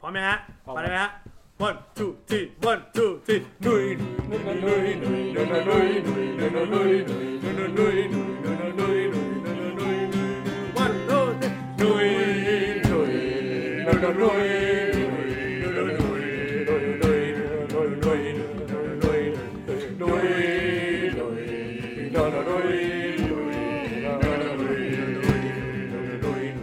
พร้อมไหมฮะมาเลยไหมฮะ one two three one two three ดุยดุยดุยดุยดุยดุยดุยดุยดุยดุยดุยดุยดุยดุยดุยดุย one two three ดุยดุยดุยดุยดุยดุยดุยดุยดุยดุยดุยดุยดุยดุยดุยดุยดุยดุยดุย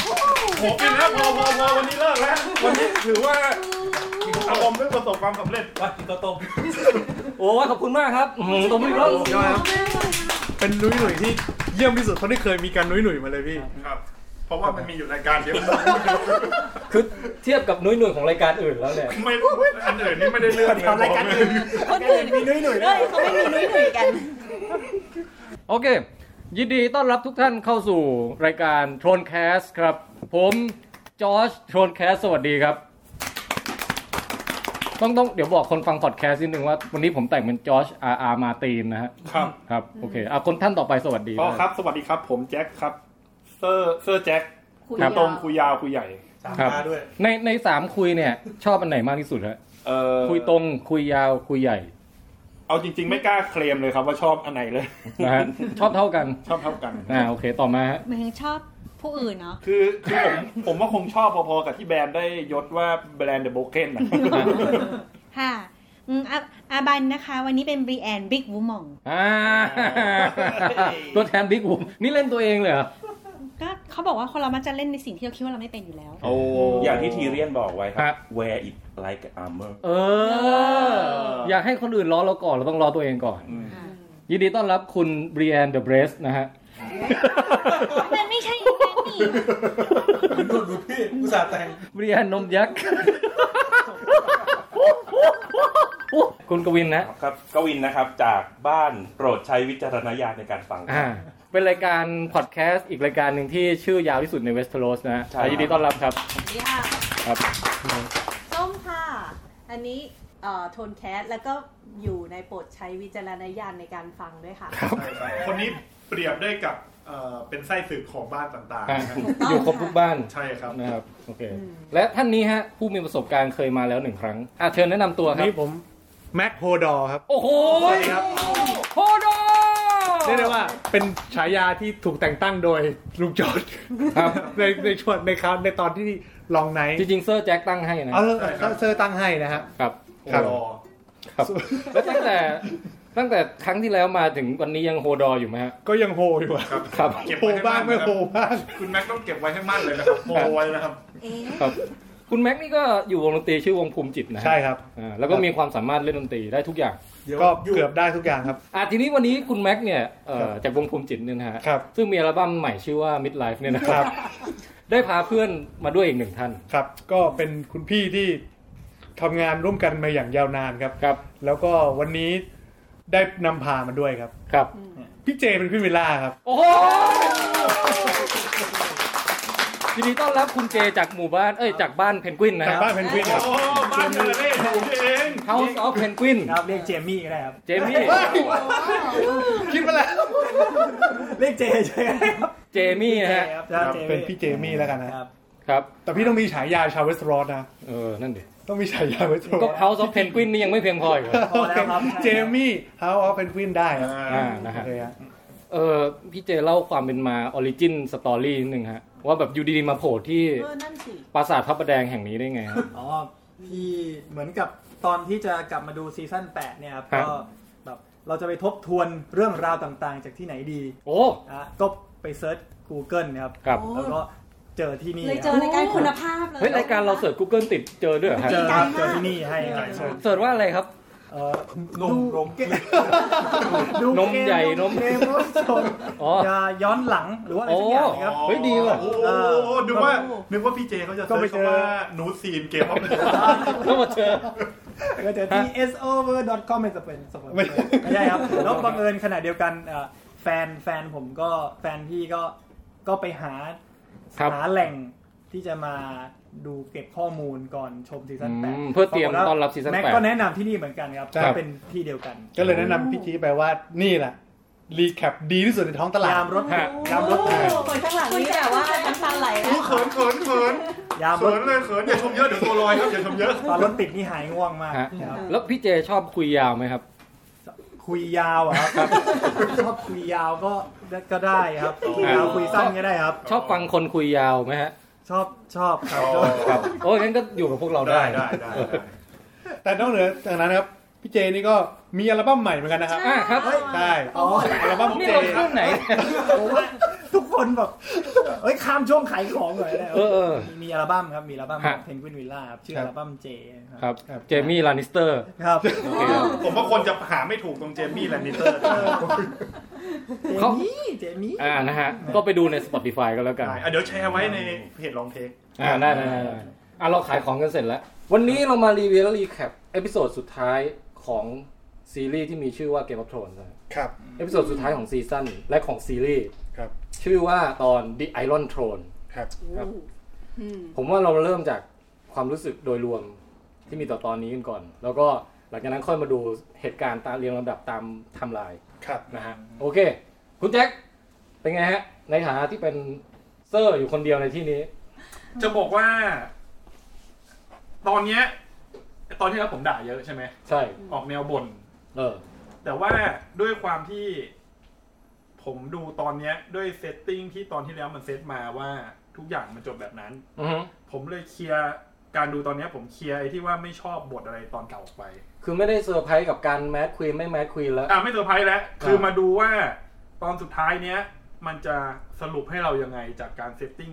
โหเป็นแล้วพอพอพอวันนี้เลิกแล้ว วันนี้ถือว่าอารมณ์ไม่ประสบความสำเร็จ ว่ากินข้าวต้มโอ้ยขอบคุณมากครับอื้อหือต้มอีกแล้ว ยอดครับ เป็นนุ้ยหนุ่ยที่เยี่ยมที่สุดเท่าที่เคยมีการนุ้ยหนุ่ยมาเลยพี่ ครับ เพราะว่ามันมีอยู่รายการเดียว คือเทียบกับนุ้ยหนุ่ยของรายการอื่นแล้วเนี่ย ไม่อันอื่นนี่ไม่ได้เรื่องเลยรายการอื่น คนอื่นมีนุ้ยหนุ่ยเลยเขาไม่มีนุ้ยหนุ่ยกัน โอเค ยินดีต้อนรับทุกท่านเข้าสู่รายการโทรนแคสครับ ผมจอร์จโทรนแคสสวัสดีครับ ต้องต้องเดี๋ยวบอกคนฟังพอดแคสต์นิดนึงว่า วันนี้ผมแต่งเป็นจอร์จอาร์อาร์มาตีนนะฮะ ครับ ครับโอเคอ่ะคนท่านต่อไปสวัสดี อ๋อ นะครับ สวัสดีครับ ผมแจ็คครับ เซอร์เซอร์แจ็ค คุย คุยตรง ยาว คุยยาวคุยใหญ่ ครับในในสามคุยเนี่ย ชอบอันไหนมากที่สุดฮะ เอ่อ คุยตรงคุยยาวคุยใหญ่ เอาจริง ๆ ไม่กล้าเคลมเลยครับว่าชอบอันไหนเลย นะฮะชอบเท่ากัน ชอบเท่ากัน อ่าโอเคต่อมาฮะ หมายถึงชอบผู้อื่นเนาะ คือคือผมผมว่าคงชอบพอๆกับที่แบรนด์ได้ยศว่าแบรนด์เดอะโบเกนะ ค่ะอืมอาอาบันนะคะ วันนี้เป็นบรีแอนบิ๊กวูมอง อ่า เฮ้ย ตัวแทนบิ๊กบุมนี่เล่นตัวเองเลยเหรอ ก็เขาบอกว่าคนเรามักจะเล่นในสิ่งที่เราคิดว่าเราไม่เป็นอยู่แล้ว โอ้ อย่างที่ทีเรียนบอกไว้ค ครั รับ บ wear it like armor เอ เอ อ อ อยากให้คนอื่นล้อเราก่อน เราต้องล้อตัวเองก่อน ค่ะ ยินดีต้อนรับคุณเบรียนเดอะเบรสนะ ฮะ มันไม่ใช่อย่างนั้น นี่ รุ่นดูพี่อุตส่าห์แต่ง เบรียนนมยักษ์ คุณกวินนะ ครับกวินนะครับ จากบ้านโปรดใช้วิจารณญาณในการฟังค อ่า รับ เป็นรายการพอดแคสต์อีกรายการหนึ่งที่ชื่อยาวที่สุดในเวสต์โรสนะฮะ ใช่ครับ ยินดีต้อนรับครับ ค่ะ ครับ ส้มค่ะ อันนี้เอ่อโทนแคสแล้วก็อยู่ในโปรดใช้วิจารณญาณในการฟังด้วยค่ะ คนนี้เปรียบได้กับเอ่อเป็นไส้สืบของบ้านต่าง อ่า ๆนะครับ อยู่ครบทุกบ้าน ใช่ครับ นะครับ โอเค และท่านนี้ฮะ ผู้มีประสบการณ์เคยมาแล้วหนึ่งครั้ง อ่ะเชิญแนะนำตัวครับ นี่ผมแม็กโฮดอครับ โอ้โห ครับ โคโด เรียกได้ว่าเป็นฉายาที่ถูกแต่งตั้งโดยลุงจอร์ด ครับ ในในช่วงในคราวในตอนที่ลองไนท์ จริงๆเซอร์แจ็คตั้งให้นะ เออเซอร์ตั้งให้นะฮะ ครับ ครับ โอ้โหครับ แล้วตั้งแต่ตั้งแต่ครั้งที่แล้วมาถึงวันนี้ยังโฮดออยู่ไหมฮะ ก็ยังโฮอยู่อะ ครับ ครับ เก็บ โฮ ไว้ให้ บ้าง น ไม่ นะครั โฮบ้าง คุณแม็กต้องเก็บไว้ให้มั่นเลยนะครับโฮไว้นะครับ เอ๊ะ ครับ คุณแม็กนี่ก็อยู่วงดนตรีชื่อวงภูมิจิตนะฮะ ใช่ครับ อ่าแล้วก็มีความสามารถเล่นดนตรีได้ทุกอย่าง ก็เกือบได้ทุกอย่างครับ อ่ะทีนี้วันนี้คุณแม็กเนี่ยเอ่อจากวงภูมิจิตเนี่ยนะฮะ ครับ ซึ่งมีอัลบั้มใหม่ชื่อว่า Midlife เนี่ยนะค ค รั รับ บ ได้พาเพื่อนมาด้วยอีกหนึ่งท่าน ครับ ก็เป็นคุณพี่ที่ทำงานร่วมกันมาอย่างยาวนานครับ ครับ แล้วก็วันนี้ได้นำพามาด้วยครับ ครับ พี่เจเป็นพี่วิลล่าครับ โอ้โหยินดีต้อนรับคุณเจจากหมู่บ้าน เอ้ย จากบ้านเพนกวินนะค จาก รับ บ้านเพนกวินครับ โอ้บ้านเธอเนี่ยผมเอง House of Penguin ครับเรียกเจมี่ก็ได้ครับ เจมี่ คิดมาแล้ว เรียกเจใช่ไหมครับ เจมี่นะฮะ ครับ ครับ จมี่ เป็นพี่เจมี่แล้วกันนะ ครับ ครับ แต่พี่ต้องมีฉายาชาวเวสต์รอดนะ เออ นั่นดิ ต้องมีฉายาเวสต์รอด ก็ House of Penguin นี่ยังไม่เพียงพออีกเหรอ พอแล้วครับ เจมี่ How of Penguin ได้ครับ อ่า นะ โอ ฮะ เคฮะ เออ พี่เจเล่าความเป็นมา Origin Story นิดนึงฮะ ว่าแบบอยู่ดีๆมาโผล่ที่ เออนั่นสิ ปราสาทพระประแดงแห่งนี้ได้ไงฮะ อ๋อ ที่เหมือนกับตอนที่จะกลับมาดูซีซั่น8เนี่ยครับ ครับ ก็แบบเราจะไปทบทวนเรื่องราวต่างๆ จากที่ไหนดี โอ้ อ่ะก็ไปเซิร์ช Google นะครับ ครับ โอ้ แล้วก็เจอที่นี่ เลยเจ ค อ รับ รายการคุณภาพเลย เฮ้ย รายการเราเสิร์ช Google ติดเจอด้วยเหรอฮะ เจอครับ ดีใจมาก เจอที่นี่ให้ครับ เสิร์ชว่าอะไรครับ เอ่อ นมนม ดู นมใหญ่ เก นม เกมรับชม อ๋อ จะย้อนหลังหรือว่าอะไร โอ้ สักอย่างนะครับ เฮ้ยดีว่ะ โอ้ เออ โหนึกว่า นึกว่าพี่เจเขาจะ ก็ไปเจอ เซิร์ชคำว่านูดซีนเกมว่าเป็น ก็มาเจอ ก็จะที่ sover.com เป็นสปอนเซอร์ไม่ใช่ครับ แล้วบังเอิญขณะเดียวกันเอ่อแฟนแฟนผมก็แฟนพี่ก็ก็ไปหา ครับ หาแหล่งที่จะมาดูเก็บข้อมูลก่อนชมซีซั่นแปด อืมเพื่อเตรียมต้อนรับซีซั่น แม็ก แปด ก็แนะนำที่นี่เหมือนกันครับ ครับ ก็เป็นที่เดียวกัน ก็เลยแนะนำพี่จีไปว่านี่แหละ รีแคปดีที่สุดในท้องตลาด ยามรถ ฮะ ยามรถ คนข้างหลังนี่แบบว่าน้ำตาไหลนะ เขินเขินเขิน ยามร เขิ ถ นเลยเขินอย่าชมเยอะเดี๋ยวตัวลอยครับอย่าชมเยอะ ตอนรถติดนี่หายง่วงมาก ฮะ ครับ แล้วพี่เจชอบคุยยาวไหมครับ คุยยาวอะครับ ชอบคุยยาวก็ก็ได้ครับคุยยาวคุยสั้นก็ได้ครับ ชอบฟังคนคุยยาวไหมฮะ ชอบชอบครับ อ๋อ ครับโอ้ยงั้นก็อยู่กับพวกเรา ได้ ได้ ได้ได้ได้ แต่นอกเหนือจากนั้นนะครับ พี่เจนี่ก็มีอัลบั้มใหม่เหมือนกันนะครับ อ่ะครับ ใช่ อ๋อ อัลบั้มพี่ นี่ เจ เราช่วงไหน ผมว่าทุกคนแบบ เอ้ยข้ามช่วงขายของเลยนะ เออเออ มีมีอัลบั้มครับมีอัลบั้มข ฮะ องเพนกวินวิลล่าครับชื่ออัลบั้มเจค ครับ รับ เจมี่ลานิสเตอร์ ครับ ผมว่าคนจะหาไม่ถูกตรงเจมี่แลนนิเตอร์ เจ เขา มี่เจมี่ อ่านะฮะ ก็ไปดูใน Spotify ก็แล้วกัน ได้อ่ะเดี๋ยวแชร์ไว้ในเพจลองเทค อ่าได้ได้ได้ได้อ่ะเราขายของกันเสร็จแล้ว วันนี้เรามารีวิวและรีแคปเอพิโซดสุดท้ายของซีรีส์ที่มีชื่อว่า Game of Thrones นะครับ เอพิโซดสุดท้ายของซีซั่นและของซีรีส์ ครับ ชื่อว่าตอน The Iron Throne ครับ ครับ อืม ผมว่าเราเริ่มจากความรู้สึกโดยรวมที่มีต่อตอนนี้กันก่อน แล้วก็หลังจากนั้นค่อยมาดูเหตุการณ์ตามเรียงลำดับตามไทำลาย ครับ นะฮะโอเค คุณแจ็คเป็นไงฮะ ในฐานะที่เป็นเซอร์อยู่คนเดียวในที่นี้ จะบอกว่า ตอนเนี้ยตอนที่แล้วผมด่าเยอะใช่ไหม ใช่ ออกแนวบ่น เออ แต่ว่าด้วยความที่ผมดูตอนเนี้ยด้วยเซตติ้งที่ตอนที่แล้วมันเซตมาว่าทุกอย่างมันจบแบบนั้น อือฮึ ผมเลยเคลียร์การดูตอนเนี้ยผมเคลียร์ไอ้ที่ว่าไม่ชอบบทอะไรตอนเก่าออกไป คือไม่ได้เซอร์ไพรส์กับการแมทควีนไม่แมทควีนแล้ว อ่ะไม่เซอร์ไพรส์แล้ว อ่า คือมาดูว่าตอนสุดท้ายเนี้ย มันจะสรุปให้เรายังไงจากการเซตติ้ง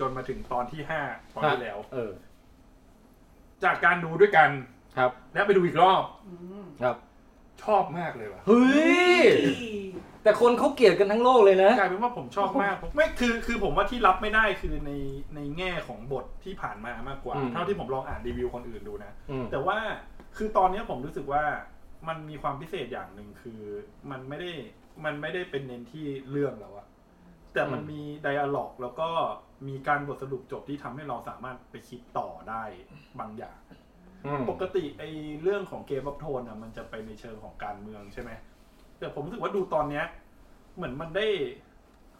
จนมาถึงตอนที่ห้าตอนที่แล้ว เออ จากการดูด้วยกัน ครับ และไปดูอีกรอบ ครับ ชอบมากเลยว่ะ เฮ้ยแต่คนเขาเกลียดกันทั้งโลกเลยนะ กลายเป็นว่าผมชอบมากผมไม่คือคือผมว่าที่รับไม่ได้คือในในแง่ของบทที่ผ่านมามากกว่า อืม เท่าที่ผมลองอ่านรีวิวคนอื่นดูนะ อืม แต่ว่าคือตอนเนี้ยผมรู้สึกว่ามันมีความพิเศษอย่างหนึ่งคือมันไม่ได้มันไม่ได้เป็นเน้นที่เรื่องแล้วอะแต่มันมีไดอะล็อกแล้วก็มีการบทสรุปจบที่ทำให้เราสามารถไปคิดต่อได้บางอย่าง อืม ปกติไอเรื่องของเกมบับโทนอะมันจะไปในเชิงของการเมืองใช่ไหมแต่ผมรู้สึกว่าดูตอนเนี้ย เหมือนมันได้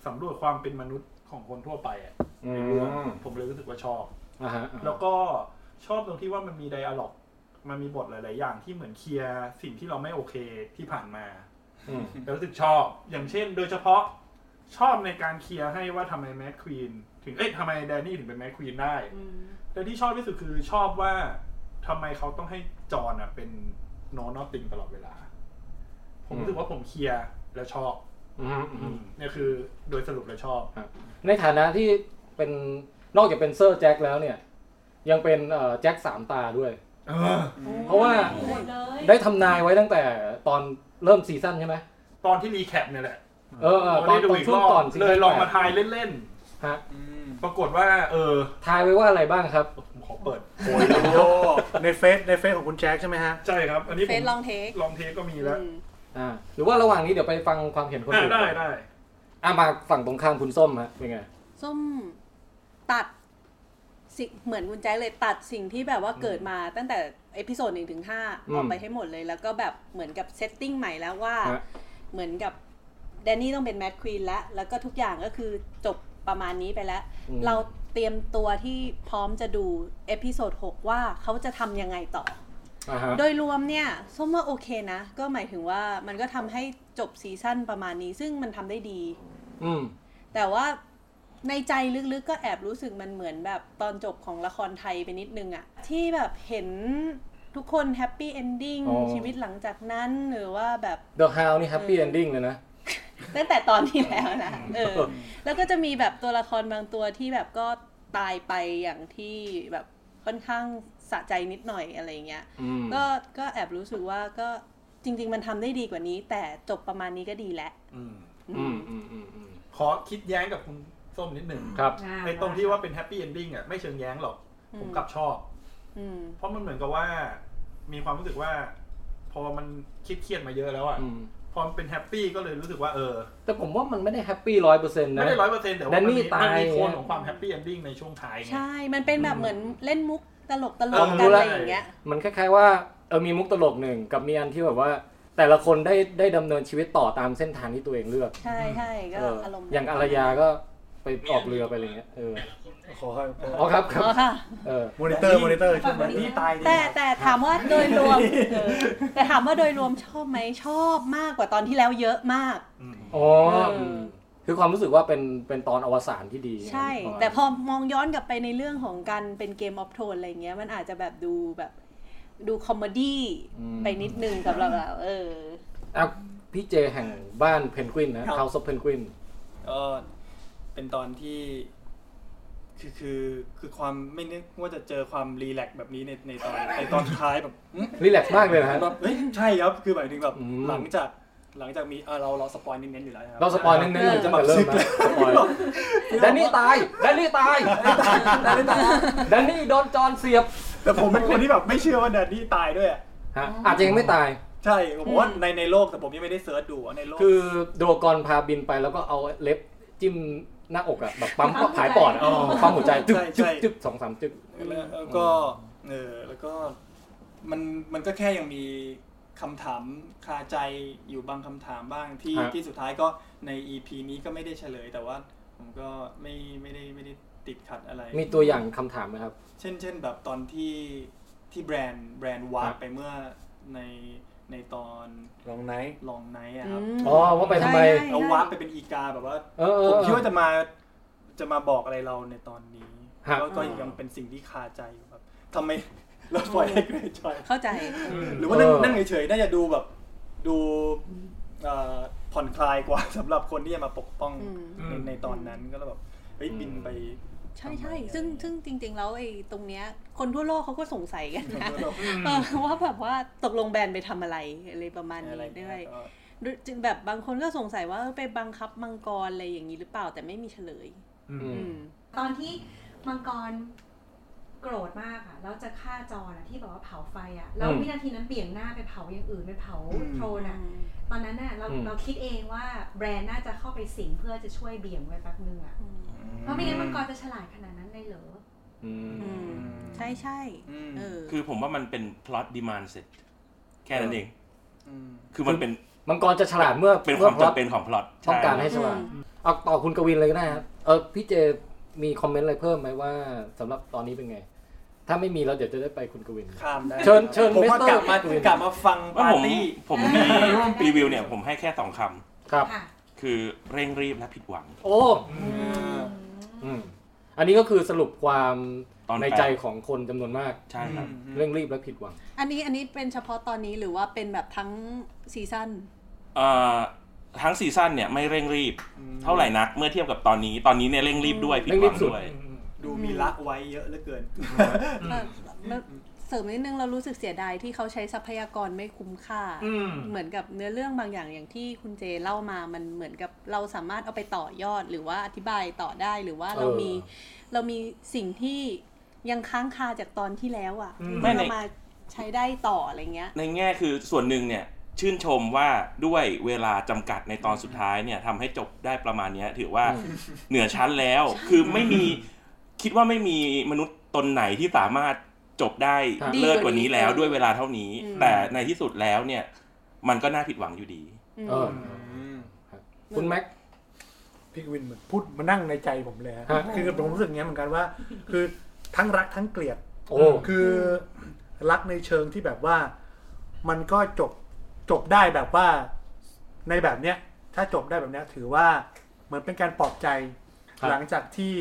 สำรวจความเป็นมนุษย์ของคนทั่วไปอะ อื ในเรื่อง ม ผมเลยรู้สึกว่าชอบ อ่าฮะ แล้วก็ชอบตรงที่ว่ามันมีไดอะล็อก มันมีบทหลาย ๆ อย่างที่เหมือนเคลียร์สิ่งที่เราไม่โอเคที่ผ่านมา อืม แต่รู้สึกชอบ อย่างเช่น โดยเฉพาะชอบในการเคลียร์ให้ว่าทำไมแมดควีนถึง เอ๊ะทำไมแดนนี่ถึงเป็นแมดควีนได้ อืม แต่ที่ชอบที่สุดคือชอบว่าทำไมเขาต้องให้จอนอ่ะเป็นโนนอตติงตลอดเวลา ผมรู้สึกว่าผมเคลียร์แล้วชอบ อืมอืม เนี่ยคือโดยสรุปแล้วชอบ ในฐานะที่เป็นนอกจากเป็นเซอร์แจ็คแล้วเนี่ย ยังเป็นเอ่อแจ็คสามตาด้วย เพราะว่า หมดเลย ได้ทำนายไว้ตั้งแต่ตอนเริ่มซีซั่นใช่ไหม ตอนที่รีแคปเนี่ยแหละ เออเออตอน ได้ดู ตอน อีก ช่ รอวงบ ก่อนซีซั่น เลยลองมา แปด ทายเล่น ฮะ ๆ ปรากฏว่า เออ ทายไว้ว่าอะไรบ้างครับ ผมขอเปิด ในเฟซในเฟซของคุณแจ็คใช่ไหมฮะ ใช่ครับ อันนี้ผ เฟ ม ซลองเทค ลองเทสก็มีแล้ว อืม อ่า หรือว่าระหว่างนี้เดี๋ยวไปฟังความเห็นคน อ่ะ อื่น ได้ได้ อ่ะมาฝั่งตรงข้ามคุณส้มฮะเป็นไง ส้มตัดสิเหมือนคุณแจ๊คเลยตัดสิ่งที่แบบว่าเกิดมาตั้งแต่เอพิโซดหนึ่งถึงห้า อืม ออกไปให้หมดเลย แล้วก็แบบเหมือนกับเซตติ้งใหม่แล้วว่า ฮะ เหมือนกับแดนนี่ต้องเป็นแมดควีนแล้ว แล้วก็ทุกอย่างก็คือจบประมาณนี้ไปแล้ว อืม เราเตรียมตัวที่พร้อมจะดูเอพิโซด6ว่าเขาจะทำยังไงต่อ อ่าฮะ โดยรวมเนี่ยส้มว่าโอเคนะ ก็หมายถึงว่ามันก็ทำให้จบซีซั่นประมาณนี้ ซึ่งมันทำได้ดี อืม แต่ว่า ในใจลึกๆก็แอบรู้สึกมันเหมือนแบบตอนจบของละครไทยไปนิดนึงอะที่แบบเห็นทุกคนแฮปปี้เอนดิ้ง อ๋อ ชีวิตหลังจากนั้นหรือว่าแบบ The Hound นี่ Happy Ending เลยนะ ตั้งแต่ตอนที่แล้วนะเออ แล้วก็จะมีแบบตัวละครบางตัวที่แบบก็ตายไปอย่างที่แบบค่อนข้างสะใจนิดหน่อยอะไรเงี้ย อืม ก็ก็แอบรู้สึกว่าก็จริง ๆ มันทำได้ดีกว่านี้ แต่จบประมาณนี้ก็ดีแล้ว อืม อืมอืมอืมอืม ขอคิดแย้งกับคุณส้มนิดหนึ่ง ครับ อ่า ในตรงที่ว่าเป็นแฮปปี้เอนดิ้งอ่ะไม่เชิงแย้งหรอก อืม ผมกลับชอบ อืม เพราะมันเหมือนกับว่า มีความรู้สึกว่า พอมันคิดเครียดๆมาเยอะแล้วอ่ะ อืม พอมันเป็นแฮปปี้ก็เลยรู้สึกว่าเออ แต่ผมว่ามันไม่ได้แฮปปี้ร้อยเปอร์เซ็นต์นะ ไม่ได้ร้อยเปอร์เซ็นต์แต่ว่ามัน แดนนี่ มี ตาย มันมีโคนของความแฮปปี้เอนดิ้งในช่วงท้ายไง ใช่ มันเป็นแบบเหมือนเล่นมุกตลกตล เออกรู้ กัน แล้ อะ ว ไรอย่างเงี้ย มันคล้ายๆว่าเออมีมุกตลกหนึ่งกับมีอันที่แบบว่า แต่ละคนได้ได้ดำเนินชีวิตต่อตามเส้นทางที่ตัวเองเลือก ใช่ใช่ก็ เอออ อารมณ์ อย่างอารยาก็ไปออกเรือไปอะไรเงี้ยเออ ขอให้ อ๋อครับค อ๋อ รับ ค่ะ เออ มอนิเตอร์มอนิเตอร์ช่วยมา นี่ตายดี แต่แต่ถามว่าโดยรวมเออแต่ถามว่าโดยรวมชอบไหมชอบมากกว่าตอนที่แล้วเยอะมาก อืม อ๋อ เออ คือความรู้สึกว่าเป็นเป็นตอนอวสานที่ดี ใช่ ประมาณ แต่พอมองย้อนกลับไปในเรื่องของการเป็นเกมออฟโทนอะไรเงี้ย มันอาจจะแบบดูแบบดูคอมเมดี้ ม ไปนิดนึงกับเราอะเออ อ่ะพี่เจแห่งบ้านเพนกวินนะ House of Penguin ก็เป็นตอนที่คือคือคือความไม่นึกว่าจะเจอความรีแลกซ์แบบนี้ในในตอนในตอนท้ายแบบหึ รีแลกซ์มากเลยนะฮะ แบบเฮ้ยใช่ครับคือหมายถึงแบบ อืม หลังจากหลังจากมีเอ่อเราเราสปอยเน้นๆอยู่แล้วนะครั เราสปอยเน้นๆเลยจะมาเริ่มนะสปอยแดนนี่ตายแดนนี่ตายแดนนี่โดนจอนเสียบ แต่ผมเป็นคนที่แบบไม่เชื่อว่าแดนนี่ตายด้วยอะ ฮะอาจจะยังไม่ตาย ใช่ผมว่าในในโลกแต่ผมยังไม่ได้เซิร์ชดูว่าในโลก คือโดกอนพาบินไปแล้วก็เอาเล็บจิ้มหน้าอกอะแบบปั๊มก็ผายปอดอะปั๊มหัวใจจึ๊บ ใช่ใช่ จึ๊บจึ๊บสองสามจึ๊บ แล้วก็เออแล้วก็มันมันก็แค่ยังมีคำถามคาใจอยู่บางคำถามบ้างที่ ฮะ ที่สุดท้ายก็ใน EP นี้ก็ไม่ได้เฉลย แต่ว่าผมก็ไม่ไม่ได้ไม่ได้ติดขัดอะไร มีตัวอย่างคำถามไหมครับ เช่นเช่นแบบตอนที่ที่แบรนด์แบรนด์วาร์ปไปเมื่อในในตอน ลองไหน ลองไนท์อะครับ อ๋อว่าไปทำไม ใช่ เอาวาร์ปไปเป็นอีกาแบบว่า เออเอ ผ อ ม เออ คิดว่าจะมาจะมาบอกอะไรเราในตอนนี้ ฮะ ก็ก็ยังเป็นสิ่งที่คาใจอยู่ครับทำไม เราปล่อยให้เกรย์จ อย เข้าใจ หรือว่านั่งนั่งเฉยๆน่าจะดูแบบดูเอ่อผ่อนคลายกว่าส ำหรับคนที่จะมาปกป้อง อืม ในในตอนนั้นก็เลยแบบเฮ้ยบินไป ใช่ใช่ ทำไมอะ ซึ่งซึ่งจริง ๆ แล้วไอ้ตรงเนี้ยคนทั่วโลกเขาก็สงสัยกันนะ คนทั่วโลก เออ ว่าแบบว่าตกลงแบรนด์ไปทำอะไรอะไรประมาณ อะไร นี้ เงี้ ด้วย ก็ จึงแบบบางคนก็สงสัยว่าเออไปบังคับมังกรอะไรอย่างนี้หรือเปล่าแต่ไม่มีเฉลย อืม อืม ตอนที่มังกรโกรธมากอ่ะแล้วจะฆ่าจอนอะที่แบบว่าเผาไฟอ่ะแล้ว อืม วินาทีนั้นเบี่ยงหน้าไปเผาอย่างอื่นไปเผาโทนอ่ะ ตอนนั้นน่ะเรา อืม เราคิดเองว่าแบรนด์น่าจะเข้าไปสิงเพื่อจะช่วยเบี่ยงไว้แป๊บนึงอ่ะเพราะไม่งั้นมังกรจะฉลาดขนาดนั้นเลยเหรอ อืม อืม ใช่ใช่เออ คือผมว่ามันเป็น plot demand set แค่นั้นเอง อืม คือมันเป็น มังกรจะฉลาดเมื่อ เป็นความ มื่อ จำเป็นของ plot ต้องการให้ ช่ ฉลาด อืม เอาต่อคุณกวินเลยก็ได้ครับเออพี่เจมีคอมเมนต์อะไรเพิ่มไหมว่าสำหรับตอนนี้เป็นไง ถ้าไม่มีเราเดี๋ยวจะได้ไปคุณกวิน ข้ามได้ เชิญเชิญ ผมว่า Mr. กลับมา Queen กลับมาฟัง ว่า ปา ผ ร์ ม ตี้ ผมมีรีวิวเนี่ย ผมให้แค่สองค ครับ ค่ะ ำ คือเร่งรีบและผิดหวัง โอ้อืมอันนี้ก็คือสรุปความ ตอนแปด ในใจของคนจำนวนมาก ใช่ครับ เร่งรีบและผิดหวัง อันนี้อันนี้เป็นเฉพาะตอนนี้หรือว่าเป็นแบบทั้งซีซั่น เอ่อทั้งซีซั่นเนี่ยไม่เร่งรีบ เท่าไหร่นักเมื่อเทียบกับตอนนี้ตอนนี้เนี่ยเร่งรีบด้วยผิด เร่ง ห รี วั บ ง สุด ด้วย ดูมีละไว้เยอะเหลือเกิน แบบเสริมนิดนึงเรารู้สึกเสียดายที่เขาใช้ทรัพยากรไม่คุ้มค่า อืม เหมือนกับเนื้อเรื่องบางอย่างอย่างที่คุณเจเล่ามามันเหมือนกับเราสามารถเอาไปต่อยอดหรือว่าอธิบายต่อได้หรือว่าเรา เออ มีเรามีสิ่งที่ยังค้างคาจากตอนที่แล้วอะ่ะ อืม ไม่ใน เรามาใช้ได้ต่ออะไรเงี้ย ในแง่คือส่วนหนึ่งเนี่ยชื่นชมว่าด้วยเวลาจำกัดในตอนสุดท้ายเนี่ยทำให้จบได้ประมาณเนี้ยถือว่าเหนือชั้นแล้ว คือไม่มีคิดว่าไม่มีมนุษย์ตนไหนที่สามารถจบได้ ดี เลิศ ก ก ว่า ว่า นี้ นี้แล้ว เออ ด้วยเวลาเท่านี้ อืม แต่ในที่สุดแล้วเนี่ยมันก็น่าผิดหวังอยู่ดี อืม เออครับคุณแม็ก พี่กวินเหมือนพูดมานั่งในใจผมเลยฮะ ฮะ คือผมรู้สึกอย่างเงี้ยเหมือนกันว่า คือทั้งรักทั้งเกลียด โอ้ คือรักในเชิงที่แบบว่ามันก็จบจบได้แบบว่าในแบบเนี้ยถ้าจบได้แบบเนี้ยถือว่าเหมือนเป็นการปลอบใจ ครับ หลังจากที่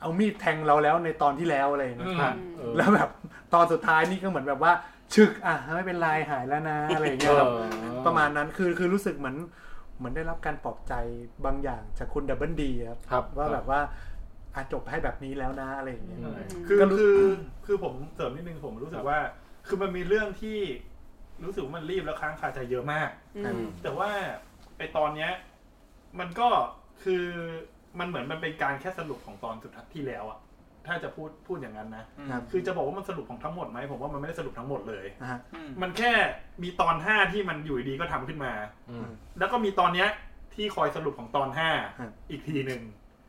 เอามีดแทงเราแล้วในตอนที่แล้วอะไรอย่างเงี้ย อ่ะเออ แล้วแบบตอนสุดท้ายนี่ก็เหมือนแบบว่า ชึกอ่ะไม่เป็นไรหาย แล้วนะอะไรอย่าง เอ เงี้ยครับ อ ประมาณนั้นคือคือรู้สึกเหมือนเหมือนได้รับการปลอบใจบางอย่างจากคุณดับเบิลดีครับ ครับ ว่าแบบว่าอาจบให้แบบนี้แล้วนะอะไรอย่างเงี้ย อืม คือ ก็รู้ คือคือผมเสริมนิดนึงผมรู้สึกว่า คือมันมีเรื่องที่รู้สึกว่ามันรีบแล้วค้างคาใจเยอะมาก อืม แต่ว่าไอตอนเนี้ยมันก็คือมันเหมือนมันเป็นการแค่สรุปของตอนสุดท้ายที่แล้วอะถ้าจะพูดพูดอย่างนั้นนะ ครับ คือจะบอกว่ามันสรุปของทั้งหมดไหมผมว่ามันไม่ได้สรุปทั้งหมดเลย นะฮะ มันแค่มีตอนห้าที่มันอยู่ดีๆก็ทำขึ้นมา อืม แล้วก็มีตอนเนี้ยที่คอยสรุปของตอนห้าอีกทีหนึ่ง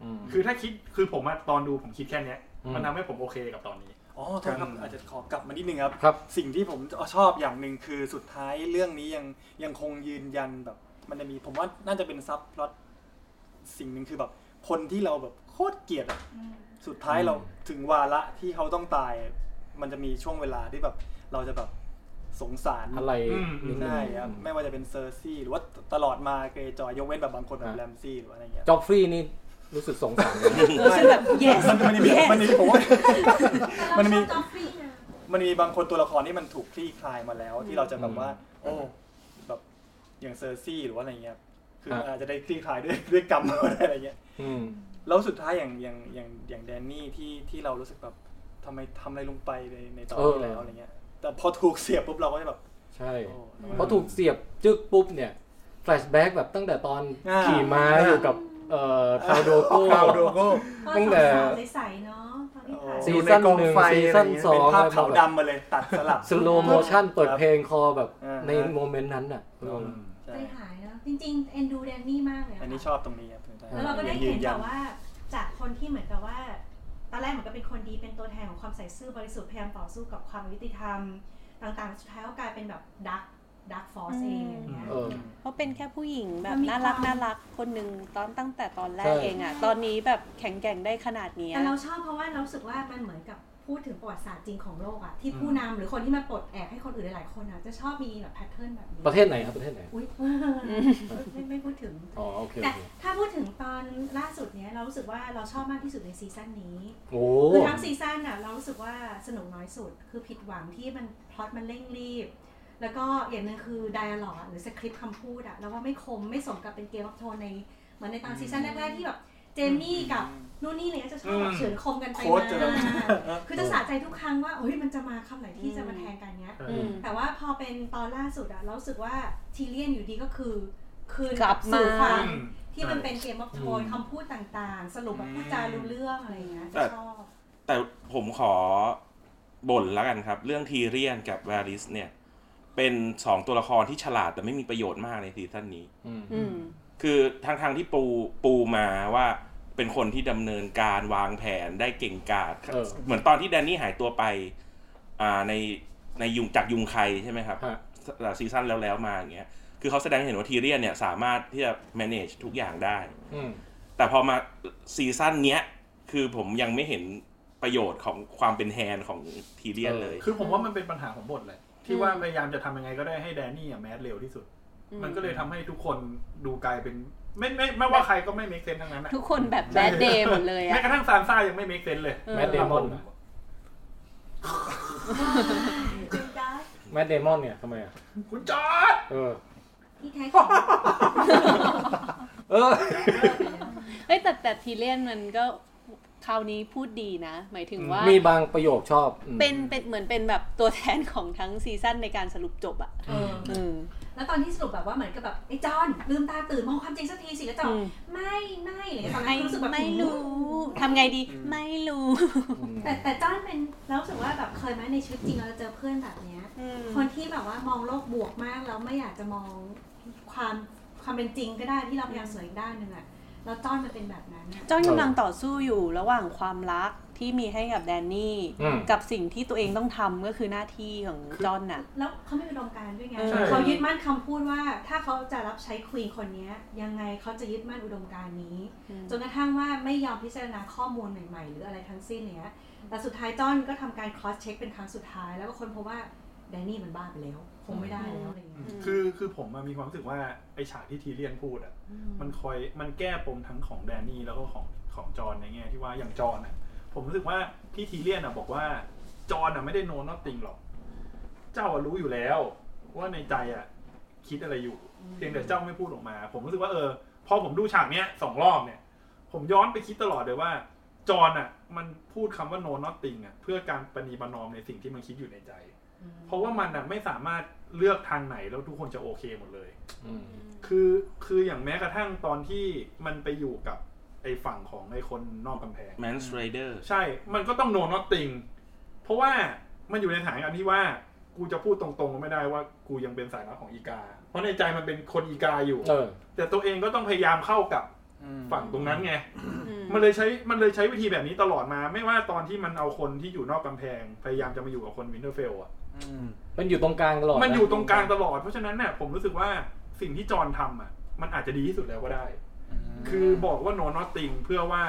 อืม คือถ้าคิดคือผมอะตอนดูผมคิดแค่เนี้ย อืม มันทำให้ผมโอเคกับตอนนี้ อ๋อโทษครับอาจจะขอกลับมานิดนึงครับ ครับ สิ่งที่ผมชอบอย่างหนึ่งคือสุดท้ายเรื่องนี้ยังยังคงยืนยันแบบ มันจะมีผมว่าน่าจะเป็นซับพล็อตสิ่งหนึ่งคือแบบ คนที่เราแบบโคตรเกลียดอะสุดท้ายเราถึงวาระที่เขาต้องตาย มันจะมีช่วงเวลาที่แบบ เราจะแบบสงสาร อะไร อืม นิดนึง ใช่ครับไม่ว่าจะเป็นเซอร์ซี่หรือว่าตลอดมาเกรย์จอยยกเว้นแบบบางคนแบบแรมซี่หรือว่าอะไรเงี้ย จ็อกฟรีนี่รู้สึกสงสารเลย เออฉันแบบ yes มันมีมันมีผมว่า มันมี จอฟฟี่นะ มันมีบางคนตัวละครที่มันถูกคลี่คลายมาแล้ว ที่เราจะแบบว่า โอ้แบบอย่างเซอร์ซี่หรือว่าอะไรเงี้ยคืออาจจะได้คลี่คลายด้วย ด้วยกรรมอะไรเงี้ย อืม แล้วสุดท้ายอย่างอย่างอย่างอย่างแดนนี่ที่ที่เรารู้สึกแบบทำไมทำอะไรลงไปในในตอน เออ ที่แล้วอะไรเงี้ย แต่พอถูกเสียบปุ๊บเราก็จะแบบ ใช่ โอ้ เพราะถูกเสียบจึกปุ๊บเนี่ยแฟลชแบ็กแบบตั้งแต่ตอน อ่า ขี่ม้าอยู่กับเอ่อคาวโดโก้ คาวโดโก้ ก็ ตั้งแต่ สาวๆใสๆเนาะตอนที่ถ่าย ซีซั่น อยู่ในกอง หนึ่ง ไฟ ซีซั่น อะไรอย่างเป็นเงี้ย สอง ภาพขาวดำมาเลยตัดส ลับ สโลโมชั่นเปิดเพลงคอแบบ อ่า ในโมเมนต์นั้นอ่ะเออ ใช่ ใจหายนะจริงๆ เอ็นดูแดนนี่มากเลยะ อันนี้ชอบตรงนี้ครับถึงจะ แล้วเราก็ได้เห็น ยืยั แบบว่า จากคนที่เหมือนกับว่าตอนแรกเหมือนกับเป็นคนดีเป็นตัวแทนของความใส่ซื่อบริสุทธิ์พยายามต่อสู้กับความอยุติธรรม ต่างๆสุดท้ายก็กลายเป็นแบบดักดักฟอร์สเองอย่างเงี้ย เออ เพราะเป็นแค่ผู้หญิงแบ มั บ นมี น่ารัก ความ น่ารักคนหนึ่งตอนตั้งแต่ตอนแร ใช่ กเองอ่ะ ตอนนี้แบบแข็งแกร่งได้ขนาดเนี้ย แต่เราชอบเพราะว่าเรารู้สึกว่ามันเหมือนกับพูดถึงประวัติศาสตร์จริงของโลกอะที่ผู้นำหรือคนที่มาปลดแอกให้คนอื่นหลายๆคนอะจะชอบมีแบบแพทเทิร์นแบบนี้ ประเทศไหนครับประเทศไหน อุ้ยไม่ไม่พูดถึง อ๋อโอเคโอ แต่ เค ถ้าพูดถึงตอนล่าสุดเนี้ยเรารู้สึกว่าเราชอบมากที่สุดในซีซั่นนี้ โอ้ คือทั้งซีซั่นอ่ะเรารู้สึกว่าสนุกน้อยสุด คือผิดหวังที่มันพล็อตมันเร่งรีบ แล้วก็อย่างหนึ่งคือไดอะล็อกหรือสคริปต์คำพูดอ่ะเราว่าไม่คมไม่สมกับเป็นเกมออฟโทนในเหมือนในตอนซีซั่นแรกๆที่แบบเจมี่กับนู่นนี่เนี่ยจะชอบแบบเฉือนคมกันไป โคตรจะแบบ มาคือจะสะใจทุกครั้งว่าเฮ้ยมันจะมาคำไหนที่จะมาแทงกันเนี้ย อืม แต่ว่าพอเป็นตอนล่าสุดอะเรารู้สึกว่าทีเลียนอยู่ดีก็คือคืน กลับมา สู่ความ อืม ที่มันเป็นเกมออฟโทนคำพูดต่างๆ สรุปแบบพูดจารู้เรื่องอะไรอย่างเงี้ยจะชอบ แต่ผมขอบ่นแล้วกันครับ เรื่องทีเรียนกับวาริสเนี่ย เป็นสองตัวละครที่ฉลาดแต่ไม่มีประโยชน์มากในซีซั่นนี้ อืม อืม คือทางทางที่ปูปูมาว่าเป็นคนที่ดำเนินการวางแผนได้เก่งกาจ เออ เหมือนตอนที่แดนนี่หายตัวไป อ่าในในยุงจากยุงใครใช่ไหมครับ ฮะ ซีซั่นแล้วแล้วๆมาอย่างเงี้ย คือเขาแสดงให้เห็นว่าทีเรียนเนี่ยสามารถที่จะ manage ทุกอย่างได้ อืม แต่พอมาซีซั่นเนี้ย คือผมยังไม่เห็นประโยชน์ของความเป็นแฮนด์ของทีเรียนเลย คือผมว่ามันเป็นปัญหาของบทแหละที่ว่าพยายามจะทำยังไงก็ได้ให้แดนนี่อะแมสเร็วที่สุด อืม มันก็เลยทำให้ทุกคนดูกลายเป็น ไม่ไม่ไม่ว่าใครก็ไม่เมคเซนทั้งนั้นอะ ทุกคนแบบ bad day หมดเลย แม้ อ่ะ กระทั่งซานซ่ายังไม่เมคเซนเลย เออ แมทเดมอน คุณจ๊ะ แมทเดมอนเนี่ยทำไมอ่ะ คุณจอร์ด เออ ที่แท้จริง เออ เฮ้ยแต่แต่ทีเล่นมันก็คราวนี้พูดดีนะ หมายถึงว่า มีบางประโยคชอบอืม เป็นเป็นเหมือนเป็นแบบตัวแทนของทั้งซีซั่นในการสรุปจบอ่ะ เออ อืม แล้วตอนที่สรุปแบบว่าเหมือนกับแบบไอ้จอนลืมตาตื่นมองความจริงสักทีสิแล้วจอน อืม ไม่ไม่อะไรอย่างเงี้ยตอนนั้ ไม่ นรู้สึกแบบ ไม่รู้ทำไงดีไม่รู้ อืม แต่แต่จอนเป็นเรารู้สึกว่าแบบเคยไหมในชีวิตจริงเราจะเจอเพื่อนแบบเนี้ย อืม คนที่แบบว่ามองโลกบวกมากแล้วไม่อยากจะมองความความเป็นจริงก็ได้ที่เราพยายามสวยอีกด้านหนึ่งอะแล้วจ้อนมันเป็นแบบนั้นอะ จอนกำลังต่อสู้อยู่ระหว่างความรักที่มีให้กับแดนนี่ อืม กับสิ่งที่ตัวเองต้องทำก็คือหน้าที่ของจอนน่ะ แล้วเขาไม่มีอุดมการณ์ด้วยไง เออ เขายึดมั่นคำพูดว่าถ้าเขาจะรับใช้ควีนคนเนี้ยยังไงเขาจะยึดมั่นอุดมการณ์นี้ จนกระทั่งว่าไม่ยอมพิจารณาข้อมูลใหม่ ๆ หรืออะไรทั้งสิ้นเนี้ยแต่สุดท้ายจอนก็ทำการ cross check เป็นครั้งสุดท้าย แล้วก็คนพบว่าแดนนี่มันบ้าไปแล้ว คงไม่ได้แล้วอะไรอย่างเงี้ย คือคือผมอะมีความรู้สึกว่าไอฉากที่ทีเรียนพูดอ่ะ มันคอยมันแก้ปมทั้งของแดนนี่แล้วก็ของ ของจอห์นในแง่ที่ว่าอย่างจอห์นน่ะผมรู้สึกว่าที่ทีเลียนอะบอกว่าจอห์นอะไม่ได้โนนอตติงหรอก เจ้าอะรู้อยู่แล้ว ว่าในใจอะคิดอะไรอยู่ เพียงแต่เจ้าไม่พูดออกมา ผมรู้สึกว่าเออ พอผมดูฉากเนี้ยสองรอบเนี่ย ผมย้อนไปคิดตลอดเลยว่า จอห์นอะมันพูดคำว่าโนนอตติงอะเพื่อการปณีประนอมในสิ่งที่มันคิดอยู่ในใจ เพราะว่ามันอะไม่สามารถเลือกทางไหนแล้วทุกคนจะโอเคหมดเลย อืม คือคืออย่างแม้กระทั่งตอนที่มันไปอยู่กับไอ้ฝั่งของไอ้คนนอกกำแพง แมนสไรเดอร์ ใช่ มันก็ต้องโนนอตติง เพราะว่ามันอยู่ในฐานการณ์ที่ว่า กูจะพูดตรงๆไม่ได้ว่ากูยังเป็นสายลับของอีกา เพราะในใจมันเป็นคนอีกาอยู่ เออ แต่ตัวเองก็ต้องพยายามเข้ากับฝั่งตรงนั้นไง อืม มันเลยใช้ มันเลยใช้วิธีแบบนี้ตลอดมา ไม่ว่าตอนที่มันเอาคนที่อยู่นอกกำแพง พยายามจะมาอยู่กับคนวินเทอร์เฟลอะ มันอยู่ตรงกลางตลอดะ มันอยู่ตรงกลางตลอด เพราะฉะนั้นเนี่ยผมรู้สึกว่าสิ่งที่จอห์นทำอ่ะ มันอาจจะดีที่สุดแล้วก็ได้ คือบอกว่า no nothing เพื่อว่า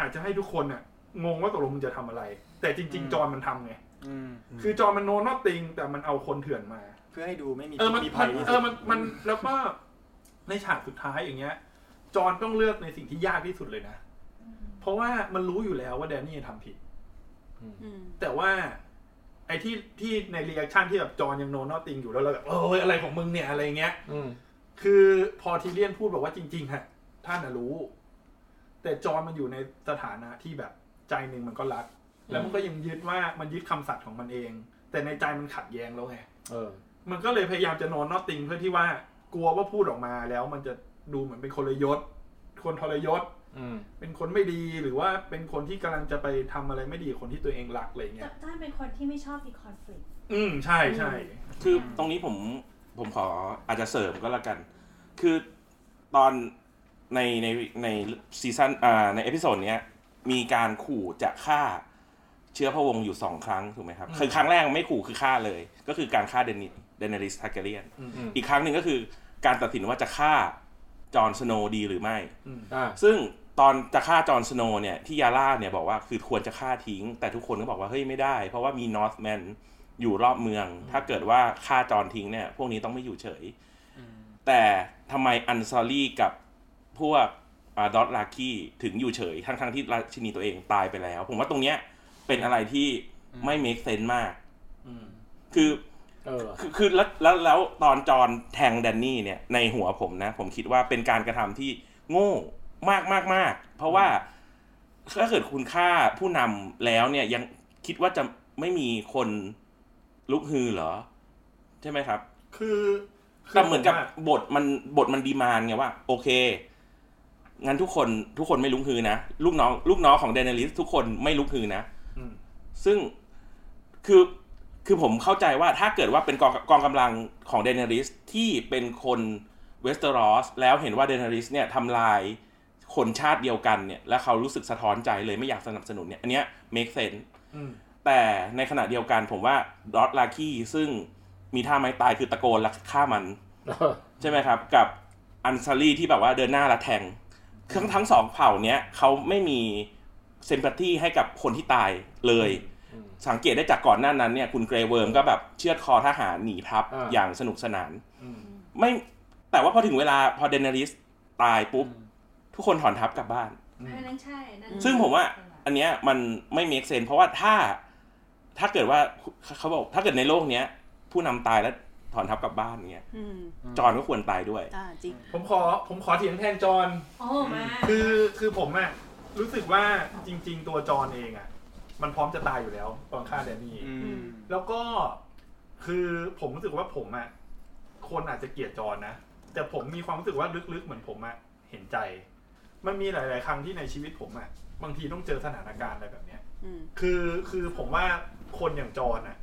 อาจจะให้ทุกคนอ่ะ งงว่าตกลงมึงจะทำอะไร แต่จริง อืม ๆ จอห์นมันทำไง อืม คือจอห์นมัน no nothing แต่มันเอาคนเถื่อนมา เพื่อให้ดูไม่มี เออมัน มี มั ภั น ยที่ เอ สุ อ ด มันมันแล้วก็ในฉากสุดท้ายอย่างเงี้ย จอห์นต้องเลือกในสิ่งที่ยากที่สุดเลยนะ เพราะว่ามันรู้อยู่แล้วว่าแดนนี่ทำผิด อืม แต่ว่าไอ้ที่ที่ในรีแอคชั่นที่แบบจอห์นยัง no nothing อยู่แล้วเราแบบเอยอะไรของมึงเนี่ยอะไรเงี้ย อืม คือพอทีเลียนพูดบอกว่าจริงๆฮะท่านน่ะรู้ แต่จอห์นมันอยู่ในสถานะที่แบบใจหนึ่งมันก็รัก แล้วมันก็ยังยึดว่ามันยึดคำสัตย์ของมันเอง แต่ในใจมันขัดแย้งแล้วไง เออ มันก็เลยพยายามจะนอนนอตติงเพื่อที่ว่า กลัวว่าพูดออกมาแล้วมันจะดูเหมือนเป็นคนเลยศ คนทรยศ อืม เป็นคนไม่ดีหรือว่าเป็นคนที่กำลังจะไปทำอะไรไม่ดีกับคนที่ตัวเองรักอะไรเงี้ย จ้านเป็นคนที่ไม่ชอบมีคอน FLICT อืมใช่ใช่ คือตรงนี้ผมผมขออาจจะเสริมก็แล้วกัน คือตอนในในในซีซั่นอ่าในเอพิโซดเนี้ยมีการขู่จะฆ่าเชื้อพระวงศ์อยู่สองครั้งถูกไหมครับคือครั้งแรกไม่ขู่คือฆ่าเลย ก็คือการฆ่าเดนิเดนริสทาร์เกเรียน อืม อีกครั้งหนึ่งก็คือการตัดสินว่าจะฆ่าจอห์นสโนว์ดีหรือไม่ อ่า ซึ่งตอนจะฆ่าจอห์นสโนว์เนี่ยที่ยาล่าเนี่ยบอกว่าคือควรจะฆ่าทิ้ง แต่ทุกคนก็บอกว่าเฮ้ยไม่ได้ เพราะว่ามีนอร์ m แมนอยู่รอบเมือง ถ้าเกิดว่าฆ่าจอห์นทิ้งเนี่ย พวกนี้ต้องไม่อยู่เฉย แต่ทำไมอันซอรี่กับพวกดอตลาคีถึงอยู่เฉย ทั้งๆที่ราชินีตัวเองตายไปแล้ว ผมว่าตรงเนี้ยเป็นอะไรที่ไม่ make sense มาก คือ เออ คือคือแล้วแล้วแล้วตอนจอห์นแทงแดนนี่เนี่ยในหัวผมนะ ผมคิดว่าเป็นการกระทำที่โง่มากมากมากเพราะว่าถ้าเกิดคุณค่าผู้นำแล้วเนี่ยยังคิดว่าจะไม่มีคนลุกฮือเหรอ ใช่ไหมครับ คือคื แต่เหมือนกับ ผว่า บทมันบทมันดีมานไงว่า โอเค งั้นทุกคนทุกคนไม่ลุกฮือนะ ลูกน้อง ลูกน้องของเดนลิสทุกคนไม่ลุกฮือนะ อืม ซึ่งคือคือผมเข้าใจว่าถ้าเกิดว่าเป็นกองกองกำลังของเดนริสที่เป็นคนเวสเตอรอสแล้วเห็นว่าเดนริสเนี่ยทำลายคนชาติเดียวกันเนี่ย แล้วเขารู้สึกสะท้อนใจเลยไม่อยากสนับสนุนเนี่ย อันเนี้ย make sense อืม แต่ในขณะเดียวกันผมว่าดอตลาคีซึ่งมีท่าไม้ตายคือตะโกนและฆ่ามัน เออ ใช่ไหมครับ กับอันซารีที่แบบว่าเดินหน้าและแทงทั้งทั้งสองเผ่าเนี้ยเขาไม่มีเซมพัตตีให้กับคนที่ตายเลย อืม สังเกตได้จากก่อนหน้านั้นเนี่ยคุณเกรเวิร์มก็แบบเชือดคอทหารหนีทัพ อ่า อย่างสนุกสนาน อืม ไม่แต่ว่าพอถึงเวลาพอเดนาริสตายปุ๊บ ทุกคนถอนทัพกลับบ้าน อืม อันนั้นใช่นั่น ซึ่งผมว่าอันเนี้ยมันไม่ make sense เพราะว่าถ้าถ้าเกิดว่าเขาบอกถ้าเกิดในโลกเนี้ย ผู้นำตายแล้วถอนทัพกลับบ้านเนี้ย อืม จอห์นก็ควรตายด้วย อ่าจริง ผมขอผมขอเถียงแทนจอห์น โอ้มา คือคือผมอะรู้สึกว่าจริง ๆ ตัวจอห์นเองอะมันพร้อมจะตายอยู่แล้วตอนฆ่าแดนนี่ อืม แล้วก็คือผมรู้สึกว่าผมอะคนอาจจะเกลียดจอห์นนะ แต่ผมมีความรู้สึกว่าลึกๆเหมือนผมอะเห็นใจ มันมีหลาย ๆ ครั้งที่ในชีวิตผมอะบางทีต้องเจอสถานการณ์อะไรแบบเนี้ย อืม คือคือผมว่าคนอย่างจอห์นอะ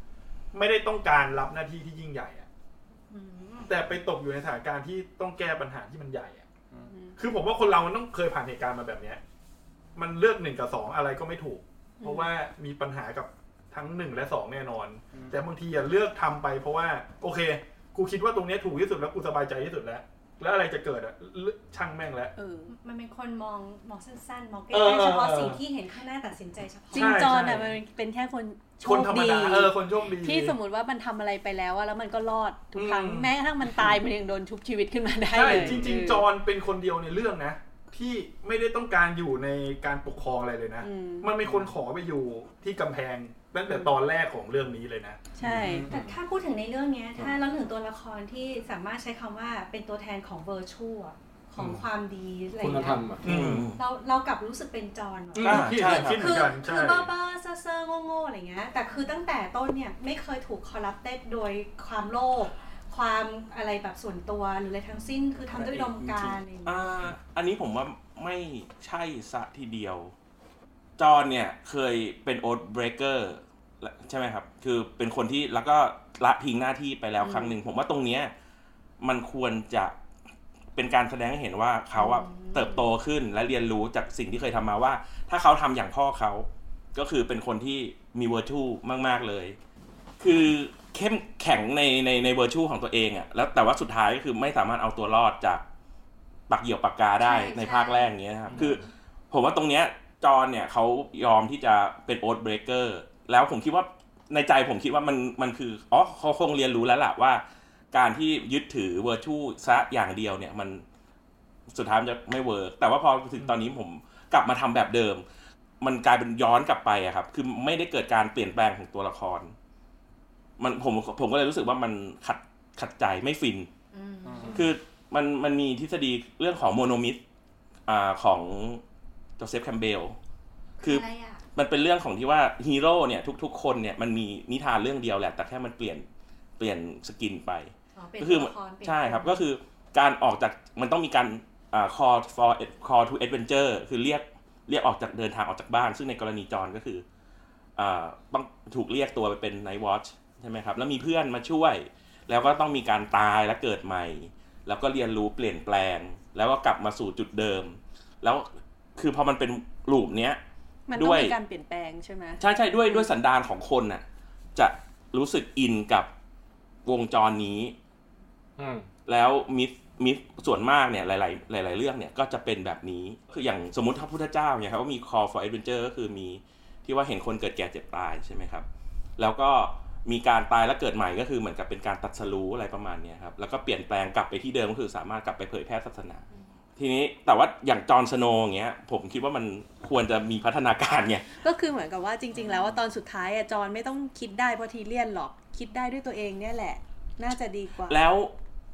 ไม่ได้ต้องการรับหน้าที่ที่ยิ่งใหญ่อะ อืม แต่ไปตกอยู่ในสถานการณ์ที่ต้องแก้ปัญหาที่มันใหญ่อะ อืม คือผมว่าคนเรามันต้องเคยผ่านเหตุการณ์มาแบบเนี้ย มันเลือกหนึ่งกับสองอะไรก็ไม่ถูก เพราะว่ามีปัญหากับทั้งหนึ่งและสองแน่นอน แต่บางทีอย่าเลือกทำไป เพราะว่า โอเค กูคิดว่าตรงเนี้ยถูกที่สุดแล้วกูสบายใจที่สุดแล้ว แล้วอะไรจะเกิดอะเลือกช่างแม่งแล้ว เออ มันเป็นคนมองมองสั้นๆ มองใกล้ เออ ๆ เออ เฉพาะ เออ สิ่งที่เห็นข้างหน้าตัดสินใจเฉพาะ จริงจอนอ่ะ ใช่ มันเป็นแค่คนโช คน ค ธรรม ดี ดาเออคนโชคดี ที่สมมติว่ามันทำอะไรไปแล้วอะแล้วมันก็รอดทุกครั้ง อืม แม้กระทั่งมันตายมันยังโดนชุบชีวิตขึ้นมาได้ ใช่ เลย จริง เออ ๆ จอห์นเป็นคนเดียวในเรื่องนะ ที่ไม่ได้ต้องการอยู่ในการปกครองอะไรเลยนะ อืม มันมีคนขอไปอยู่ที่กำแพงตั้งแต่ตอนแรกของเรื่องนี้เลยนะ ใช่ แต่ถ้าพูดถึงในเรื่องเนี้ยถ้าเราถึงตัวละครที่สามารถใช้คำว่าเป็นตัวแทนของเวอร์ชวของความดีอะไร คุณ เงี้ ธรรม ย อ่ะ อืม เราเรากลับรู้สึกเป็นจอนว่ะ อ่า คิด ใช่ครับ คิดเหมื คือ อน กัน คื ใช่ อเบ้อเบ้อเซ่อเซ่อโง่โง่อะไรเงี้ยแต่คือตั้งแต่ต้นเนี่ยไม่เคยถูกคอร์รัปเต็ดโดยความโลภความอะไรแบบส่วนตัวหรืออะไรทั้งสิ้นคือทำด้วยอุดมการณ์อะไรเงี้ย อ่าอันนี้ผมว่าไม่ใช่ซะทีเดียว จอห์นเนี่ยเคยเป็นโอ๊ตเบรกเกอร์ใช่ไหมครับ คือเป็นคนที่แล้วก็ละทิ้งหน้าที่ไปแล้วครั้งหนึ่ง ผมว่าตรงเนี้ยมันควรจะเป็นการแสดงให้เห็นว่าเขาอะเติบโตขึ้นและเรียนรู้จากสิ่งที่เคยทำมาว่า ถ้าเขาทำอย่างพ่อเขา ก็คือเป็นคนที่มีเวอร์ทูมาก ๆ เลย คือเข้มแข็งในในในเวอร์ชูของตัวเองอะแล้วแต่ว่าสุดท้ายก็คือไม่สามารถเอาตัวรอดจากปักเหยี่ยวปากกาได้ในภาคแรกอย่างเงี้ยนะครับ คือ ผมว่าตรงเนี้ยจอห์นเนี่ยเขายอมที่จะเป็นโอ๊ตเบรกเกอร์แล้วผมคิดว่าในใจผมคิดว่ามันมันคืออ๋อเขาคงเรียนรู้แล้วล่ะว่า การที่ยึดถือเวอร์ชูซะอย่างเดียวเนี่ยมันสุดท้ายมันจะไม่เวิร์กแต่ว่าพอถึงตอนนี้ผมกลับมาทำแบบเดิม มันกลายเป็นย้อนกลับไปอะครับ คือไม่ได้เกิดการเปลี่ยนแปลงของตัวละคร มันผมผมก็เลยรู้สึกว่ามันขัดขัดใจไม่ฟิน อืม คือมันมันมีทฤษฎีเรื่องของโมโนมิสอ่าของโจเซฟแคมเบล คือ อะไรอ่ะ มันเป็นเรื่องของที่ว่าฮีโร่เนี่ยทุกๆ คนเนี่ยมันมีนิทานเรื่องเดียวแหละ แต่แค่มันเปลี่ยนเปลี่ยนสกินไป เป็น ก็คือ ตัวละครเป็น ใช่ครับก็คือการออกจากมันต้องมีการอ่า call for call to adventure คือเรียกเรียกออกจากเดินทางออกจากบ้าน ซึ่งในกรณีจอห์นก็คืออ่าต้องถูกเรียกตัวไปเป็น night watch ใช่ไหมครับ แล้วมีเพื่อนมาช่วย แล้วก็ต้องมีการตายและเกิดใหม่ แล้วก็เรียนรู้เปลี่ยนแปลง แล้วก็กลับมาสู่จุดเดิม แล้วคือพอมันเป็นลูปเนี้ย มัน ด้ ต้อ วย งมีการเปลี่ยนแปลงใช่ไหม ใช่ใช่ด้วยด้วยสันดานของคนน่ะจะรู้สึกอินกับวงจรนี้ อืม แล้วมิสมิสส่วนมากเนี่ยหลายๆหลาย ๆ เรื่องเนี่ยก็จะเป็นแบบนี้คืออย่างสมมติถ้าพุทธเจ้าเนี่ยครับก็มี call for adventure ก็คือมีที่ว่าเห็นคนเกิดแก่เจ็บตายใช่ไหมครับ แล้วก็มีการตายแล้วเกิดใหม่ก็คือเหมือนกับเป็นการตัดสรู้อะไรประมาณเนี้ยครับแล้วก็เปลี่ยนแปลงกลับไปที่เดิมก็คือสามารถกลับไปเผยแพร่ศาสนา ทีนี้แต่ว่าอย่างจอห์นสโนว์อย่างเงี้ยผมคิดว่ามันควรจะมีพัฒนาการไง ก็คือเหมือนกับว่าจริง ๆ แล้วว่าตอนสุดท้ายอะจอนไม่ต้องคิดได้เพราะทีเลียนหรอกคิดได้ด้วยตัวเองเนี่ยแหละ น่าจะดีกว่า แล้ว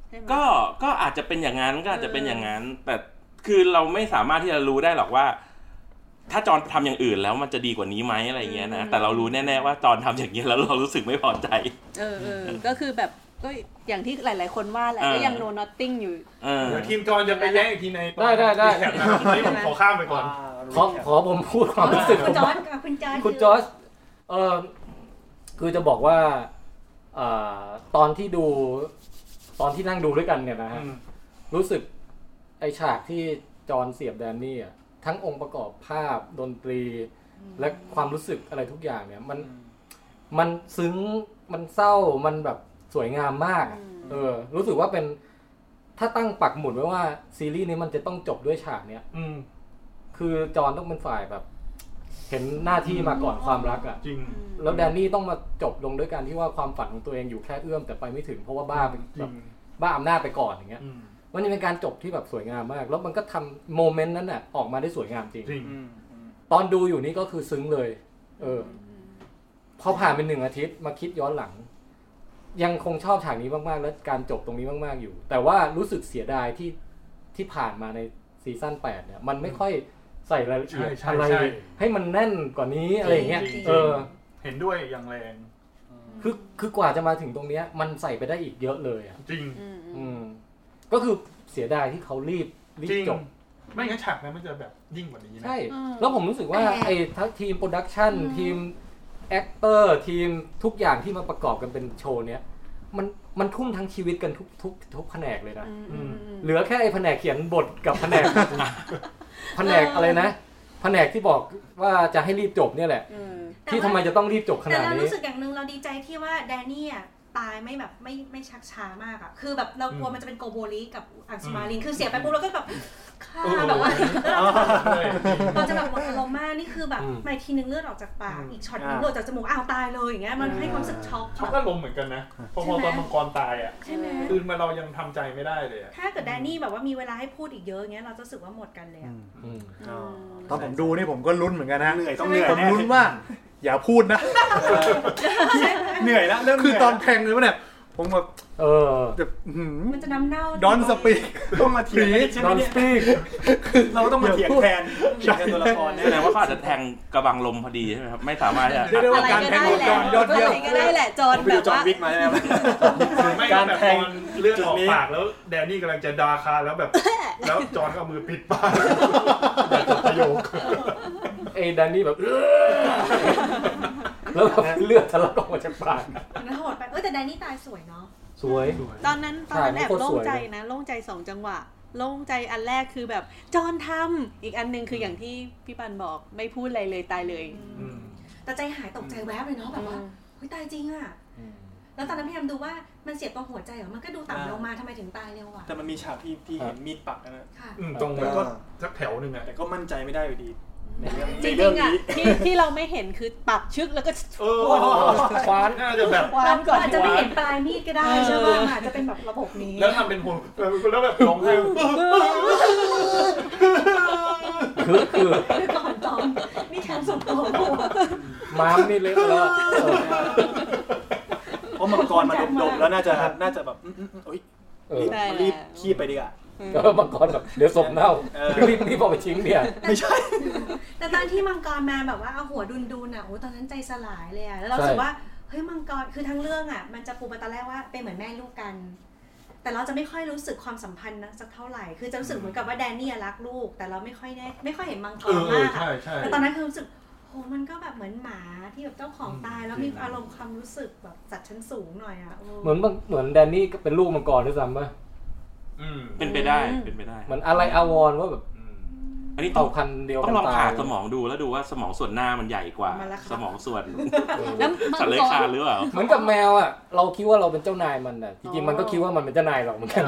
ใช่ไหม ก็ก็อาจจะเป็นอย่างนั้นก็อาจจะเป็น เออ อ อ ย่างนั้น แต่คือเราไม่สามารถที่จะรู้ได้หรอกว่า ถ้าจอนทำอย่างอื่นแล้วมันจะดีกว่านี้ไหมอะไรเงี้ยนะแต่เรารู้แน่ๆว่าจอนทำอย่างนี้ยแล้วเรารู้สึกไม่พอใจ เออเออก็คือแบบก็อย่างที่หลาย ๆ คนว่าแหละ เออ ก็ยังโนนอตติ้งอยู่ เออ เดี๋ยวทีมจอนจะไปแย่งอีกทีในตอน ได้ได้ได้ แคปนะครับนี่ผมขอข้ามไปก่อน ขอขอผมพูดความรู้สึก คุณจอร์จค่ะคุณจอร์จ คุณจอร์จเออคือจะบอกว่าอ่าตอนที่ดูตอนที่นั่งดูด้วยกันเนี่ยนะฮะ รู้สึกไอฉากที่จอห์นเสียบแดนนี่อะทั้งองค์ประกอบภาพดนตรี และความรู้สึกอะไรทุกอย่างเนี่ย มันมันซึ้งมันเศร้ามันแบบสวยงามมากอะ อืม เออ รู้สึกว่าเป็นถ้าตั้งปักหมุดไว้ว่าซีรีส์นี้มันจะต้องจบด้วยฉากเนี้ย อืม คือจอห์นต้องเป็นฝ่ายแบบ เห็นหน้าที่มาก่อนความรักอะ จริง แล้วแดนนี่ต้องมาจบลงด้วยการที่ว่าความฝันของตัวเองอยู่แค่เอื้อมแต่ไปไม่ถึงเพราะว่าบ้าไป จ แบ ริ บ ง บ้าอำนาจไปก่อนอย่างเงี้ย อืม มันจะเป็นการจบที่แบบสวยงามมาก แล้วมันก็ทำโมเมนต์นั้นน่ะออกมาได้สวยงามจริง จริง ตอนดูอยู่นี่ก็คือซึ้งเลย เออ พอผ่านเป็นหนึ่งอาทิตย์มาคิดย้อนหลัง ยังคงชอบฉากนี้มากๆ และการจบตรงนี้มาก ๆ อยู่ แต่ว่ารู้สึกเสียดายที่ที่ผ่านมาในซีซั่น8เนี่ย มันไม่ค่อยใส่รายละเอียด ใช่ อะไร ใช่ใช่ ให้มันแน่นกว่านี้อะไรอย่างเงี้ย เออ เห็นด้วยอย่างแรง คือคือกว่าจะมาถึงตรงเนี้ย มันใส่ไปได้อีกเยอะเลยอ่ะ จริง อืมอื อื ม ม ก็คือเสียดายที่เขารีบรี จ บ ริง จบ ไม่งั้นฉากนั้นมันจะแบบยิ่งกว่านี้นะ ใช่ แล้วผมรู้สึกว่าไอ้ทั้งทีมโปรดักชันทีมแอคเตอร์ทีมทุกอย่างที่มาประกอบกันเป็นโชว์เนี้ยมันมันทุ่มทั้งชีวิตกันทุกทุกทุกแผนกเลยนะ อืมอืมอืม เหลือแค่ไอ้แผนกเขียนบทกับแผน ก แผนกอะไรนะ แผนกที่บอกว่าจะให้รีบจบเนี่ยแหละ เออ ที่ทำไมจะต้องรีบจบข แต่ นาด เรา นี้ รู้สึกอย่างหนึ่งเราดีใจที่ว่าแดนนี่อะ ตายไม่แบบไม่ไม่ชักช้ามากอะคือแบบเรากลัวมันจะเป็นโกโบลิกับอังสุมารินคือเสียไปปุ๊บเราก็แบบฆ่าแบบว่า เราจะแบบหมดอารมณ์มากนี่คือแบบไม่ทีนึงเลือดออกจากปากอีกช็อตนึงหลุดจากจมูกอ้าวตายเลยอย่างเงี้ยมันให้ความรู้สึกช็อก ช็อกอารมณ์เหมือนกันนะพอพอตอนมังกรตายอ่ะ ใช่ไหม คือมาเรายังทำใจไม่ได้เลยอะ ถ้าเกิดแดนนี่แบบว่ามีเวลาให้พูดอีกเยอะอย่างเงี้ยเราจะรู้สึกว่าหมดกันเลยอะ อืม อืม ตอนผมดูนี่ผมก็ลุ้นเหมือนกันนะ เหนื่อยต้องเหนื่อย ผม แน่ ลุ้นว่า อย่าพูดนะ เหนื่อยแล้วเริ่ม คือตอนแทงเลยปะเนี่ย ผมแบบ เออ แบบ มันจะน้ำเน่า ดอนสปีก ต้องมาเถียงกันอีกใช่ไห ด ม อน เนี่ยสปีก เราต้องมาเถียงแทนเถียงกันตัวละคร แส เนี่ย ดงว่าเขาอาจจะแทงกระบังลมพอดีใช่ไหมครับไม่สามารถจะ เรียกได้ อะ ว่า ไร การแทก็ง ได้ ของจอห์นยแหละอด อะ เยี่ยม ไรก็ได้แหละจน ผมไปดูแบบ จอห์น ว่า วิกมาใช่ไหม ไม่ การ แบบ แทง ตอนเลือดออจุกดนี้ ปากแล้วแดนนี่กำลังจะดาคาแล้ว แบบ แล้วจอนก็เอามือปิดปากประโยค ไอ้แดนนี่แบบ เออแล้วแบบเลือดทะลักออกมาจากปาก มันโหดไปเออแต่แดนนี่ตายสวยเนาะ สวย ตอนนั้นตอนนั้น ถ่ายรูป แอบ โคตร โล่ ส ง วย ใจ เลย นะโล่งใจสองจังหวะโล่งใจอันแรกคือแบบจอนทำอีกอันหนึ่งคืออย่างที่พี่ปันบอกไม่พูดอะไรเลยตายเลย แต่ใจหายตกใจแวบเลยเนาะแบบว่าเฮ้ยตายจริงอะแล้วตอนนั้นพยายามดูว่ามันเสียบตรงหัวใจเหรอ มันก็ดู อ่า ต่ำลงมาทำไมถึงตายเร็วอะ แต่มันมีฉากที่ที่เห็นมีดปักนะ ค่ะ อืมตรงนั้นก็สักแถวหนึ่งอะ แต่ก็มั่นใจไม่ได้อยู่ดี ในเรื่องในเรื่องจริงๆอ่ะ นี้ ที่ที่เราไม่เห็นคือปักชึกแล้วก็ เออควานน่าจะแบบ คว้านก่อน อาจจะไม่เห็นปลายมีดก็ได้ใช่ เอ ป่ะ อ มันอาจจะเป็นแบบระบบนี้ แล้วทำเป็นหัวแล้วแบบร้องไห้ คือคือ ก่อนตอนนี่แทนส่งตัวกู ม้ามนี่เล็กแล้วอะเออ เพราะมังกรมันดมๆแล้วน่าจะน่าจะแบบอืมอืมอืมเอ้ย เออ ใช่ รี แล้ บ ว ขี้ไปดีกว่า เออมังกรแบบเดี๋ยวศพเน่า เออ รีบรีบเอาไปทิ้งเนี่ย ไม่ใช่ แต่ตอนที่มังกรมาแบบว่าเอาหัวดุนดุนๆอ่ะโอ้ตอนนั้นใจสลายเลยอ่ะแล้วเรารู้สึกว่าเฮ้ยมังกรคือทั้งเรื่องอ่ะมันจะปูมาตอนแรกว่าเป็นเหมือนแม่ลูกกัน แต่เราจะไม่ค่อยรู้สึกความสัมพันธ์นะสักเท่าไหร่คือจะรู้สึกเหมือนกับว่าแดนนี่อะรักลูก แต่เราไม่ค่อยได้ไม่ค่อยเห็นมังก เออรมากอะ ใช่ใช่ แต่ตอนนั้นคือรู้สึกโหมันก็แบบเหมือนหมาที่แบบเจ้าของตายแล้วมีอารมณ์ความรู้สึกแบบสัตว์ชั้นสูงหน่อยอ่ะโ เหมือนมังเหมือนแดนนี่ก็เป็นลูกมังกรด้วยซ้ำป่ะ อืม เป็นไปได้เป็นไปได้ เหมือนอะไรอาวรณ์ว่าแบบ อืม อันนี้ต้อ เผ่าง พันธุ์เดียว ต้อกัน งลอง ตา ผ่าย สมองดูแล้วดูว่าสมองส่วนหน้ามันใหญ่กว่า มาแล้วครับ สมองส่วน แล้วมัง สัตว์เลื้อย ก คลาน ร หรือเปล่า เหมือนกับแมวอ่ะเราคิดว่าเราเป็นเจ้านายมันอ่ะจริงๆมันก็คิดว่ามันเป็นเจ้านายเราเหมือนกัน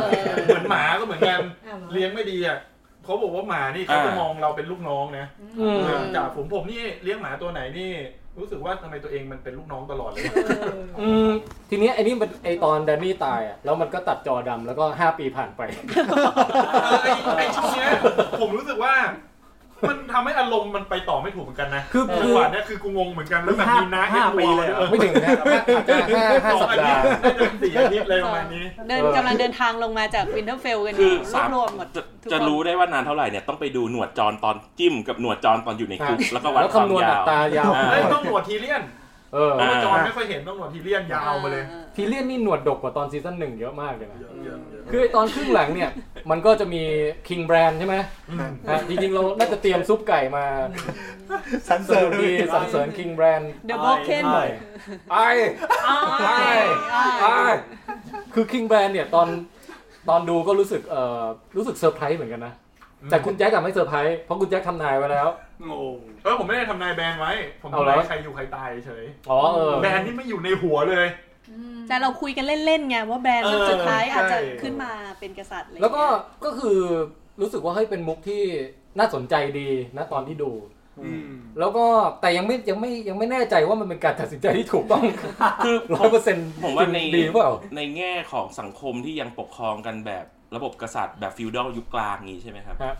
เหมือนหมาก็เหมือนกัน อ้าวเหรอ เลี้ยงไม่ดีอ่ะเขาบอกว่าหมานี่เขาจะมองเราเป็นลูกน้องนะ อืม เออจ่าผมผมนี่เลี้ยงหมาตัวไหนนี่ รู้สึกว่าทำไมตัวเองมันเป็นลูกน้องตลอดเลย เออ อืมทีเนี้ยไอ้นี่มันไอตอนแดนนี่ตายอ่ะแล้วมันก็ตัดจอดำแล้วก็ห้าปีผ่านไป เออไอ้ไอ้ช่วงเนี้ยผมรู้สึกว่า มันทำให้อารมณ์มันไปต่อไม่ถูกเหมือนกันนะ คือ จั คื ง อ หวะเนี้ยคือกูงงเหมือนกันแล้วแบบ ห้า มีน้า ห้า เอ็น ปี วัว เลยเหรอ เออ ไม่ถึงนะครับอาจจะห้าห้า สอง สัป อา ดา ทิตย์ ห์ น่าจะสี่อาทิตย์อะไรประมาณนี้ เดินกำลังเดินทางลงมาจากวินเทอร์เฟลกัน คือ รว สา บ ม รวมหมด จะ ทุก จะ คน รู้ได้ว่านานเท่าไหร่เนี่ยต้องไปดูหนวดจรตอนจิ้มกับหนวดจรตอนอยู่ในคุก ครับ แล้วก็วัด แล้ว ความ คำนวณอั ยาว ตรายาว อ่า เอ้ยต้องหนวดทีเลียน เออ เพราะว่าจอนไม่ค่อยเห็นต้องหนวดทีเลียนยาวไปเลย ออ ทีเรียนนี่หนวดดกกว่าตอนซีซั่นหนึ่งเยอะมากเลยนะ เยอะเยอะเยอะ คือไอ้ตอนครึ่งหลังเนี่ย มันก็จะมีคิงแบรนด์ใช่ไหม อืม ฮะจริงๆ เราน่าจะเตรียมซุปไก่มา สัน ส เสริ นุ ม ก ดี ดีสรรเสริญคิงแบรนด์ The Broken ใช่ ไอไอไอคือคิงแบรนด์เนี่ยตอนตอนดูก็รู้สึกเอ่อรู้สึกเซอร์ไพรส์เหมือนกันนะ แต่คุณแจ็คกลับไม่เซอร์ไพรส์เพราะคุณแจ็คทำนายไว้แล้ว งง เออผมไม่ได้ทำนายแบรนด์ไว้ ผม เอา ทำ แล้ นา วย ใครอยู่ใครตายเฉย อ๋อเออ แบรนด์นี่ไม่อยู่ในหัวเลย อืม แต่เราคุยกันเล่นๆไงว่าแบรนด์ เออ สุดท้าย ใช่ อาจจะขึ้นมาเป็นกษัตริย์อะไร แล้วก็ เงี้ย ก็คือรู้สึกว่าเฮ้ยเป็นมุกที่น่าสนใจดีนะตอนที่ดู อืม แล้วก็แต่ยังไม่ยังไม่ยังไม่แน่ใจว่ามันเป็นการตัดสินใจที่ถูกต้อง คือผ ร้อย ม เปอร์เซ็นต์ ผมว่าใน ดีเปล่า ในแง่ของสังคมที่ยังปกครองกันแบบระบบกษัตริย์แบบฟิวดอลยุคกลางนี้ใช่ไหมครับ ครับ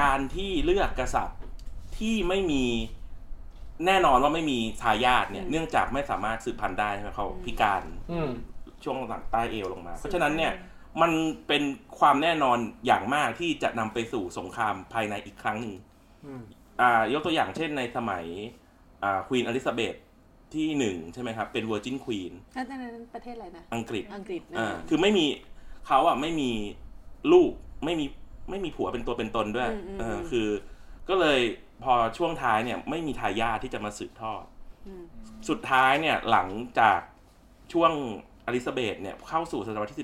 การที่เลือกกษัตริย์ที่ไม่มีแน่นอนว่าไม่มีทายาทเนี่ย เนื่องจากไม่สามารถสืบพันธุ์ได้ใช่ไหมเขาพิการ อืม ช่วงหลังใต้เอวลงมา เพราะฉะนั้นเนี่ยมันเป็นความแน่นอนอย่างมากที่จะนำไปสู่สงครามภายในอีกครั้งหนึ่ง อืม อ่ายกตัวอย่างเช่นในสมัยอ่าควีนอลิซาเบธที่หนึ่งใช่ไหมครับ เป็นเวอร์จินควีน อันนั้นประเทศอะไรนะ อังกฤษ อังกฤษนะ อ่าคือไม่มีเขาอ่ะไม่มีลูกไม่มีไม่มีผัวเป็นตัวเป็นตนด้วยเออคือ ก็เลยพอช่วงท้ายเนี่ยไม่มีทายาทที่จะมาสืบทอด ม สุดท้ายเนี่ยหลังจากช่วงอลิซาเบธเนี่ยเข้าสู่ศตวรรษที่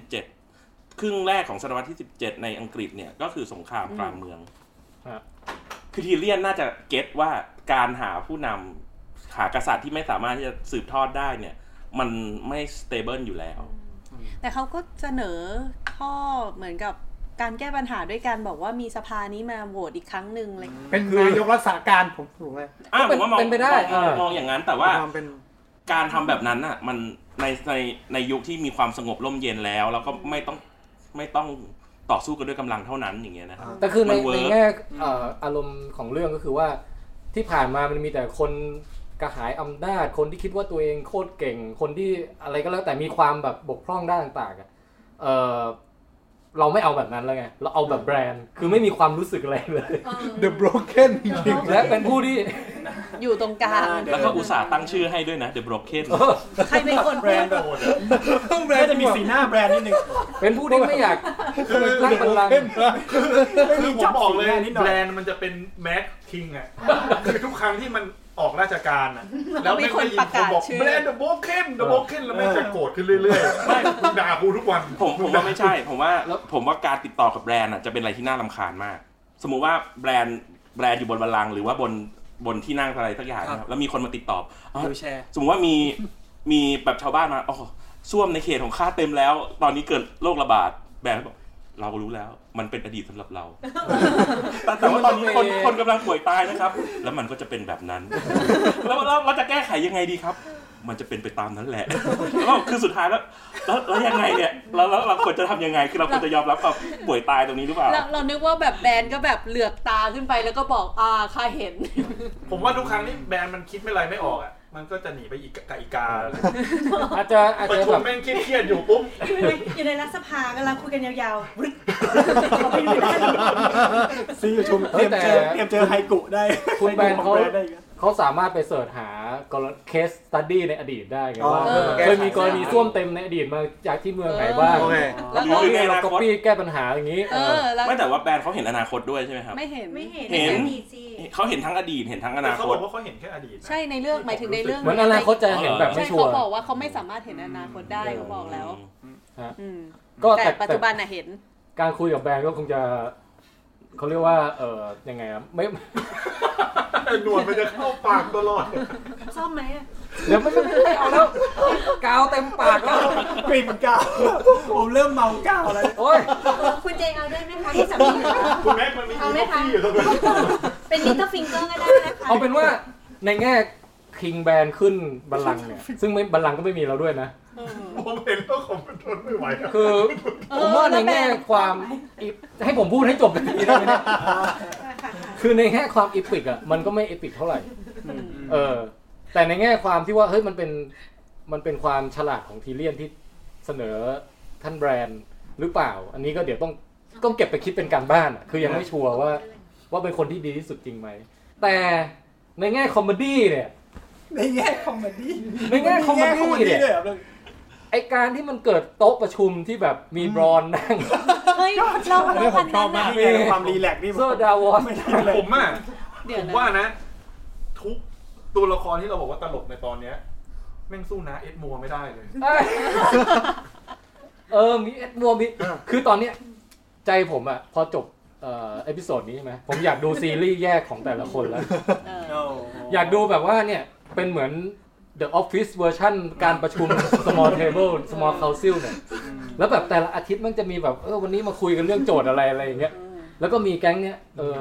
17 ครึ่งแรกของศตวรรษที่ 17 ในอังกฤษเนี่ยก็คือสงครามกลางเมือง ฮะ คือทีเรียนน่าจะเก็ตว่าการหาผู้นำหากษัตริย์ที่ไม่สามารถที่จะสืบทอดได้เนี่ย มันไม่สเตเบิลอยู่แล้ว แต่เขาก็เสนอข้อเหมือนกับการแก้ปัญหาด้วยการบอกว่ามีสภานี้มาโหวตอีกครั้งหนึ่งอะไรอย่างเงี้ย เป็นนายกรักษาการผมถูกไหม อ่ะ ก็ผเป็น มว่ามอง เป็นไปได้ มอง อ่ามม องอย่างนั้นแต่ว่า ความเป็น การทำแบบนั้นอ่ะ มันในในในยุคที่มีความสงบร่มเย็นแล้ว แล้วก็ไม่ต้องไม่ต้องต่อสู้กันด้วยกำลังเท่านั้นอย่างเงี้ยนะครับ แต่คือใน มันเวิร์ก ในแง่เอ่ออารมณ์ของเรื่องก็คือว่าที่ผ่านมามันมีแต่คนกระหายอำนาจ คนที่คิดว่าตัวเองโคตรเก่ง คนที่อะไรก็แล้วแต่มีความแบบบกพร่องด้านต่างๆอะเออเราไม่เอาแบบนั้นแล้วไง เราเอาแบบแบรนด์ คือไม่มีความรู้สึกอะไรเลย The Broken จริงๆ และเป็นผู้ที่ อยู่ตรงกลาง แล้วก็อุตส่าห์ตั้งชื่อให้ด้วยนะ The Broken ใครเป็นคน แบร พู น ด ด์แบบน่าจะมีสีหน้าแบรนด์นิดนึง เป็นผู้ที่ไม่อยากนั่งบัลลังก์ คือผมบอกเลย จับสีหน้านิดหน่อย แบรนด์มันจะเป็นแม็กคิงอ่ะคือทุกครั้งที่มันออกราชการอ่ะแล้วไม่ได้ยินคนบอกแบรนด์เดอะโบเคนเดอะโบเคนแล้วไม่งจะโกรธขึ้นเรื่อยๆไม่คุณด่ากูทุกวัน ผมผมว่าไม่ ใช่ ผมว่าผมว่าการติดต่อกับแบรนด์อ่ะจะเป็นอะไรที่น่ารำคาญมาก สมมุติว่าแบรนด์แบรนด์อยู่บนบัลลังก์หรือว่าบนบนที่นั่งอะไรสักอย่างนะครับแล้วมีคนมาติดต่ออ๋อ ดูแชร์ สมมติว่ามีมีแบบชาวบ้านมาอ๋อส้วมในเขตของข้าเต็มแล้ว ตอนนี้เกิดโรคระบาดแบรนด์ก็บอกเราก็รู้แล้ว มันเป็นอดีตสำหรับเรา แต่แต่ว่าตอนนี้คนคนกำลังป่วยตายนะครับ แล้วมันก็จะเป็นแบบนั้น แล้วแล้วเราจะแก้ไขยังไงดีครับ มันจะเป็นไปตามนั้นแหละ แล้วคือสุดท้ายแล้วแล้วแล้วยังไงเนี่ยแล้วแล้วเราควรจะทำยังไงคือเราควรจะยอมรับความป่วยตายตรงนี้หรือเปล่า เราเรานึกว่าแบบแบรนด์ก็แบบเหลือกตาขึ้นไปแล้วก็บอกอ่าข้าเห็น ผมว่าทุกครั้งที่แบรนด์มันคิดไม่ไรไม่ออกอ่ะมันก็จะหนีไปอีกกับอีกา อาจจะอาจ ประ จะ ชุ แบ ม บ แม่งเครียดๆอยู่ปุ๊บ อยู่ในอยู่ในรัฐสภากำลังคุยกันยาวๆ ซีอยู่ชุม เฮ้ เตรี ย ยมเจอเตแต่รียมเจอไฮกุได้ คุณแบรนด์ ไฮกุขอเขางแบรนด์ได้อีกอะ เขาสามารถไปเสิร์ชหากรเคสตัดดี้ในอดีตได้ไงว่า เออ เคยมีกรณีส้วมเต็มในอดีตมาจากที่เมืองไหนบ้าง โอเค แล้ว หรื ก็ อยังไง เราก็ปี้แก้ปัญหาอย่างนี้ เออแล้ว ไม่แต่ว่าแบรนด์เขาเห็นอนาคตด้วยใช่ไหมครับ ไม่เห็น ไม่เห็น เห็น ดีจี เขาเห็นทั้งอดีตเห็นทั้งอ แต่ นา เขา ค บอตกว่าเขาเห็นแค่อดีตนะ ใช่ในเรื่องหมายถึงในเรื่อง เหมือนอนาคตจะเห็นแบบไม่ ใช่ ชัว เขา ร์ บอกว่าเขาไม่สามารถเห็นอนาคตได้เขาบอกแล้ว อืม ก็ แต่ แต่ ปัจจุบันน่ะเห็น การคุยกับแบรนด์ก็คงจะเขาเรียกว่า เออยังไงอะไม่ หนวดมันจะเข้าปากตลอด ซ่อมไหมอะ เดี๋ยวไม่ไม่ไม่เอาแล้วกาวเต็มปากแล้ว กลิ่นกาวผมเริ่มเมากาวแล้ว โอ้ย คุณเจเอาด้วยไหมคะที่สำลี คุณแม็กมันมีอี เอาไหม โม คะ ฟี่อยู่ตรงนั้น เป็นลิตเติ้ลฟิงเกอร์ก็ได้นะคะ เอาเป็นว่าในแง่คิงแบรนด์ขึ้นบัลลังก์เนี่ยซึ่งไม่บัลลังก์ก็ไม่มีเราด้วยนะ ผมเห็นแล้วผมทนไม่ไหวอะ คือ เอ ผ อ มว่าใน แล้วแบร แง่ นด์ ความอิให้ผมพูดให้จบสักทีได้ไหมเนี่ย ค่ะค่ะ คือในแง่ความอีพิกอ่ะมันก็ไม่อีพิกเท่าไหร่ เออ แต่ในแง่ความที่ว่าเฮ้ยมันเป็นมันเป็นความฉลาดของทีเลียนที่เสนอท่านแบรนด์หรือเปล่า อันนี้ก็เดี๋ยวต้องต้องเก็บไปคิดเป็นการบ้านอะคือยังไม่ชัวร์ว่า ว่าเป็นคนที่ดีที่สุดจริงไหม แต่ในแง่คอมเมดี้เนี่ย ในแง่คอมเมดี้ ในแง่คอมเมดี้เนี่ย ด้วยเหรอเรื่อง ไอการที่มันเกิดโต๊ะประชุมที่แบบมีบรอนนั่ง เฮ้ยเราเราพันนั้นน่ะ นี่ไงความรีแลกซ์นี่ เซอร์ดาวอส ไม่ได้เลย ผมอ่ะ เดี๋ยว ผม นะ ว่านะ ทุกตัวละครที่เราบอกว่าตลกในตอนเนี้ยแม่งสู้นะเอ็ดมัวไม่ได้เลย เอ้ ยเออ มีเอ็ดมัวมีคือตอนเนี้ยใจผมอะพอจบเอ่อเอพิโซดนี้ใช่ไหมผมอยากดูซีรีส์แยกของแต่ละคนแล้ว เออ โอ้โห อยากดูแบบว่าเนี่ย เป็นเหมือน The Office version การประชุม small table small council เนี่ย แล้วแบบแต่ละอาทิตย์มันจะมีแบบ เออ วันนี้มาคุยกันเรื่องโจทย์อะไรอะไรอย่างเงี้ย แล้วก็มีแก๊งเนี้ย เออ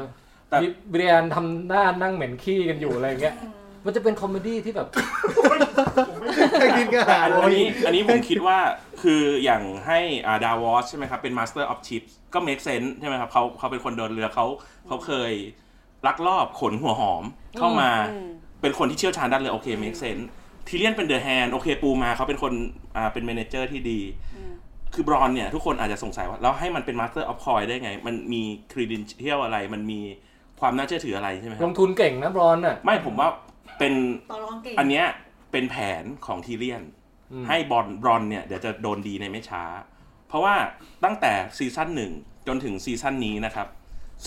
แต่ มีเบรียนทำหน้านั่งเหม็นขี้กันอยู่อะไรอย่างเงี้ย มันจะเป็นคอมเมดี้ที่แบบ แค่กินก็หา อัน เล อัน ย นี้อันนี้ผมคิดว่าคืออย่างให้อ่าดาวอสใช่ไหมครับ เป็น Master of Chips ก็ make sense ใช่ไหมครับเขาเขาเป็นคนเดินเรือเขาเขาเคยลักลอบขนหัวหอมเข้ามา อืม เป็นคนที่เชี่ยวชาญด้านเรือโอเค make sense ทีเลียนเป็นเดอะแฮนโอเคปูมาเขาเป็นคนอ่าเป็นเมเนเจอร์ที่ดี คือบรอนเนี่ยทุกคนอาจจะสงสัยว่า แล้วให้มันเป็น Master of Coin ได้ไง มันมี credential อะไรมันมีความน่าเชื่อถืออะไรใช่ไหมค ล รับ งทุนเก่งนะบรอนน่ะ ไม่ผมว่าเป็น ต่อรองเก่ง อันเนี้ยเป็นแผนของทีเลียน อืม ให้บอลบรอนเนี่ยเดี๋ยวจะโดนดีในไม่ช้า เพราะว่าตั้งแต่ซีซั่นหนึ่งจนถึงซีซั่นนี้นะครับ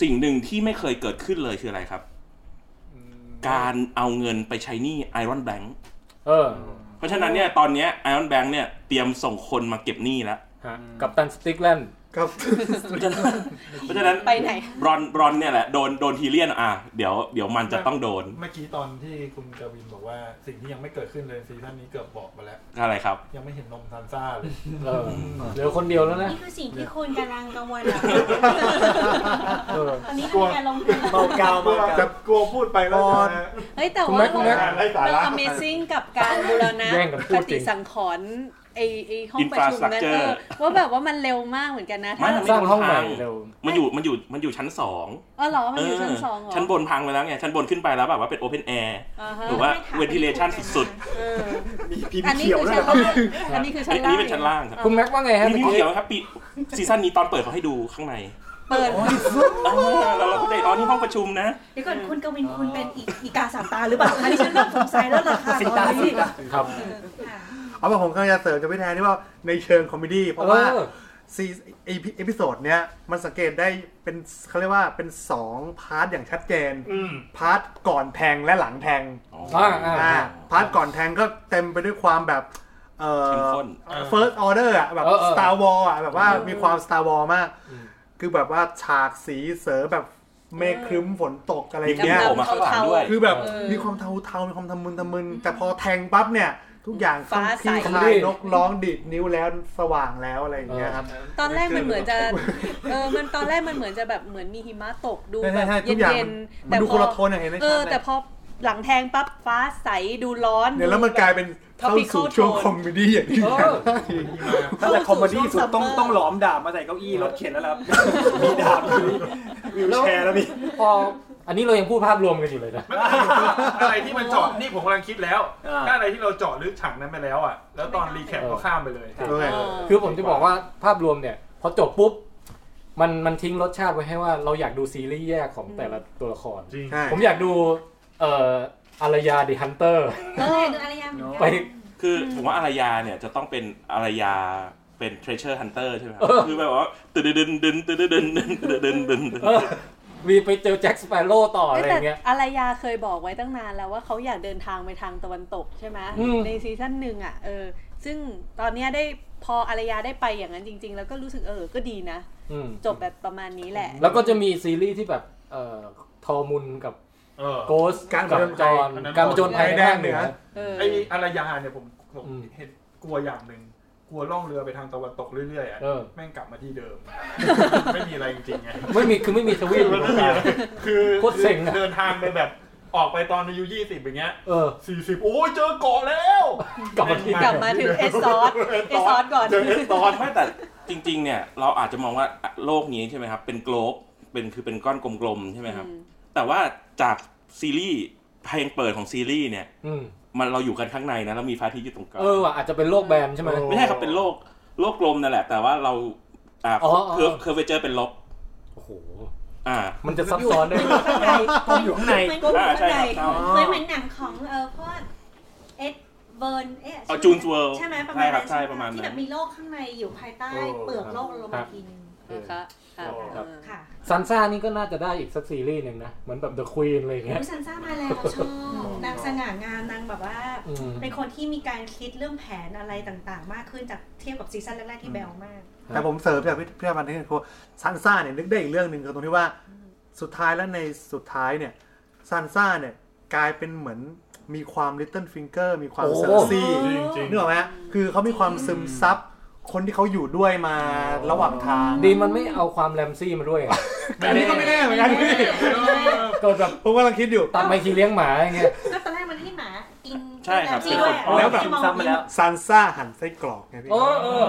สิ่งหนึ่งที่ไม่เคยเกิดขึ้นเลยคืออะไรครับ การเอาเงินไปใช้หนี้ไอรอนแบงค์ เออ เพราะฉะนั้นเนี่ยตอนเนี้ยไอรอนแบงค์เนี่ยเตรียมส่งคนมาเก็บหนี้แล้ว ฮะกับตันสติกแลนด์ ครับ เพราะฉะนั้น ไปไหน บรอนบรอนเนี่ยแหละโดนโดนทีเลียนอ่ะเดี๋ยวเดี๋ยวมันจะต้องโดน เมื่อกี้ตอนที่คุณกวินบอกว่าสิ่งที่ยังไม่เกิดขึ้นเลยซีซั่นนี้เกือบบอกมาแล้ว อะไรครับ ยังไม่เห็นนมซันซ่าเลย เออเหลือคนเดียวแล้วนะ นี่คือสิ่งที่คุณกำลังกังวลเหรอ เออ ตอนนี้คือการลงทุนเหรอ เมากาว กลั มาว กาว กลัวพูดไปแล้วจะ เฮ้ยแต่ คุณ ว่า แม็กเราคุณแม็ก เรา Amazing กับการบูรณะ แย่งกันพู ป ดจริ ฏิ ง สังขรณ์ไอไอห้องประชุมนั้นเอ Infrastructure อว่าแบบว่ามันเร็วมากเหมือนกันนะถ้า ไม่ สร้างห้องใหม่เร็ว มันอยู่มันอยู่มันอยู่ชั้นสอง อ๋อเหรอมันอยู่ชั้น เ สองเหรอ ชั้นบนพังไปแล้วไงชั้นบนขึ้นไปแล้วแบบว่าเป็นโอเพนแอร์ อ่าฮะ หรือว่า ไม่ค่ะ เวนทิเลชันสุด เออ มีพิม อัน พ์ นี้ เขียว คือ ด้วย ชั้น นะ ล่างอันนี้คือ ๆ ชั้ อั น น ล่าง นี้เป็นชั้นล่างครับ คุณแม็กว่าไงฮะ นี่ เมื่อ นี่ กี้ เขียวครับปีซีซั่นนี้ตอนเปิดเขาให้ดูข้างใน เปิด เออเราเราก็ใจอ๋อนี่ห้องประชุมนะ เดี๋ยวก่อนคุณกวินคุณเป็นอีอีกาสามตาหรือเปล่าอันนี้ฉันเริ่มสงสัยแล้วล่ะค่ะตอนนี้ ครับ ค่ะ เอาว่าผมกำลังจะเสริมกับพี่แทนที่ว่าในเชิงคอมเมดี้เพราะว่า เออ ซีเอพิโซดเนี้ยมันสังเกตได้เป็นเขาเรียกว่าเป็นสองพาร์ทอย่างชัดเจนพาร์ทก่อนแทงและหลังแทง อ่าอ่า อ่าพาร์ทก่อนแทงก็เต็มไปด้วยความแบบเอ่ เข้ม อ ข้น first order อ่ะแบบ เออเออ Star War อ่ะแบบว่ามีความ Star War มาก คือแบบว่าฉากสีเสอแบบเมฆครึ้มฝนตกอะไรอ มี ย่าง แก้ เงี้ วย ออกมาข้างหลังด้วย คือแบบ เออ มีความเทาเทาๆมีความทำมึนทำมึน แต่พอแทงปั๊บเนี่ย ทุกอย่าง ฟ้า คลี่ ใส คลายนกร้องดีดนิ้วแล้วสว่างแล้วอะไรอย่างเงี้ยครับ ตอนแรกมันเหมือนจะเออมันตอนแรกมันเหมือนจะแบบเหมือนมีหิมะตกดู ใช่ แบบ ใช่ทุกอย่าง เย็นๆ มัน แต่ ดู พ คน อ ละโทนอย่างเห็นได้ เอ ชั อ ดเล แต่ ย พอหลังแทงปั๊บฟ้าใสดูร้อน เนี่ยแล้วมัน ดู ก แบบ ลายเป็นเข้าสู่ช่วงคอมเมดี้อย่างที่ เออ ถ้าแต่คอมเมดี้สุดต้อง เข้าสู่ช่วงซัมเมอร์ ต้องหลอมดาบมาใส่เก้าอี้รถเข็นแล้วล่ะครับ มีดาบมีวิวแชร์แล้วมี พออันนี้เรายังพูดภาพรวมกันอยู่เลยนะ ไม่เป็นไรอะไรที่มันเจอดนี่ผมกำลังคิดแล้ว อ่า ถ้าอะไรที่เราเจาะลึกฉากนั้นไปแล้วอ่ะ แล้วตอนรีแคปก็ข้ามไปเลย โอเค เออ คือผมจะบอกว่าภาพรวมเนี่ย พอจบปุ๊บ มันมันทิ้งรสชาติไว้ให้ว่าเราอยากดูซีรีส์แยกของแต่ละตัวละคร จริง ใช่ ผมอยากดู เอ่ออารยาดิฮันเตอร์ เออดูอะไรยัง ไป คือผมว่าอารยาเนี่ยจะต้องเป็นอารยาเป็น treasure hunter ใช่ไหมครับ เออ คือแบบว่าตื่นดึนดึนตื่นดึนดึนตื่นดึนดึน เออมีไปเจอแจ็คสเปโร่ต่ออะไร เอ้ย อ แต่ ย่างเงี้ย อารยาเคยบอกไว้ตั้งนานแล้วว่าเขาอยากเดินทางไปทางตะวันตกใช่ไหม อืม ในซีซั่นหนึ่งอ่ะเออซึ่งตอนเนี้ยได้พออารยาได้ไปอย่างนั้นจริง ๆ แล้วก็รู้สึกเออก็ดีนะ อืม จบแบบประมาณนี้แหละ แล้วก็จะมีซีรีส์ที่แบบเอ่อทอมุนกับ เออ โกส การผ กับ จญ จ ภัย อน อันนั้น การประจนภัยในภาคเหนือ เออ ไออารยาเนี่ยผมผม อืม เห็นกลัวอย่างหนึ่งกลัวล่องเรือไปทางตะวันตกเรื่อยๆอ่ะ เออ แม่งกลับมาที่เดิม ไม่มีอะไรจริงๆไง ไม่มีคือไม่มีทวีปอยู่ตรงกลาง คือ โคตรเซ็งอะ เดินทางไปแบบออกไปตอนอายุยี่สิบอย่างเงี้ย เออ สี่สิบโอ้ยเจอเกาะแล้ว กลับมาที่ กลับมาถึงเอสซอสเอสซอสก่อน เจอเอสซอส ไม่แต่จริง ๆ เนี่ยเราอาจจะมองว่าโลกนี้ใช่ไหมครับ เป็นโกลบเป็นคือเป็นก้อนกลมๆ ใช่ไหมครับ แต่ว่าจากซีรีส์เพลงเปิดของซีรีส์เนี่ย อืม มันเราอยู่กันข้างในนะเรามีพระอาทิตย์อยู่ตรงกลาง เออว่ะอาจจะเป็นโลกแบนใช่ไหม ไม่ใช่ครับเป็นโลกโลกกลมนั่นแหละ แต่ว่าเราอ่า อ๋ออ๋อ เคอร์เคอร์เวเจอร์เป็นลบ โอ้โห อ่า มันจะซับซ้ อนได้ไหม ข้างใน ต้องอยู่ข้างใน เหมือน ก้ม อ่า ข้าง ใช่ ใน ครับใช่ เหมือนเหมือนหนังของเออพวกเอ็ดเบิร์นเอ๊ะ เอา ใช่ไหม June's World ใช่ไหมประมาณนั้น ใช่ครับใช่ประมาณนั้น ที่แบบมีโลกข้างในอยู่ภายใต้เปลือกโลกลงมาทีนึง นะคะอ่ะ ครับ ค่ะ ซันซ่านี่ก็น่าจะได้อีกสักซีรีส์หนึ่งนะ เหมือนแบบ The Queen อะไรอย่างเงี้ย คุณซันซ่ามาแล้วชอบนางสง่างามนางแบบว่า อืม เป็นคนที่มีการคิดเรื่องแผนอะไรต่างๆ มากขึ้นจากเทียบกับซีซั่นแรกๆที่แบลมาก แต่ผมเสริมจากพี่พี่พันธ์ที่คือซันซ่าเนี่ยนึกได้อีกเรื่องหนึ่งคือตรงที่ว่าสุดท้ายแล้วในสุดท้ายเนี่ยซันซ่าเนี่ยกลายเป็นเหมือนมีความลิตเติ้ลฟิงเกอร์มีความ โอ้ เซอร์ซี่ จริงจริง นึกออกไหมคือเขามีความซึมซับ คนที่เขาอยู่ด้วยมาระหว่างทาง ดีมันไม่เอาความแรมซี่มาด้วยอะ อันนี้ก็ไม่แน่เหมือนกันพี่ เกิดแบบ ผมกำลังคิดอยู่ ตัดไปทีเลี้ยงหมาอย่างเงี้ย ก็ตอนแรกมันให้หมากิน ใช่ครับ น้ำจิ้มด้วยอะ แล้วแบบ ที่มอง ซ้ำมาแล้ว ซันซ่าหั่นไส้กรอกไงพี่ เออเออ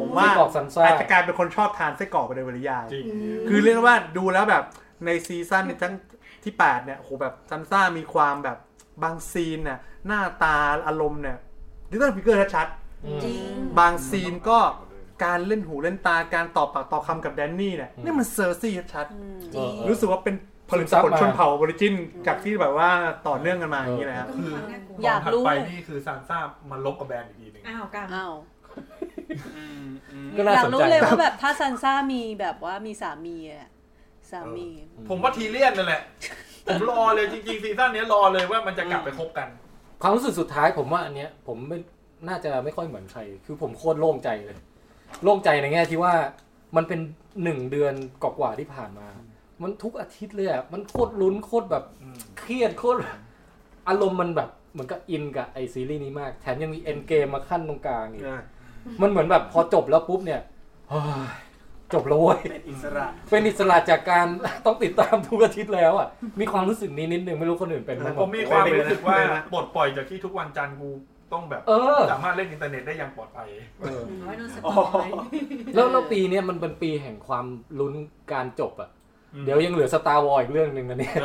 ผมว่า ไส้กรอกซันซ่า อาจจะกลายเป็นคนชอบทานไส้กรอกไปในวริยาย จริง คือเรียกได้ว่าดูแล้วแบบในซีซั่นในทั้งที่8เนี่ยโอ้โหแบบซันซ่ามีความแบบบางซีนน่ะหน้าตาอารมณ์เนี่ยดิจิตอลฟิกเกอร์ชัด อืม จริง ๆบางซีนก็การเล่นหูเล่นตาการตอบปากตอบคำกับแดนนี่เนี่ยนี่มันเซอร์ซี่ชัดๆ เออเออ รู้สึกว่าเป็นผลิต ซึมซับ ผล มา ชนเผ่าบริจินจากที่แบบว่าต่อเนื่องกันมาอย่างนี้นะครับ ก็มีความน่ากลัว อยาก ถัด รู้ ไปนี่คือซานซ่ามันลบกับแบรนด์อีกทีหนึง อ้าวกรรม อ้าว อืมอืม ก็น่า อยาก สน รู้ ใจ เลยว่าแบบถ้าซันซ่ามีแบบว่ามีสามีอ่ะสามี ผมว่าทีเลียนนั่นแหละ ผมรอเลยจริงๆซีซั่นเนี้ยรอเลยว่ามันจะกลับไปคบกัน ความรู้สึกสุดท้ายผมว่าอันเนี้ยผมไม่น่าจะไม่ค่อยเหมือนใคร คือผมโคตรโล่งใจเลย โล่งใจในแง่ที่ว่า มันเป็นหนึ่งเดือนกว่าๆที่ผ่านมา มันทุกอาทิตย์เลยอ่ะมันโคตรลุ้นโคตรแบบเครียดโคตรอารมณ์มันแบบเหมือนกับอินกับไอซีรีส์นี้มากแถมยังมีเอ็นเกมมาขั้นตรงกลางอีก อ่า มันเหมือนแบบพอจบแล้วปุ๊บเนี่ย เฮ้ยจบแล้วเว้ย เป็นอิสระ เป็นอิสระจากการ ต้องติดตามทุกอาทิตย์แล้วอ่ะ มีความรู้สึกนี้นิดนึงไม่รู้คนอื่นเป็นไหม ผมมีความรู้สึกว่าปลดปล่อยจากที่ทุกวันจันทร์กูต้องแบบ เออ สามารถเล่นอินเทอร์เน็ตได้อย่างปลอดภัย น้อยโดนสปอย แล้วแล้วปีเนี้ยมันเป็นปีแห่งความลุ้นการจบอ่ะ อืม เดี๋ยวยังเหลือสตาร์วอลอีกเรื่องหนึ่งนะเนี่ย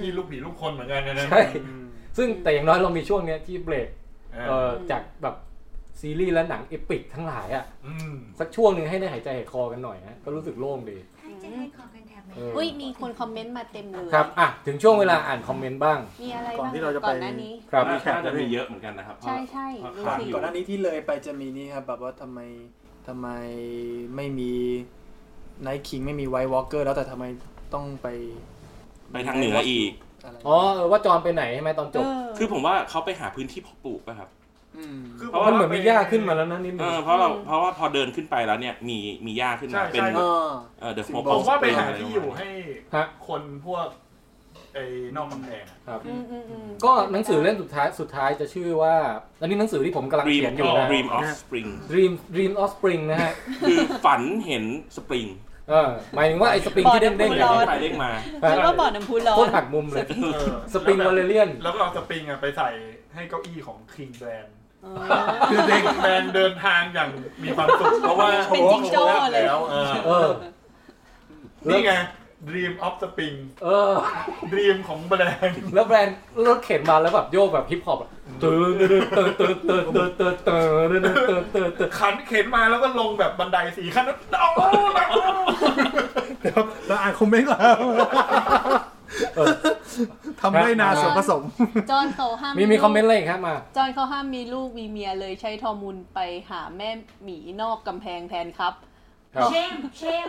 ที่ลูกผีลูกคนเหมือนกันนะนะ ใช่ ซึ่งแต่อย่างน้อยเรามีช่วงเนี้ยที่เบรก เอ เอ อ อจากแบบซีรีส์และหนังเอปิกทั้งหลายอ่ะ อืม สักช่วงหนึ่งให้ได้หายใจหายคอกันหน่อยนะก็รู้สึกโล่งดี ให้เจ๊ให้ของกันแถบไหม เออ อุ้ยมีคนคอมเมนต์มาเต็มเลย ครับอ่ะถึงช่วงเวลาอ่านคอมเมนต์บ้าง มีอะไร ก่อน บ้าง ที่เราจะไป ก่อนหน้านี้ ครับ น่าจะมีเยอะเหมือนกันนะครับเพราะ ใช่ใช่ เพราะขาดรู้สึก อยู่ ก่อนหน้านี้ที่เลยไปจะมีนี่ครับแบบว่าทำไมทำไมไม่มีไนท์คิงไม่มีไวท์วอลเกอร์แล้วแต่ทำไมต้องไป ไปทางเหนืออีก อะไร อ๋อเออว่าจอนไปไหนใช่ไหมตอนจ เอบ อ คือผมว่าเขาไปหาพื้นที่เพาะปลูกป่ะครับ ม คือ เพราะมันเหมือนมีหญ้าขึ้นมาแล้วนะนิดนึ เอง อเพราะเราเพราะว่าพอเดินขึ้นไปแล้วเนี่ยมีมีหญ้าขึ้นมาเป็น อ่า เออเดอะโม ผมว่าไปหาที่อยู่ให้ ฮะ คนพวกไอ้นอกกำแพงอะ ครับ อืมอืมอืม ก็หนังสือเล่มสุดท้ายสุดท้ายจะชื่อว่า อันนี้หนังสือที่ผมกำลัง รีม เขียนอยู่นะ รีมออฟสปริง Dream Dream of Spring นะฮะ คือฝันเห็นสปริง เออหมายถึงว่าไอ้สปริงที่เด้งๆเด้ง เล เลยย ไปเรียกมา แล้วก็บ่อน้ำพุร้อ โคต น รหักมุมเลย เออ สปริงวอลเลเรียน แล้วก็เอาสปริงอะไปใส่ให้เก้าอี้ของคิงแบรนด์ เออ คือเด็กแบรนด์เดินทางอย่างมีความสุข เพราะว่า เป็นจิ๊กโจ้เลย แล้วเออ เออ นี่ไง Dream of Spring เออ Dream ของแบรนด์ แล้วแบรนด์รถเข็นมาแล้วแบบโยกแบบฮิปฮอปอะตื่นตื่นตื่นตื่นตื่นตื่นตื่นตื่นตื่นตื่นตื่น ขันเข็นมาแล้วก็ลงแบบบันไดสีขั้นแล้วโอ้โห เดี๋ยวเราอ่านคอมเมนต์ก่อนทำได้นาส่วนผสม จอนเขาห้าม มีมีคอมเมนต์อะไรอีกครับมา จอนเขาห้ามมีลูกมีเมียเลยใช้ทอมูลไปหาแม่หมีนอกกำแพงแทนครับ ครับ เชมเชม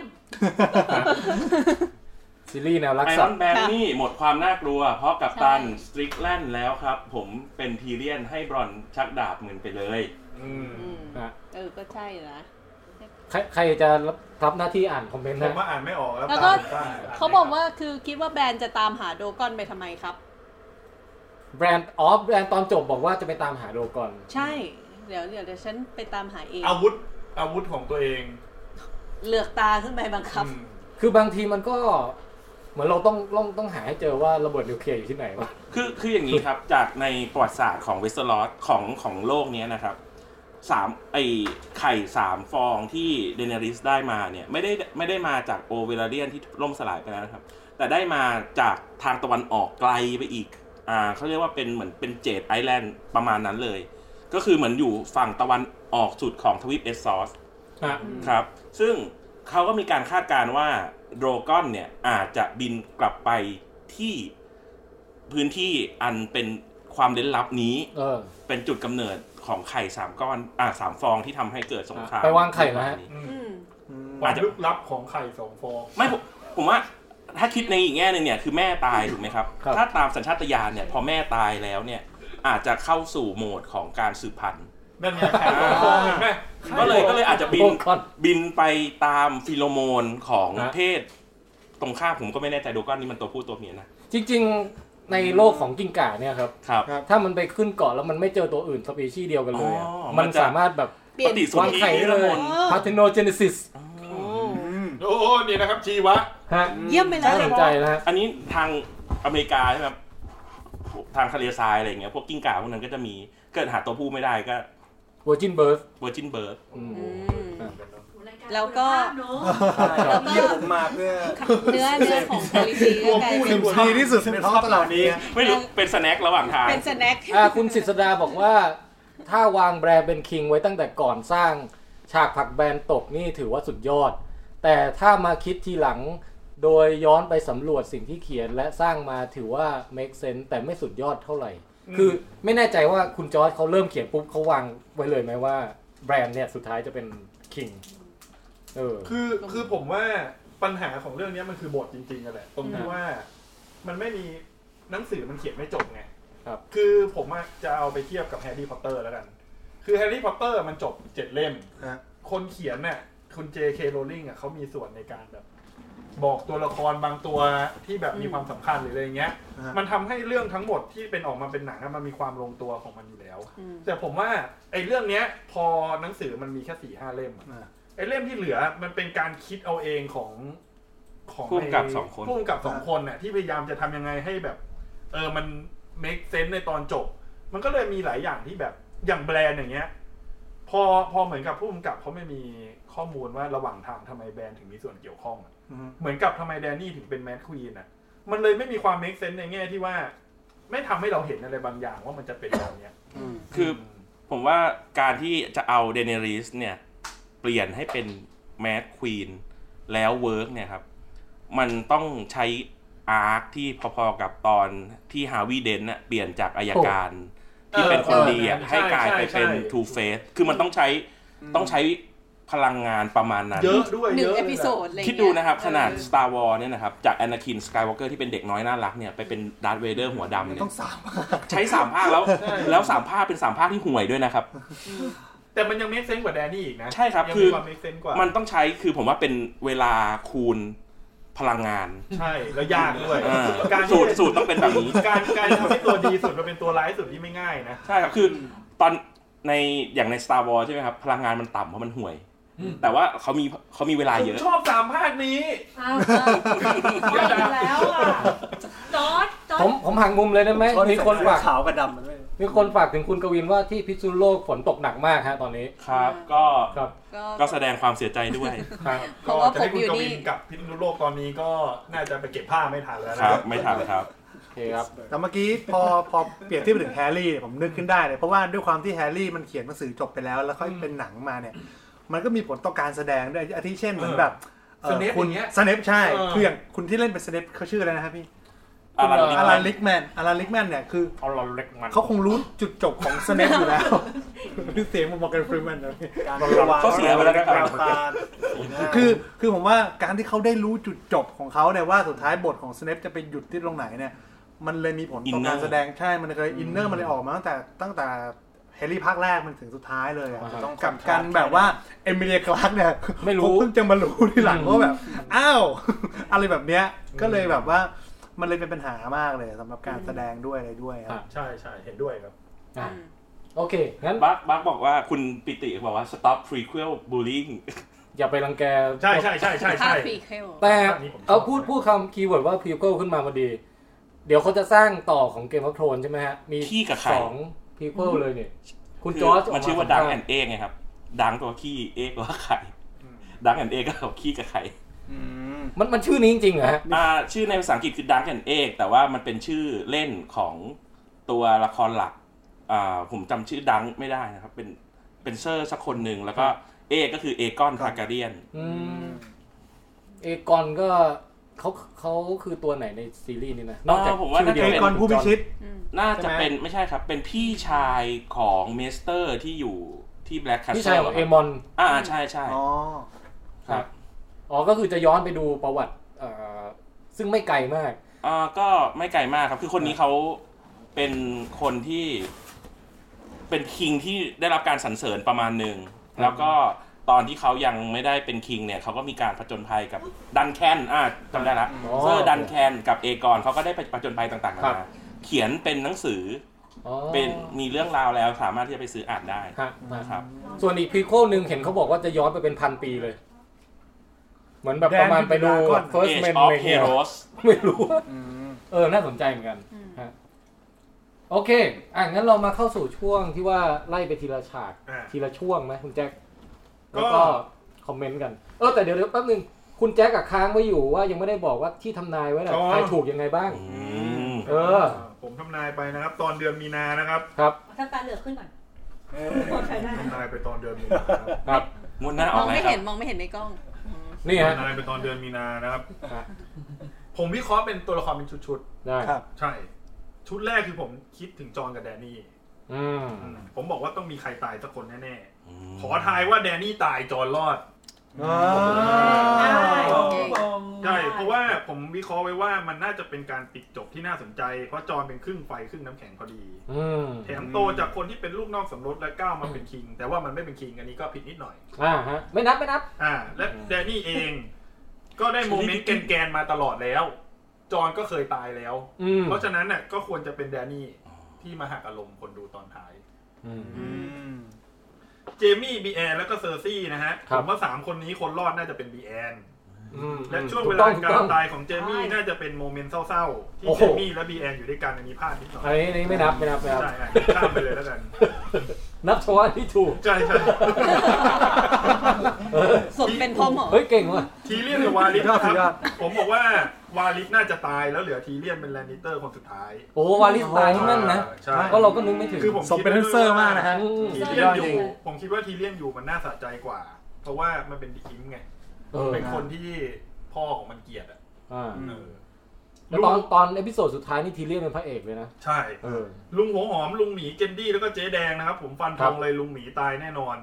ซีรีส์แนวรัก ไอร สั อ ต น ว์ แบน ค่ะ นี่หมดความน่ากลัว เพราะกับตัน ใช่ สตริกแลนด์แล้วครับ ผมเป็นทีเรียนให้บรอนชักดาบเหมือนไปเลย อืม อ่ะ เออก็ใช่นะ ใครใครจะรับรับหน้าที่อ่านคอมเมนต์ ผม นะ ว่าอ่านไม่ออกแล้ว แล้วก็ ตมบ้น เขาบอกว่าคือคิดว่าแบรนด์จะตามหาโดกอนไปทำไมครับ แบรนด์ออฟแบรนด์ตอนจบบอกว่าจะไปตามหาโดก่อน ใช่ เดี๋ยวเดี๋ยวเดี๋ยวฉันไปตามหาเอง อาวุธอาวุธของตัวเอง เหลือกตาขึ้นไปบังคับ อืม คือบางทีมันก็ เหมือนเราต้องต้องต้องหาให้เจอว่าระเบิดนิวเคลียร์อยู่ที่ไหนวะ คือคืออย่างนี้ครับ จากในประวัติศาสตร์ของเวสต์ลอสของของโลกเนี้ยนะครับสามไอไข่สามฟองที่เดเนริสได้มาเนี่ย ไม่ได้ไม่ได้มาจากโอเวลาเรียนที่ล่มสลายไปแล้วนะครับ แต่ได้มาจากทางตะวันออกไกลไปอีกอ่าเขาเรียกว่าเป็นเหมือนเป็นเจดไอแลนด์ประมาณนั้นเลย ก็คือเหมือนอยู่ฝั่งตะวันออกสุดของทวีปเอสซอส ฮะ ครับ ซึ่งเขาก็มีการคาดการณ์ว่าโดรกอนเนี่ยอาจจะบินกลับไปที่พื้นที่อันเป็นความลึกลับนี้ เออ เป็นจุดกำเนิดของไข่สามก้อน อ่าสามฟองที่ทำให้เกิดสงคราม ไปวางไข่นะฮะ อืม ความลึกลับของไข่สองฟอง ไม่ผมผมว่าถ้าคิดในอีกแง่หนึ่งเนี่ยคือแม่ตายถูกไหมครับ ครับ ถ้าตามสัญชาตญาณเนี่ยพอแม่ตายแล้วเนี่ยอาจจะเข้าสู่โหมดของการสืบพันธุ์ นั่นไงไข่สองฟองเห็นไหม ก็เลยก็เลยอาจจะบิน โดก่อน บินไปตามฟิโลโมนของ ฮะ เพศ ตรงข้ามผมก็ไม่แน่ใจโดรกอนนี่มันตัวผู้ตัวเมียนะ จริง ๆ ในโลกของกิ้งก่าเนี่ยครับ ครับ ครับ ถ้ามันไปขึ้นเกาะแล้วมันไม่เจอตัวอื่นสปีชีส์เดียวกันเลยอะ อ๋อ มัน มันจะ สามารถแบบ เปลี่ย ป น ฏิสน วาง ธิ ไข่ได้เลย นิรมนต์ พาเทโนเจเนซิส โอ้ โอ้โหนี่นะครับชีวะ ฮะ เยี่ยมไปเล น่าย สนใจนะฮะ อันนี้ทางอเมริกาใช่ไหมครับทางทะเลทรายอะไรอย่างเงี้ยพวกกิ้งก่าพวกนั้นก็จะมีเกิดหาตัวผู้ไม่ได้ก็ วอร์จินเบิร์ส เวอร์จินเบิร์ด อืม แล้วก็ภาพเนอะ ใช่ แล้วก็ เยี่ยมผมมาเพื่อ เนื้อเนื้อของบริจีก็กลาย สิ เป็น บดีที่สุดในท้องตลาดนี้ ไม่รู้เป็นสแน็คระหว่างทาง เป็นสแน็ค อ่าคุณศิษดาบอกว่า ถ้าวางแบรนด์เป็นคิงไว้ตั้งแต่ก่อนสร้าง ฉากผลักแบรนด์ตกนี่ถือว่าสุดยอด แต่ถ้ามาคิดทีหลัง โดยย้อนไปสำรวจสิ่งที่เขียนและสร้างมาถือว่า make sense แต่ไม่สุดยอดเท่าไหร่ คือไม่แน่ใจว่าคุณจอร์จเขาเริ่มเขียนปุ๊บเขาวางไว้เลยไหมว่าแบรนด์เนี่ยสุดท้ายจะเป็นคิงเออ คือคือผมว่าปัญหาของเรื่องเนี้ยมันคือบทจริงๆกันแหละตรงที่ว่ามันไม่มีหนังสือมันเขียนไม่จบไง ครับ คือผมอะจะเอาไปเทียบกับแฮร์รี่พอตเตอร์แล้วกัน คือแฮร์รี่พอตเตอร์มันจบเจ็ดเล่ม ฮะ คนเขียนเนี่ย คุณ JK Rowling อ่ะเขามีส่วนในการแบบ บอกตัวละครบางตัวที่แบบมีความสำคัญหรืออะไรเงี้ย อ่ามั มันทำให้เรื่องทั้งหมดที่เป็นออกมาเป็นหนังอะมันมีความลงตัวของมันอยู่แล้ว อืม แต่ผมว่าไอ้เรื่องเนี้ย พอหนังสือมันมีแค่สี่ห้าเล่มอะ อ่า ไอ้เล่มที่เหลือมันเป็นการคิดเอาเองของของ ผู้กำกับ ไ สองคน ผู้กำกับสองคนน่ะที่พยายามจะทำยังไงให้แบบ เออมัน make sense ในตอนจบ มันก็เลยมีหลายอย่างที่แบบอย่างแบรนด์อย่างเงี้ย พอพอเหมือนกับผู้กำกับเขาไม่มีข้อมูลว่าระหว่างทางทำไมแบรนด์ถึงมีส่วนเกี่ยวข้องอะ อืม เหมือนกับทำไมแดนนี่ถึงเป็นแมดควีนอ่ะ มันเลยไม่มีความ make sense ในแง่ที่ว่า ไม่ทำให้เราเห็นอะไรบางอย่างว่ามันจะเป็นแบบเนี้ย คือ ผมว่าการที่จะเอาเดเนริสเนี่ย เปลี่ยนให้เป็นแมดควีนแล้วเวิร์กเนี่ยครับ มันต้องใช้อาร์คที่พอๆกับตอนที่ฮาวิเดนน่ะเปลี่ยนจากอายการ ที่เป็นคนดีอ่ะ เออ ให้กลายไปเป็น ใช่ใช่ ทูเฟสคือมันต้องใช้ต้องใช้พลังงานประมาณนั้น เยอะด้วย หนึ่ เย ง อะเลยเอพิโซดอะไรเงี้ย คิดดูนะครับ ขนาด เออ Star Wars เนี่ยนะครับ จาก Anakin Skywalker ที่เป็นเด็กน้อยน่ารักเนี่ยไปเป็น Darth Vader หัวดำเนี่ย ต้องสาม ใช้สามภาคแล้วแล้วสามภาคเป็นสามภาคที่ห่วยด้วยนะครับ แต่มันยัง make sense กว่าแดนนี่อีกนะ ใช่ครับ ยัง คื มี อ ความ make sense กว่า มันต้องใช้คือผมว่าเป็นเวลาคูณพลังงาน ใช่แล้วยากด้วย เออ การ สูตร ที่ สูตรต้องเป็นแบบนี้ การการทำให้ตัวดีสุดมาเป็นตัวร้ายสุดนี่ไม่ง่ายนะ ใช่ครับคือตอนในอย่างใน Star Wars ใช่ไหมครับ พลังงานมันต่ำเพราะมันห่วย แต่ว่าเขามีเขามีเวลาเยอะ ชอบสามภาคนี้ อ้าวอ้าวอ้าวแล้วอ่ะจอร์ดจอ ผ ร์ ม ด ผมหักมุมเลยได้ไหมมีคนฝาก ขาวกับดำมาด้วย มีคนฝากถึงคุณกวินว่าที่พิษณุโลกฝนตกหนักมากฮะตอนนี้ ครับ ก็ ครับ ก็ ก็แสดงความเสียใจด้วย เพ ก็ ราะว่า จะ ผ ให้ ม คุณ อยู่ ก นี่ วินกับพิษณุโลกตอนนี้ก็น่าจะไปเก็บผ้าไม่ทันแล้ว ค นะ รับ ไม่ทันครับ โอเคครับ แต่เมื่อกี้พอพอเปรียบเทียบไปถึงแฮร์รี่เนี่ยผมนึกขึ้นได้เลยเพราะว่าด้วยความที่แฮร์รี่มันเขียนหนังสือจบไปแล้ว แล้วค่อยเป็นหนังมาเนี่ย มันก็มีผลต่อการแสดงด้วยอาทิเช่นเหมือนแบบ เออสเนป คุ อ ณ ย่างเงี้ย สเนปใช่ เออ คืออย่างคุณที่เล่นเป็นสเนปเขาชื่ออะไรนะครับพี่ อลันดิ อารัน ลิ ลิ ก กแมนอารันลิกแมนเนี่ยคือ เอาเราเล็กมัน เขาคงรู้จุดจบของสเนปอยู่แล้วเสียงมอร์แกนฟรีแมนนะพี่ การ เขาเสียไปแล้วนะครับ ตาสีหน้า คือคือผมว่าการที่เขาได้รู้จุดจบของเขาเนี่ยว่าสุดท้ายบทของ Snape จะไปหยุดที่ตรงไหนเนี่ย มันเลยมีผลต่อ Inner การแสดงใช่ มันเคยอินเนอร์มันเลยออกมาตั้งแต่ตั้งแต่แฮร์รี่ภาคแรกมันถึงสุดท้ายเลยอะ อ่าฮะ ต้องกลับกันแบบว่าเอมิเลียคลาร์กเนี่ย ไม่รู้ เขาเพิ่งจะมารู้ที่หลังว่าแบบ อ้าว อะไรแบบเนี้ยก็เลยแบบว่ามันเลยเป็นปัญหามากเลยสำหรับการแสดงด้วยอะไรด้วยครับ ใช่ใช่เห็นด้วยครับ อ่ะโอเคงั้น บักบักบอกว่าคุณปิติบอกว่า stop prequel bullying อย่าไปรังแก ใช่ใช่ใช่ใช่ ภา ใช่ คฟีเคล แต่ ภาคนี้ผมชอบ เอาพูดพูดคำคีย์เวิร์ดว่าพ e เ u ิลขึ้นมาพอดี เดี๋ยวเขาจะสร้างต่อของเกม o อ t โทนใช่ไหมฮะ มี ขี้กับใคร สองพ e เ u ิลเลยเนี่ย คุณ คือ จอร์จ มันชื่อว่าดังแอนเอกไงครับ ดังตัวขี้เอกว่าไข่ดังแอนเอกก็กับขี้กับไข่ ม มันมันชื่อนี้จริงๆเหรอฮะ อ่าชื่อในภาษาอังกฤษคือดังแอนเอกแต่ว่ามันเป็นชื่อเล่นของตัวละครหลักอ่าผมจำชื่อดังไม่ได้นะครับ เป็นเป็นเซอร์สักคนหนึ่งแล้วก็เอกก็คือเอกอนทาการเดียน อืมเอกอนก็เขาเขาคือตัวไหนในซีรีส์นี้นะ นอกจาก อ๋อผมว่า ชื่อเดียว น่าจะเอกเป็อนผู้พิชิต อืม น่าจะ ใช่ไหม เป็นไม่ใช่ครับ เป็นพี่ชายของเมสเตอร์ที่อยู่ที่แบล็กคาสเซิล พี่ชายของเอมอน อ่าใช่ใช่ อ๋อ ครับ อ๋อ ก็คือจะย้อนไปดูประวัติเอ่อซึ่งไม่ไกลมาก อ่าก็ไม่ไกลมากครับ คือคนนี้เขาเป็นคนที่ เป็นคิงที่ได้รับการสรรเสริญประมาณหนึ่งแล้วก็ตอนที่เขายังไม่ได้เป็นคิงเนี่ยเขาก็มีการผจญภัยกับดันแคนอ่าจำได้ละ อ๋อ เซอร์ดันแคนกับเอกอนเขาก็ได้ไปผจญภัยต่างๆนา ครับ นาเขียนเป็นหนังสือ อ๋อ อเป็นมีเรื่องราวแล้วสามารถที่จะไปซื้ออ่านได้ ฮะฮะ นะครับ ส่วนอีกพรีโคลหนึ่งเห็นเขาบอกว่าจะย้อนไปเป็นพันปีเลย เหมือนแบบประมาณไปดู first Age man of อะไรเงี้ย Heroes ไม่รู้ อืม เออ น่าสนใจเหมือนกันฮะโอเค อ่ะ งั้นเรามาเข้าสู่ช่วงที่ว่าไล่ไปทีละฉาก อ่ะ ทีละช่วงไหมคุณแจ็ค ก็ แล้วก็คอมเมนต์กัน เออ แต่เดี๋ยวเดี๋ยวแป๊บนึง คุณแจ็คอะค้างไว้อยู่ว่ายังไม่ได้บอกว่าที่ทำนายไว้น่ะทายถูกยังไงบ้าง อืม เออ ผมทำนายไปนะครับ ตอนเดือนมีนานะครับ ครับ ทำตาเหลือกขึ้นก่อนโอเคได้ ทำนายไปตอนเดือนมีนาครับ ครับ งวดหน้าม ออ อก ง ไหม ไม่ ครั เห็ บ นมองไม่เห็นในกล้องอืม นี่ฮะ ทำนายไปตอนเดือนมีนานะครับ ครับ ผมวิเคราะห์เป็นตัวละครเป็นชุด ได้ ครับ ๆใช่ ชุดแรกคือผมคิดถึงจอห์นกับแดนนี่ อืม ผมบอกว่าต้องมีใครตายสักคนแน่ อืม ๆขอทายว่าแดนนี่ตายจอห์นรอด อ๋อ ได้ ใช่ เพราะว่าผมวิเคราะห์ไว้ว่ามันน่าจะเป็นการปิดจบที่น่าสนใจ เพราะจอห์นเป็นครึ่งไฟครึ่งน้ำแข็งพอดี อืม แถมโตจากคนที่เป็นลูกนอกสมรสและก้าวมาเป็นคิง แต่ว่ามันไม่เป็นคิงอันนี้ก็ผิดนิดหน่อย อ่าฮะ ไม่นับไม่นับ อ่า และแดนนี่เอง ก็ได้โมเมนต์แกนๆมาตลอดแล้ว จอห์นก็เคยตายแล้ว อืม เพราะฉะนั้นน่ะก็ควรจะเป็นแดนนี่ที่มาหักอารมณ์คนดูตอนท้าย อืม เจมี่บีแอนแล้วก็เซอร์ซี่นะฮะ ครั ผ บ มว่าสามคนนี้คนรอดน่าจะเป็นบีแอน อืม และช่วง ถู เว ต้ ลา อถู การ ต้อง ตายของเจมี่น่าจะเป็นโมเมนต์เศร้าๆ ที่ โอ้ เจ โห มี่และบีแอนอยู่ด้วยกันอันนี้พลาดนิดหน่อย อันนี้อันนี้ไม่นับไม่นับไม่นับ ใช่อ่ะข้ามไปเลยแล้วกัน นับเฉพาะที่ถูก ใช่ใช่ สมเป็นพ่อหมอ เฮ้ยเก่งว่ะ ทีเรียนกับวา ลิส ยอด ค สุดยอ รับ ด ผมบอกว่าวาลิสน่าจะตายแล้วเหลือทีเรียนเป็นแลนนิเตอร์คนสุดท้าย โอ้วาลิสตายนี่แม่นนะ ใช่ ก็เราก็นึกไม่ถึง คือผม สมเป็นเทนเซอร์มากนะฮะ อืม ทีเรียนอยู่ผมคิดว่าทีเรียนอยู่มันน่าสะใจกว่า เพราะว่ามันเป็นดิคิมไง เออ เป็นคนที่พ่อของมันเกลียดอ่ะ อ่า เออ แล้วตอนตอนเอพิโซดสุดท้ายนี่ทีเรียนเป็นพระเอกเลยนะ ใช่ เออ ลุงหัวหอมลุงหมีเจนดี้แล้วก็เจ๊แดงนะครับ ผมฟันธงเลยลุงหมีตายแน่นอน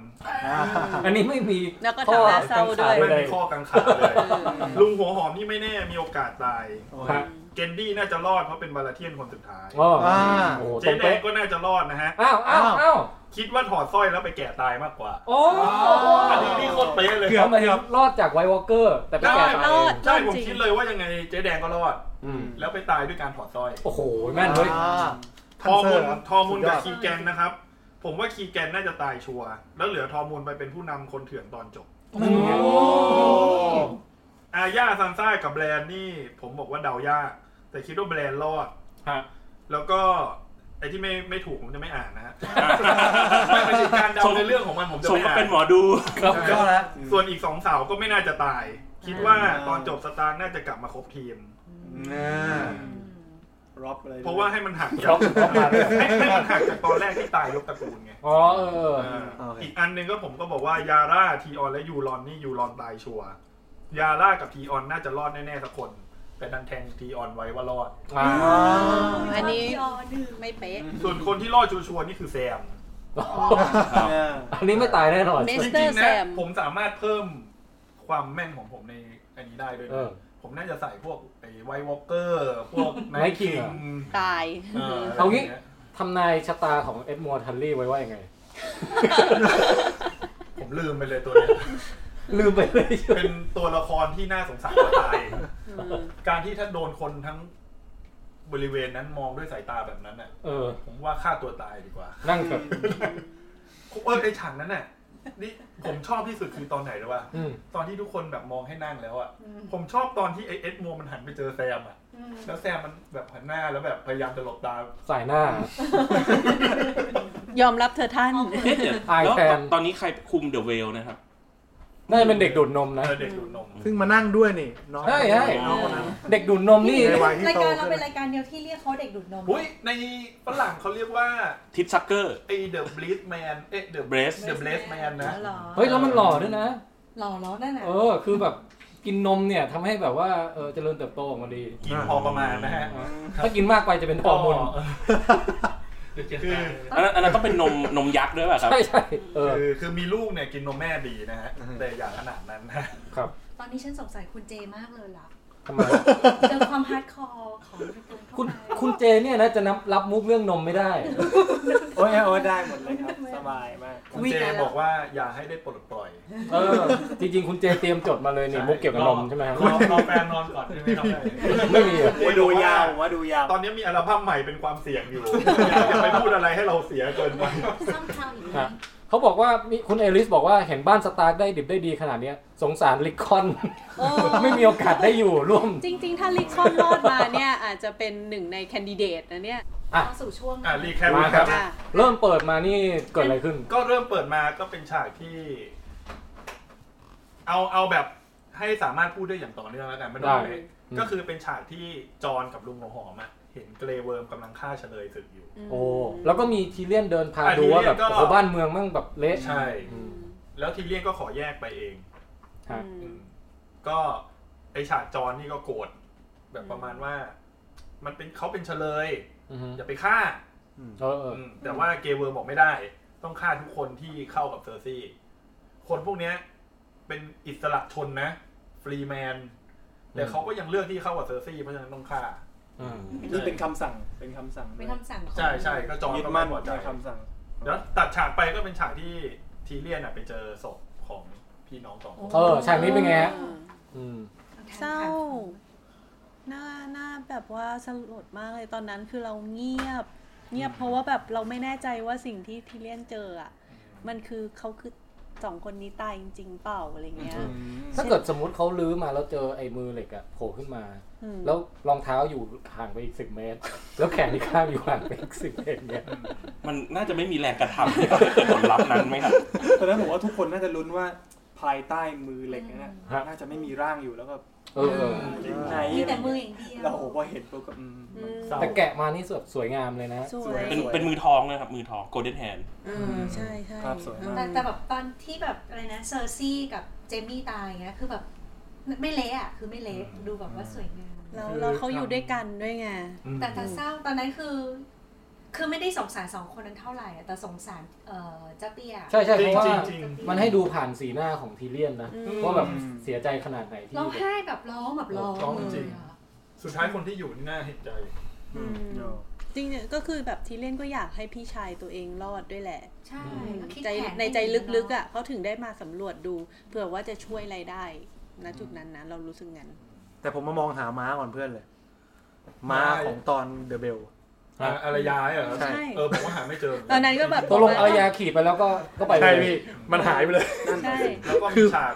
อันนี้ไม่มี แล้วก็ทำหน้าเศร้าด้วย ไม่ เล มี ย ข้อกังขา เลย ลุงหัวหอมนี่ไม่แน่มีโอกาสตาย ฮะ เจนดี้น่าจะรอดเพราะเป็นบาลาเทียนคนสุดท้าย อ๋อ อ่า โอ้โหตร เจ๊ ง แดง เป๊ะ ก็น่าจะรอดนะฮะ อ้าวอ้าวอ้าว คิดว่าถอดสร้อยแล้วไปแก่ตายมากกว่า โอ้ อันนี้นี่โคตรเป๊ะเลย เกือบ ทำไมถึงรอดจากไวท์วอลเกอร์ แต่ไปแก่ตาย รอด ใช่ผมคิดเลยว่ายังไงเจ๊แดงก็รอด อืม แล้วไปตายด้วยการถอดสร้อย โอ้โหแม่นเฮ้ย อ่า ทอมุน ครับ ทอมุนกับ สุดยอด คีแกนนะครับ ผมว่าคีแกนน่าจะตายชัวร์แล้วเหลือทอมุนไปเป็นผู้นำคนเถื่อนตอนจบอาย่าซันซ่ากับแบรนด์นี่ผมบอกว่าเดายาก แต่คิดว่าแบรนด์รอด ฮะ แล้วก็ไอ้ที่ไม่ไม่ถูกผมจะไม่อ่านนะ ฮะ ไม่ไม่ใช่การเดาในเรื่องของมันผมจะ สม ไม่ ก็ อ่า เป็น นหมอดู ครับ ยอดแล้ว ส่วนอีกสองสาวก็ไม่น่าจะตาย คิดว่าตอนจบสตาร์น่าจะกลับมาครบทีม ร็อบอะไร เพราะว่าให้มันหัก ช็อกช็อกมาเลย ให้ให้มันหักจากตอนแรกที่ตายยกตระกูลไง อ๋อเออเออ โอเค อีกอันหนึ่งก็ผมก็บอกว่ายาร่าทีออนและยูรอนนี่ยูรอนตายชัวร์ยาร่ากับทีออนน่าจะรอดแน่ๆสักคน แต่ดันแทงทีออนไว้ว่ารอด อ่า อันนี้ ยอหนึ่ง ไม่เป๊ะ ส่วนคนที่รอดชัวร์ๆนี่คือแซม อันนี้ไม่ตายแน่นอน เม จ Mr. ริงๆ แซ นะ ม ผมสามารถเพิ่มความแม่นของผมในอันนี้ได้ด้วย เออ นะผมน่าจะใส่พวกไอ้ไววอลเกอร์พวก Night King เหรอ ตาย เออ เอางี้ ทำนายชะตาของเอ็ดมัวร์ทันลี่ไว้ว่ายังไง ผมลืมไปเลยตัวเนี้ย ลืมไปเลยใช่ไหม เป็นตัวละครที่น่าสงสารกว่าตาย การที่ถ้าโดนคนทั้งบริเวณนั้นมองด้วยสายตาแบบนั้นน่ะ เออ ผมว่าฆ่าตัวตายดีกว่า นั่งแบบ เออไอฉากนั้นน่ะนี่ผมชอบที่สุดคือตอนไหนรู้ป่ะ อืม ตอนที่ทุกคนแบบมองให้นั่งแล้วอ่ะผมชอบตอนที่ไอเอ็ดมัวมันหันไปเจอแซมอ่ะแล้วแซมมันแบบหันหน้าแล้วแบบพยายามจะหลบตา สายหน้า ยอมรับเธอท่าน เอ๊ะเดี๋ยว อาย แล้ว แฟน ตอนนี้ใครคุมเดอะเวลนะครับ น่าจะเป็นเด็กดูดนมนะ เออเด็กดูดนม ซึ่งมานั่งด้วยนี่น้อง ใช่ใช่ น้องคนนั้น เด็กดูดนมนี่ ในวัยที่ ราย โต การเรา ขึ้ เป็น นรายการเดียวที่เรียกเขาเด็กดูดนม อุ้ยในฝรั่งเขาเรียกว่า ทิปซักเกอร์ ไอเดอะบลิสแมนเอ๊ะเดอะ Breast เดอะบลิสแมนนะ หรอ เฮ้ย แล้วมันหล่อด้วยนะ หล่อแล้วนั่นน่ะ เออ คือแบบกินนมเนี่ยทำให้แบบว่าเออเจริญเติบโตออกมาดี กินพอประมาณนะฮะ ถ้ากินมากไปจะเป็นฮอร์โมน คือ อันนั้นอันนั้นต้องเป็นนมนมยักษ์ด้วยป่ะครับ ใช่ใช่เออ คือคือมีลูกเนี่ยกินนมแม่ดีนะฮะแต่อย่าขนาดนั้นนะ ครับ ตอนนี้ฉันสงสัยคุณเจมากเลยล่ะ ทำไม เจอความฮาร์ดคอร์ของคุณตูนคุณเข้าไปคุณเจเนี่ยนะจะนับรับมุกเรื่องนมไม่ได้ โอ้ยโอ้ยได้หมดเลยครับ สบายมาก คุณเจบอกว่าอย่าให้ได้ปลดปล่อย เออ จริงๆ คุณเจเตรียมจดมาเลยนี่มุกเกี่ยวกับนมใช่ไหมครับ รอรอแฟนนอนก่อนใช่ไหมครับ ไม่มีอะ ดูยาวผมว่าดูยาว ตอนนี้มีอัลบั้มใหม่เป็นความเสี่ยงอยู่ อย่าอย่าไปพูดอะไรให้เราเสียเกินไป ซ้ำทำอยู่ ฮะเขาบอกว่ามีคุณเอลิสบอกว่าเห็นบ้านสตาร์ได้ดิบได้ดีขนาดเนี้ย สงสารลิคอน โอ้ ไม่มีโอกาสได้อยู่ร่วม จริงๆ ถ้าลิคอนรอดมาเนี่ย อาจจะเป็นหนึ่งในแคนดิเดตนะเนี่ย อ่ะ เข้าสู่ช่วง อ่ะรีแคป มา ค ครั รับ บ อ่ะ เริ่มเปิดมานี่เกิดอะไรขึ้น ก็เริ่มเปิดมาก็เป็นฉากที่ เอาเอาแบบให้สามารถพูดได้อย่างต่อเนื่องแล้วกันไม่ต้อง ได้ เลย อืม ก็คือเป็นฉากที่จอห์นกับลุงหัวหอมอะเห็นเกรเวิร์มกำลังฆ่าเฉลยศึกอยู่ โอ้แล้วก็มีทีเลียนเดินพา อ่ะ ดูว่าแบบ ทีเลียนก็ โอ้โหบ้านเมืองมั่งแบบเละ ใช่ อืม แล้วทีเลี่ยงก็ขอแยกไปเอง ฮะ อืมก็ไอฉากจอนนี่ก็โกรธแบบประมาณว่า มันเป็นเขาเป็นเฉลย อือฮึ อย่าไปฆ่า เออเออ อืมแต่ว่าเกเวอร์บอกไม่ได้ ต้องฆ่าทุกคนที่เข้ากับเซอร์ซี่ คนพวกเนี้ย เป็นอิสระชนนะ ฟรีแมน แต่เขาก็ยังเลือกที่เข้ากับเซอร์ซี่เพราะฉะนั้นต้องฆ่า อืม นี่เป็นคำสั่งเป็นคำสั่ง เป็นคำสั่งของ ใช่ใช่ก็จอห์น ยึด ก็ มั่น ไหัวใจ ในคำสั่ง แล้วตัดฉากไปก็เป็นฉากที่ทีเรียนน่ะไปเจอศพของพี่น้องสองคน เออฉากนี้เป็นไงฮะอืม เศร้าหน้าหน้าแบบว่าสลดมากเลยตอนนั้นคือเราเงียบ เงียบเพราะว่าแบบเราไม่แน่ใจว่าสิ่งที่ทีเลียนเจออ่ะ มันคือเขาคือสองคนนี้ตายจริง ๆ เปล่าอะไรเงี้ย ถ้าเกิดสมมติเขาลื้อมาแล้วเจอไอ้มือเหล็กอะโผล่ขึ้นมา อืม แล้วรองเท้าอยู่ห่างไปอีกสิบเมตร แล้วแขนที่ข้างอยู่ห่างไปอีกสิบเมตรเนี่ย มันน่าจะไม่มีแรงกระทำที่จะเกิดผลลัพธ์นั้นไหมครับ ตอนนั้นผมว่าทุกคนน่าจะลุ้นว่าภายใต้มือเหล็กนั่นน่ะน่าจะไม่มีร่างอยู่แล้วก็ เออเออ ไหน มีแต่มืออย่างเดียว เราโหพอเห็นปุ๊บก็อืม อืม เศร้า แต่แกะมานี่สวยสวยงามเลยนะ สวย เป็นเป็นมือทองเลยครับ มือทอง golden hand เออใช่ใช่ ครับสวยมาก แต่แต่แบบตอนที่แบบอะไรนะเซอร์ซี่กับเจมี่ตายอย่างเงี้ยคือแบบไม่เละอะคือไม่เละดูแบบว่าสวยงาม แล้วแล้วเขาอยู่ด้วยกันด้วยไง แต่แต่เศร้าตอนนั้นคือ คือไม่ได้สงสารสองคนนั้นเท่าไหร่อะแต่สงสารเอ่อเจ้าเตี้ย ใช่ใช่ จ เพ ริง ราะว่า จริงจริง มันให้ดูผ่านสีหน้าของทีเลียนนะ อืม ว่าแบบเสียใจขนาดไหนที่ ร้องไห้แบบร้องแบบร้อง ร้องจริง เลยอะ สุดท้ายคนที่อยู่นี่น่าเห็นใจ อืมจริงเนี่ยก็คือแบบทีเล่นก็อยากให้พี่ชายตัวเองรอดด้วยแหละ ใช่ก็คิด ใจ แผ ในใจลึกๆอ่ะเขาถึงได้มาสำรวจดูเผื่อว่าจะช่วยอะไรได้ณจุดนั้นนะเรารู้สึกงั้น แต่ผมมามองหาม้าก่อนเพื่อนเลย ม้า ได้ ของตอนเดอะเบล อ่ะอารยาเหรอ ใช่ เออผมว่าหาไม่เจอ ตอนนั้นก็แบบ ตกลงอารยาขี่ไปแล้วก็ก็ไปเลย ใช่พี่ มันหายไปเลย ใช่ แล้วก็ คื มี อ ฉาก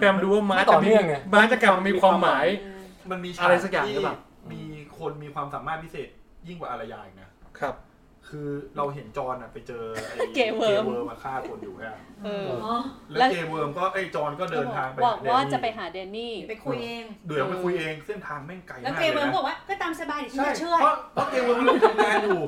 พยายามดูว่าม้า ต่ จะ อเนื่ มี องไง ม้าจะกลับมามีความหมาย มันมีฉาก อะไรสักอย่างหรือเปล่า ที่มีคนมีความสามารถพิเศษยิ่งกว่าอารยาอีกนะครับ คือเราเห็นจอห์นอ่ะไปเจอไอ้ เกย์เวิร์ม มาฆ่าคนอยู่ฮะ เออ อ๋อ แล้วเจเวิร์มก็ไอ้จอนก็เดินทางไป บอกว่าจะไป เดน หาแดนนี่ เดี๋ยวไปคุยเอง เดี๋ยวไปคุยเองเส้นทางแม่งไกลมาก แล้วเจ เลย เบิร์นบ นะ อกว่าก็ตามสบายเดี๋ยวฉัน ใช่ จะ เพ ช่วย ราะเพราะเจเวิร์มมันทำงานอยู่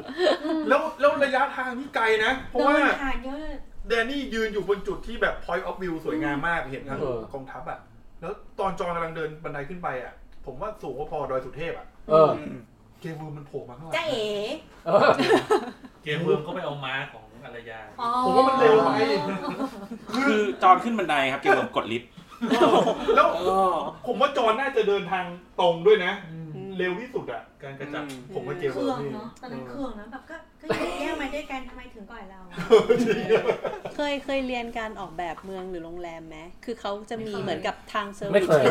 แล้วแล้วระยะทางนี่ไกลนะ เพราะ โด ว่าน ทานเยอะ แดนนี่ยืนอยู่บนจุดที่แบบ point of view สวยงามมากเห็นทั้ง เออ กองทัพอ่ะ แล้วตอนจอนกำลังเดินบันไดขึ้นไปอ่ะ ผมว่าสูงกว่าพอดอยสุเทพอ่ะ เออ เจเวิร์มมันโผล่มาข้างหลั จ้างเอ๋ เออ เกมเวิร์มก็ไปเอาม้าของอารยา อ๋อ ผมว่ามันเร็วไป คือจอนขึ้นบันไดครับ เกมเวิร์มกดลิฟต์ แล้วผมว่าจอนน่าจะเดินทางตรงด้วยนะ อืม เร็วที่สุดอ่ะ การกระจับ ผมว่าเจ เค เวิ รื่ ร์ อ ม ง นี่ เนาะตอนนั้นเครื่องนะแบบก็ก็แยกมาด้วยกันทำไมถึงก่อยเรา เคยเคยเรียนการออกแบบเมืองหรือโรงแรมไหมคือเขาจะมีเหมือนกับทางเซอร์ ไม่ วิส เคย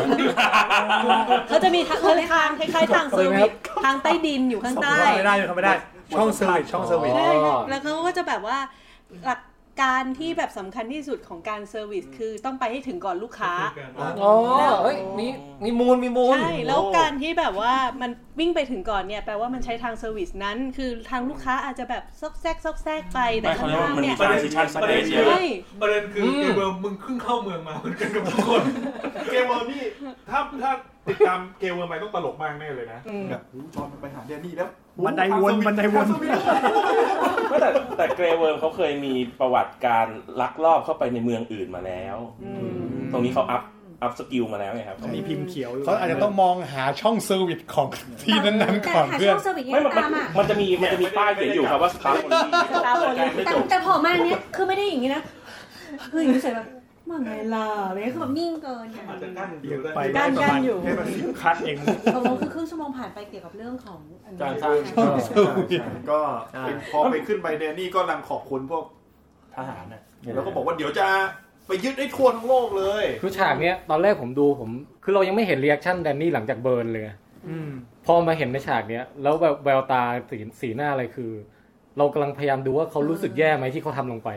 เขาจะมีทางเขาเรียกทางคล้ายๆทางเซอร์วิสทางใต้ดินอยู่ข้างใต้ ไม่ได้เลยทำไม่ได้ ช่องเซอร์วิสช่องเซอร์วิส ใช่ อ๋อ แล้วเขาก็จะแบบว่าหลักการที่แบบสำคัญที่สุดของการเซอร์วิสคือต้องไปให้ถึงก่อนลูกค้า คือการ อ่ะ อ๋อเฮ้ยมีมีมูลมีมูล ใช่ แล้วการที่แบบว่า มันวิ่งไปถึงก่อนเนี่ยแปลว่ามันใช้ทางเซอร์วิสนั้น คือทางลูกค้าอาจจะแบบซอกแซกซอกแซกไปแต่ ไม่เขา ข้าง เรียกว่ามันล่างเนี่ มี ย transition ประเด็น space คื เย อ อะ ใช่ ประเด็นคืออ ม เกมเวิร์มมึงเพิ่งเข้าเมืองมาเหมือนกันกับทุกคน เกมเวิร์มนี่ถ้าถ้าติดตามเกมเวิร์มไปต้องตลกมากแน่เลยนะ แบบหูจอนมันไปหาแดนนี่แล้ว บันไดวนบันไดวน ไม่แต่แต่เกรเวิร์มเขาเคยมีประวัติการลักลอบเข้าไปในเมืองอื่นมาแล้ว ตรงนี้เขาอัพอัพสกิลมาแล้วไงครับ มีพิมพ์เขียวอยู่ เขาอาจจะต้องมองหาช่องเซอร์วิสของที่นั้นๆก่อน แต่หา เพื่อ ช่ น องเซอร์วิส ไม่ ยัง มันมัน ตามอ่ะ มันจะมีมันจะมีป้ายเขียนอยู่ครับว่าสตาร์คนนี้ ตามคนนี้ ไม่ แต่ จบ แต่พอมาเนี้ยคือไม่ได้อย่างนี้นะคืออย่างนี้เสร็จแบบว่าไงล่ะอะไรเงี้ยคือแบบนิ่งเกินเนี่ย อาจจะกั้นอยู่ได้ ไป ด้านด้านอยู่ คัดเอง ตกลงคือครึ่งชั่วโมงผ่านไปเกี่ยวกับเรื่องของอันนี้ ใช่ ช่องเซอร์วิส ก็พอไปขึ้นไปแดนนี่ก็รังขอบคุณพวก ทหารน่ะ แล้วก็บอกว่าเดี๋ยวจะไปยึดไอ้ทั่วทั้งโลกเลย คือฉากเนี้ยตอนแรกผมดูผม คือเรายังไม่เห็นเรีแอคชั่นแดนนี่หลังจากเบิร์นเลยไงพอมาเห็นในฉากเนี้ยแล้วแบบแววตาสีสีหน้าอะไรคือ เรากำลังพยายามดูว่าเขารู้สึกแย่ไหมที่เขาทำลงไป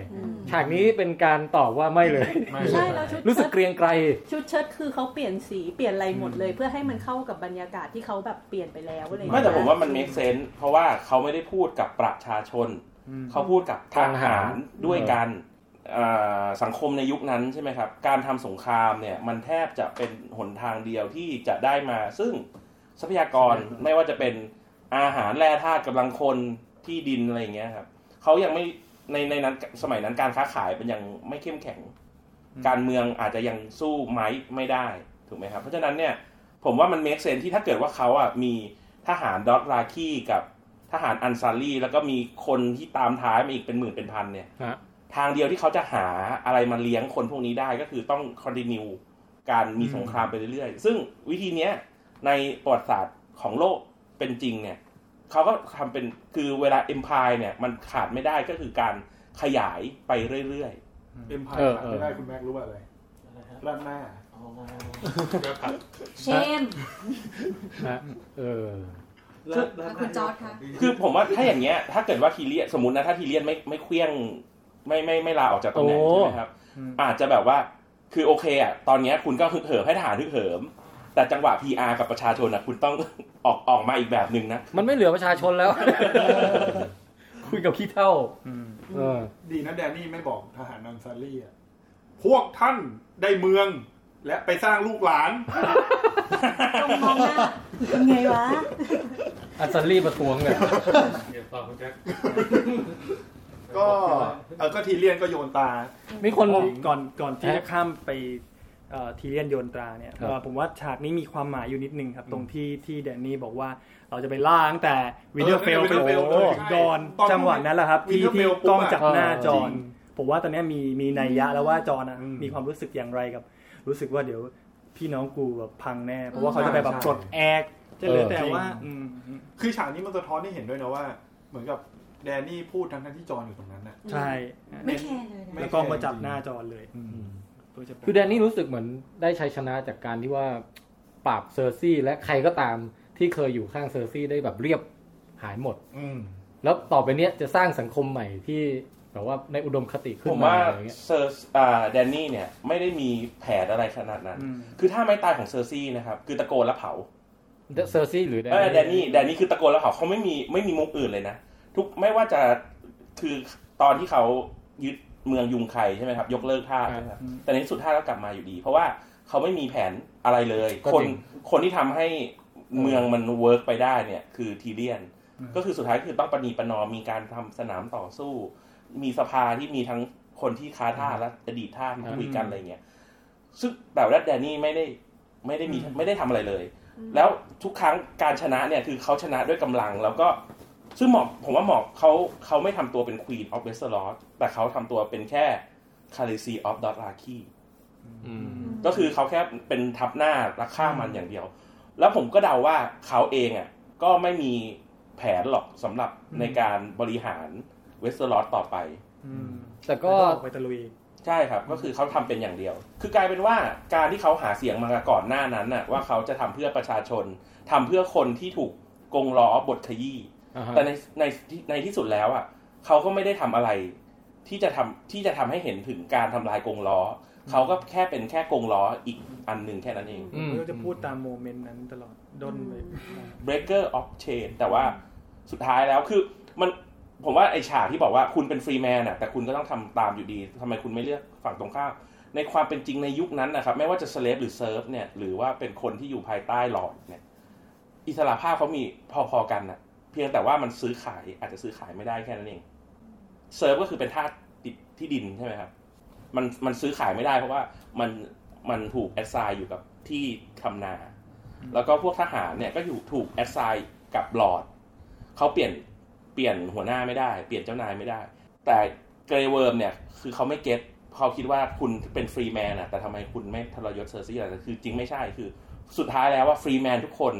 ฉากนี้เป็นการตอบว่าไม่เลย ใช่แล้วชุด รู้สึ เชิ ก ด เกรียงไกร ชุดเชิดคือเขาเปลี่ยนสีเปลี่ยนอะไรหมดเลย เพื่อให้มันเข้ากับบรรยากาศที่เขาแบบเปลี่ยนไปแล้วอะไรอย่าง ไม่ เงี้ย แต่ผมว่ามัน make sense เพราะว่าเขาไม่ได้พูดกับประชาชน เขาพูดกับทหารด้วยกันเอ่อสังคมในยุคนั้นใช่ไหมครับ การทำสงครามเนี่ยมันแทบจะเป็นหนทางเดียวที่จะได้มา ซึ่งทรัพยากรไม่ว่าจะเป็นอาหารแร่ธาตุกำลังคนที่ดินอะไรอย่างเงี้ยครับเขายังไม่ในในนั้นสมัยนั้นการค้าขายมันยังไม่เข้มแข็ง การเมืองอาจจะยังสู้ไม้ไม่ได้ถูกไหมครับ เพราะฉะนั้นเนี่ยผมว่ามัน make sense ที่ถ้าเกิดว่าเขาอ่ะมีทหารดอทราคีกับ ทหารอันซารีแล้วก็มีคนที่ตามท้ายมาอีกเป็นหมื่นเป็นพันเนี่ย ฮะ ทางเดียวที่เขาจะหาอะไรมาเลี้ยงคนพวกนี้ได้ก็คือต้องคอนติเนียการมีสงครามไปเรื่อยๆ ซึ่งวิธีเนี้ย ในประวัติศาสตร์ของโลกเป็นจริงเนี่ยเขาก็ทำเป็นคือเวลาเอ็มพายเนี่ยมันขาดไม่ได้ก็คือการขยายไปเรื่อยๆ เอ็มพายขาดไม่ได้คุณแม็กรู้ว่าอะไรร้านหน้า เชม เออ แล้วคุณจอร์ดคะ คือผมว่าถ้าอย่างเงี้ยถ้าเกิดว่าทีเลียนสมมตินะถ้าทีเลียนไม่ไม่เคลี้ยงไม่ไม่ไม่ลาออกจากตำแหน่ง โอ้ ใช่ไหมครับ อาจจะแบบว่าคือโอเคอ่ะตอนเนี้ยคุณก็ฮึกเหิมให้ทหารฮึกเหิม แต่จังหวะ PR กับประชาชนอ่ะคุณต้อง ออกออกมาอีกแบบหนึ่งนะ มันไม่เหลือประชาชนแล้ว คุยกับขี้เท่า เออ ดีนะแดนนี่ไม่บอกทหารนางซารี่อ่ะพวกท่านได้เมือง และไปสร้างลูกหลาน เป็นไงวะ อัศรีประท้วง เนี่ย เดี๋ยวต่อคุณแจ็ค ก็เออก็ทีเลียนก็โยนตา มีคน ของ ก่อนก่อนที่จะข้ามไปเอ่อทีเรียนโยนตราเนี่ย ครับ เอ่อผมว่าฉากนี้มีความหมายอยู่นิดนึงครับ ตรงที่ที่แดนนี่บอกว่าเราจะไปล่าตั้งแต่วิดีโอเฟลไป เออ Winterfell โอ้โห เลยใช่ จอน ตอน จังหวะนั้นแหละครับที่ Winterfell ที่ ปุ๊บอะ กล้องจับหน้าจอน จริง ผมว่าตอนเนี้ยมีมีนัยยะแล้วว่าจอนอะมีความรู้สึกอย่างไรกับ รู้สึกว่าเดี๋ยวพี่น้องกูแบบพังแน่ เพราะว่าเขาจะไปแบบปลดแอกจะเหลือแต่ว่า คือฉากนี้มันสะท้อนให้เห็นด้วยนะว่า เหมือนกับแดนนี่พูดทั้งๆที่จอนอยู่ตรงนั้นน่ะ ใช่ ไม่แคร์เลยนะ แล้วกล้องก็จับหน้าจอนเลยตัวจะ คือแดนนี่รู้สึกเหมือนได้ชัยชนะจากการที่ว่าปราบเซอร์ซี่และใครก็ตามที่เคยอยู่ข้างเซอร์ซี่ได้แบบเรียบหายหมด แล้วต่อไปเนี้ยจะสร้างสังคมใหม่ที่แบบว่าในอุดมคติขึ้ ผ น ม มา ว่า อะไรเงี้ย เซอร์อ่าแดนนี่เนี่ยไม่ได้มีแผนอะไรขนาดนั้น อืม คือถ้าไม่ตายของเซอร์ซี่นะครับ คือตะโกนแล้วเผา เซอร์ซี่หรือแดน เออแดน นี่ นี่แดนนี่คือตะโกนแล้วเขาเขาไม่มีไม่มีมุกอื่นเลยนะทุกไม่ว่าจะคือตอนที่เขายึดเมืองยุงไคใช่ไหมครับ ยกเลิกท่าสนะครับแต่ในที่สุดท่าสก็กลับมาอยู่ดี เพราะว่าเขาไม่มีแผนอะไรเลย ก็ คน จริง คนที่ทำให้เมืองมันเวิร์กไปได้เนี่ย คือทีเลียน ก็คือสุดท้ายคือต้องประนีประนอมมีการทำสนามต่อสู้ มีสภาที่มีทั้งคนที่ค้าท่าสและอดีตท่าสมาคุยกันอะไรเงี้ยซึ่งแต่ว่าแดนนี่ไม่ได้ไม่ได้มีไม่ได้ทำอะไรเลย แล้วทุกครั้งการชนะเนี่ยคือเขาชนะด้วยกำลังแล้วก็ซึ่งหมอกผมว่าหมอกเขาเขาไม่ทำตัวเป็น Queen of w e s t e r o s แต่เขาทำตัวเป็นแค่ c a l i c y of d o t h r a k i ก็คือเขาแค่เป็นทับหน้าและฆ่ามันอย่างเดียว แล้วผมก็เดาว่าเขาเองอ่ะก็ไม่มีแผนหรอกสำหรับในการบริหารเวสเ e อร์ลอต่อไป แต่ก็ แล้วก็ออกไปตะลุย ใช่ครับ ก็คือเขาทำเป็นอย่างเดียว คือกลายเป็นว่าการที่เขาหาเสียงมาก่อนหน้านั้นน่ะว่าเขาจะทำเพื่อประชาชนทำเพื่อคนที่ถูกกงล้อบทขยี้ อ่าฮะ แต่ในในในที่สุดแล้วอ่ะเขาก็ไม่ได้ทำอะไร ที่จะทำที่จะทำให้เห็นถึงการทำลายกงล้ออเขาก็แค่เป็นแค่กงล้ออีกอันหนึ่งแค่นั้นเอง ก็จะพูดตามโมเมนต์นั้นตลอดด้นไป breaker of chain แต่ว่าสุดท้ายแล้วคือมันผมว่าไอฉากที่บอกว่าคุณเป็นฟรีแมนอะแต่คุณก็ต้องทำตามอยู่ดีทำไมคุณไม่เลือกฝั่งตรงข้ามในความเป็นจริงในยุคนั้นนะครับ ไม่ว่าจะสเลฟหรือเซิร์ฟเนี่ยหรือว่าเป็นคนที่อยู่ภายใต้หลอดเนี่ย อิสระภาพเขามีพอๆกันนะเพียงแต่ว่ามันซื้อขายอาจจะซื้อขายไม่ได้แค่นั้นเองเซิร์ฟก็คือเป็นทาสติดที่ดินใช่ไหมครับ มันมันซื้อขายไม่ได้เพราะว่ามันมันถูกแอดไซน์อยู่กับที่ทำนา แล้วก็พวกทหารเนี่ยก็อยู่ถูกแอดไซน์กับบลอร์ดเขาเปลี่ยนเปลี่ยนหัวหน้าไม่ได้ เปลี่ยนเจ้านายไม่ได้ แต่เกรเวิร์มเนี่ยคือเขาไม่เก็ตเขาคิดว่าคุณเป็นฟรีแมนอะแต่ทำไมคุณไม่ทรยศเซอร์ซี่อะแต่คือจริงไม่ใช่คือสุดท้ายแล้วว่าฟรีแมนทุกคน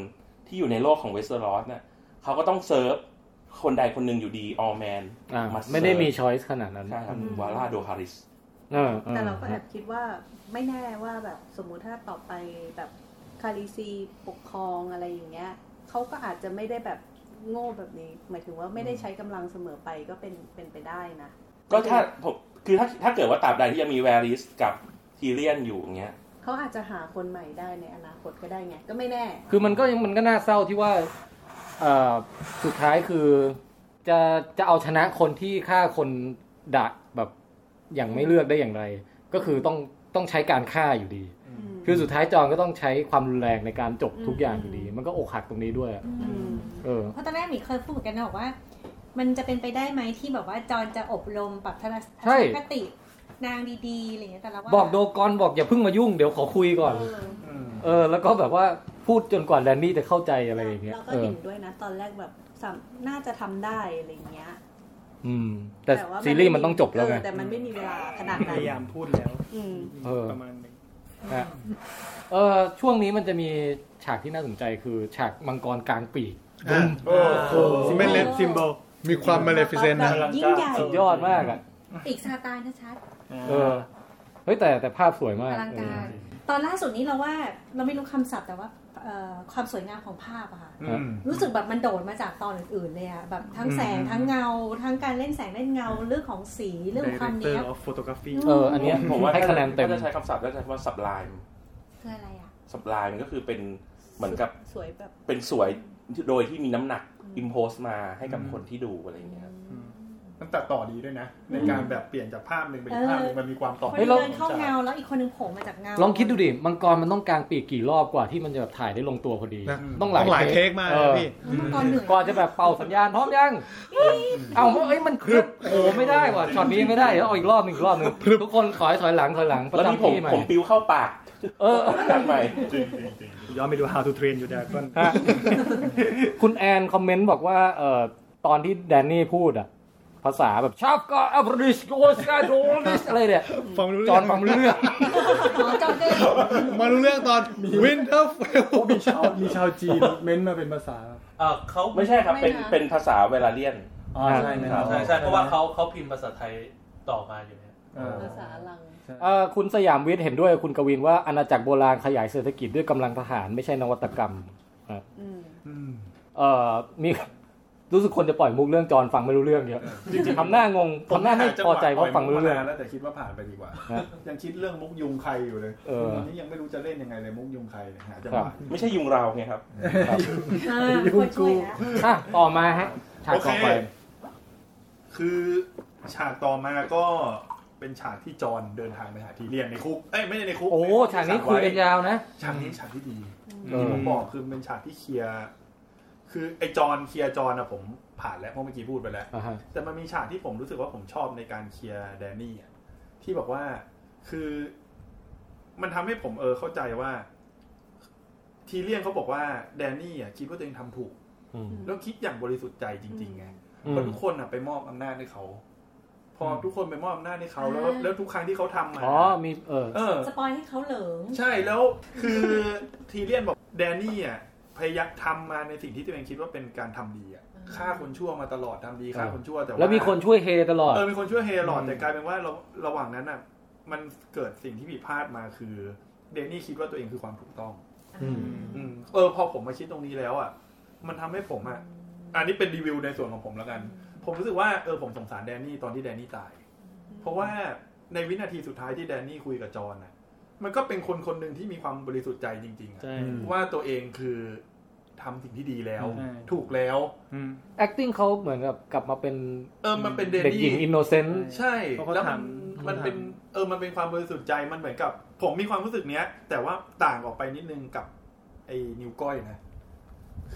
ที่อยู่ในโลกของเวสเ e อร์ลอสเนี่ยเขาก็ต้องเซิร์ฟคนใดคนหนึ่งอยู่ดีออแมน อ่าไม่ได้มีช้อยส์ขนาดนั้น ใช่ครับวาร่าโดฮาริส เออออ แต่เราก็แอบคิดว่าไม่แน่ว่าแบบสมมุติถ้าต่อไปแบบคาริซีปกครองอะไรอย่างเงี้ยเขาก็อาจจะไม่ได้แบบโง่แบบนี้ หมายถึงว่าไม่ได้ใช้กำลังเสมอไปก็เป็นเป็นไปได้นะ ก็ถ้าผมคือถ้าถ้าเกิดว่าตราบใดที่ยังมีแวริสกับทีเรียนอยู่อย่างเงี้ย เขาอาจจะหาคนใหม่ได้ในอนาคตก็ได้ไง ก็ไม่แน่ คือมันก็ยังมันก็น่าเศร้าที่ว่าเอ่อสุดท้ายคือจะจะเอาชนะคนที่ฆ่าคนด่าแบบอย่างไม่เลือกได้อย่างไร ก็คือต้องต้องใช้การฆ่าอยู่ดี คือสุดท้ายจอนก็ต้องใช้ความรุนแรงในการจบทุกอย่างอยู่ดี มันก็อกหักตรงนี้ด้วยอะเออ เพราะตอนแรกหมีเคยพูดเหมือนกันนะบอกว่า มันจะเป็นไปได้ไหมที่แบบว่าจอนจะอบรมปรับทัศน ใช่ คติ นางดีๆอะไรอย่างเงี้ยแต่ละว่า บอกโดกอนบอกอย่าเพิ่งมายุ่งเดี๋ยวขอคุยก่อน เออ แล้วก็แบบว่าพูดจนกว่าแดนนี่จะเข้าใจอะไรอย่างเงี้ย เราก็ เออ เห็นด้วยนะตอนแรกแบบสำน่าจะทำได้อะไรอย่างเงี้ย อืม แต่ ว่า ซีรีส์มันต้องจบแล้วไง เออแต่มันไม่มีเวลาขนาด พ นั้น ยายามพูดแล้ว อืม เออ ประมาณหนึง นะฮะเออช่วงนี้มันจะมีฉากที่น่าสนใจคือ ฉากมังกรกลางปีก อ่ะโอ้โห Maleficent symbol มีความ Maleficent นะ ยิ่งใหญ่สุดยอดมากอ่ะ ปีกซาตานชัด เออ เฮ้ยแต่แต่ภาพสวย ๆอ มาก ลัง เอ การ อ ตอนล่าสุดนี้เราว่าเราไม่รู้คำศัพท์แต่ว่าเอ่อความสวยงามของภาพอะค่ะ อืม รู้สึกแบบมันโดดมาจากตอนอื่นๆเลยอะแบบทั้งแสง อืม ทั้งเงา ทั้งการเล่นแสงเล่นเงาเรื่องของสีเรื่องของความเนี้ยบ of photography เอออันเนี้ย ผมว่า ให้คะแนนเต็ม ถ้าจะใช้คำศัพท์ก็จะใช้ว่าสับลาย คืออะไรอะ สับลายมันก็คือเป็นเหมือนกับ สวยแบบ เป็นสวยโดยที่มีน้ำหนักอิมโพสมาให้กับคนที่ดูอะไรอย่างเงี้ยครับ มันตัดต่อดีด้วยนะ ในการแบบเปลี่ยนจากภาพหนึ่งไปอีกภาพหนึ่งมันมีความต่อ คน เนื่ เดิ อนง เข้าเงาแล้วอีกคนหนึงโผล่มาจากเงา ลองคิดดูดิมังกรมันต้องกลางปีกกี่รอบกว่าที่มันจะแบบถ่ายได้ลงตัวพอดี ต้องหลาย ต้องหลายเทคมากนะพี่ เออก่อนจะแบบเป่าสัญญาณพร้อมยัง เอาเอ้ยมันครึบโอ้โหไม่ได้ว่ะช็อตนี้ไม่ได้เดี๋ยวเอาอีกรอบหนึ่งอีกรอบหนึ่งทุกคนถอยถอยหลังถอยหลังประ แล้วนี่ จำ ผม ที่ใหม่ ผมปิ้วเข้าปาก เออ กันใหม่ ย้อนไปดู How to Train อยู่ดากอน คุณแอนคอมเมนต์บอกว่าเอ่อตอนที่แดนนี่พูดอะภาษาแบบชอบก็อับริชโกสกาโดริชอะไรเนี่ย ฟังไม่รู้ จอนฟังไม่รู้เรื่อง มารู้เรื่องตอน Winterfell มีชาวมีชาวจีนเม้นต์มาเป็นภาษา เออเขา ไม่ใช่ครับ เป็น ไม่นะ เป็นภาษาเวลาเลียน อ๋อใช่ไหมครับ ใช่ใช่เพราะว่าเขาเขาพิมพ์ภาษาไทยต่อมาอยู่เนี่ย ภาษาลัง เอ่อคุณสยามวิทย์เห็นด้วยกับคุณกวินว่าอาณาจักรโบราณขยายเศรษฐกิจด้วยกำลังทหารไม่ใช่นวัตกรรมครับ อืม เอ่อมีรู้สึกคนจะปล่อยมุกเรื่องจอนฟังไม่รู้เรื่องเยอะ จริงๆ ทำหน้างง ผม ทำหน้าไม่พอใจเพราะ ห ฟังไม่รู้เรื่อง าแล้วแต่คิดว่าผ่านไปดีกว่า ฮะ ยังคิดเรื่องมุกยุงใครอยู่เลย เออ ตอนนี้ยังไม่รู้จะเล่นยังไงเลยมุกยุงใครเนี่ยหาจัง ค ห รับ วะ ไม่ใช่ยุงเราไงครับ อ่าควรช่วยนะ อ่ะต่อมาฮะฉาก โอเค ต่อไป คือฉากต่อมาก็เป็นฉากที่จอห์นเดินทางไปหาทีเรียนในคุก เอ้ยไม่ใช่ในคุก โอ้ฉากนี้คุยกันยาวนะ ฉากนี้ฉากที่ดี อืม ที่ผมบอกคือเป็นฉากที่เคลียร์ คือไอ้จอห์นเคลียร์จอห์นอะผมผ่านแล้วเพราะเมื่อกี้พูดไปแล้ว อ่าฮะ แต่มันมีฉากที่ผมรู้สึกว่าผมชอบในการเคลียร์แดนนี่อะที่บอกว่าคือมันทำให้ผมเออเข้าใจว่า ทีเรียนเขาบอกว่าแดนนี่อะคิดว่าตัวเองทำถูก แล้วคิดอย่างบริสุทธิ์ใจจริงๆไง อืม เพราะทุกคนอ่ะไปมอบอำนาจให้เขา พอทุกคนไปมอบอำนาจให้เขาแล้ว อ่า แล้วทุกครั้งที่เขาทำมา อ๋อมีเออ เออ สปอยให้เขาเหลิง ใช่แล้วคือทีเรียนบอกแดนนี่อ่ะพยายามทำมาในสิ่งที่ตัวเองคิดว่าเป็นการทำดีอ่ะฆ่าคนชั่วมาตลอดทำดีฆ่าคนชั่วแต่ว่า แล้วมีคนช่วยเฮตลอด เออมีคนช่วยเฮหลอด อืม แต่กลายเป็นว่าเราระหว่างนั้นอ่ะ มันเกิดสิ่งที่ผิดพลาดมาคือเดนนี่คิดว่าตัวเองคือความถูกต้อง อืมเออพอผมมาคิดตรงนี้แล้วอ่ะ มันทำให้ผมอ่ะอันนี้เป็นรีวิวในส่วนของผมแล้วกัน ผมรู้สึกว่าเออผมสงสารแดนนี่ตอนที่แดนนี่ตาย เพราะว่าในวินาทีสุดท้ายที่แดนนี่คุยกับจอห์นอ่ะ มันก็เป็นคนคนหนึ่งที่มีความบริสุทธิ์ใจจริง ๆอ่ะ ใช่ ว่าตัวเองคือทำสิ่งที่ดีแล้ว ถูกแล้ว acting เขาเหมือนกับกลับมาเป็น เออมันเป็นเดนนี่ กหญิงอินโนเซนต์ ใช่ เพราะเขา แล้วมัน ทำ มันเป็นเออมันเป็นความบริสุทธิ์ใจมันเหมือนกับ ผมมีความรู้สึกเนี้ย แต่ว่าต่างออกไปนิดนึงกับไอ้นิ้วก้อยนะ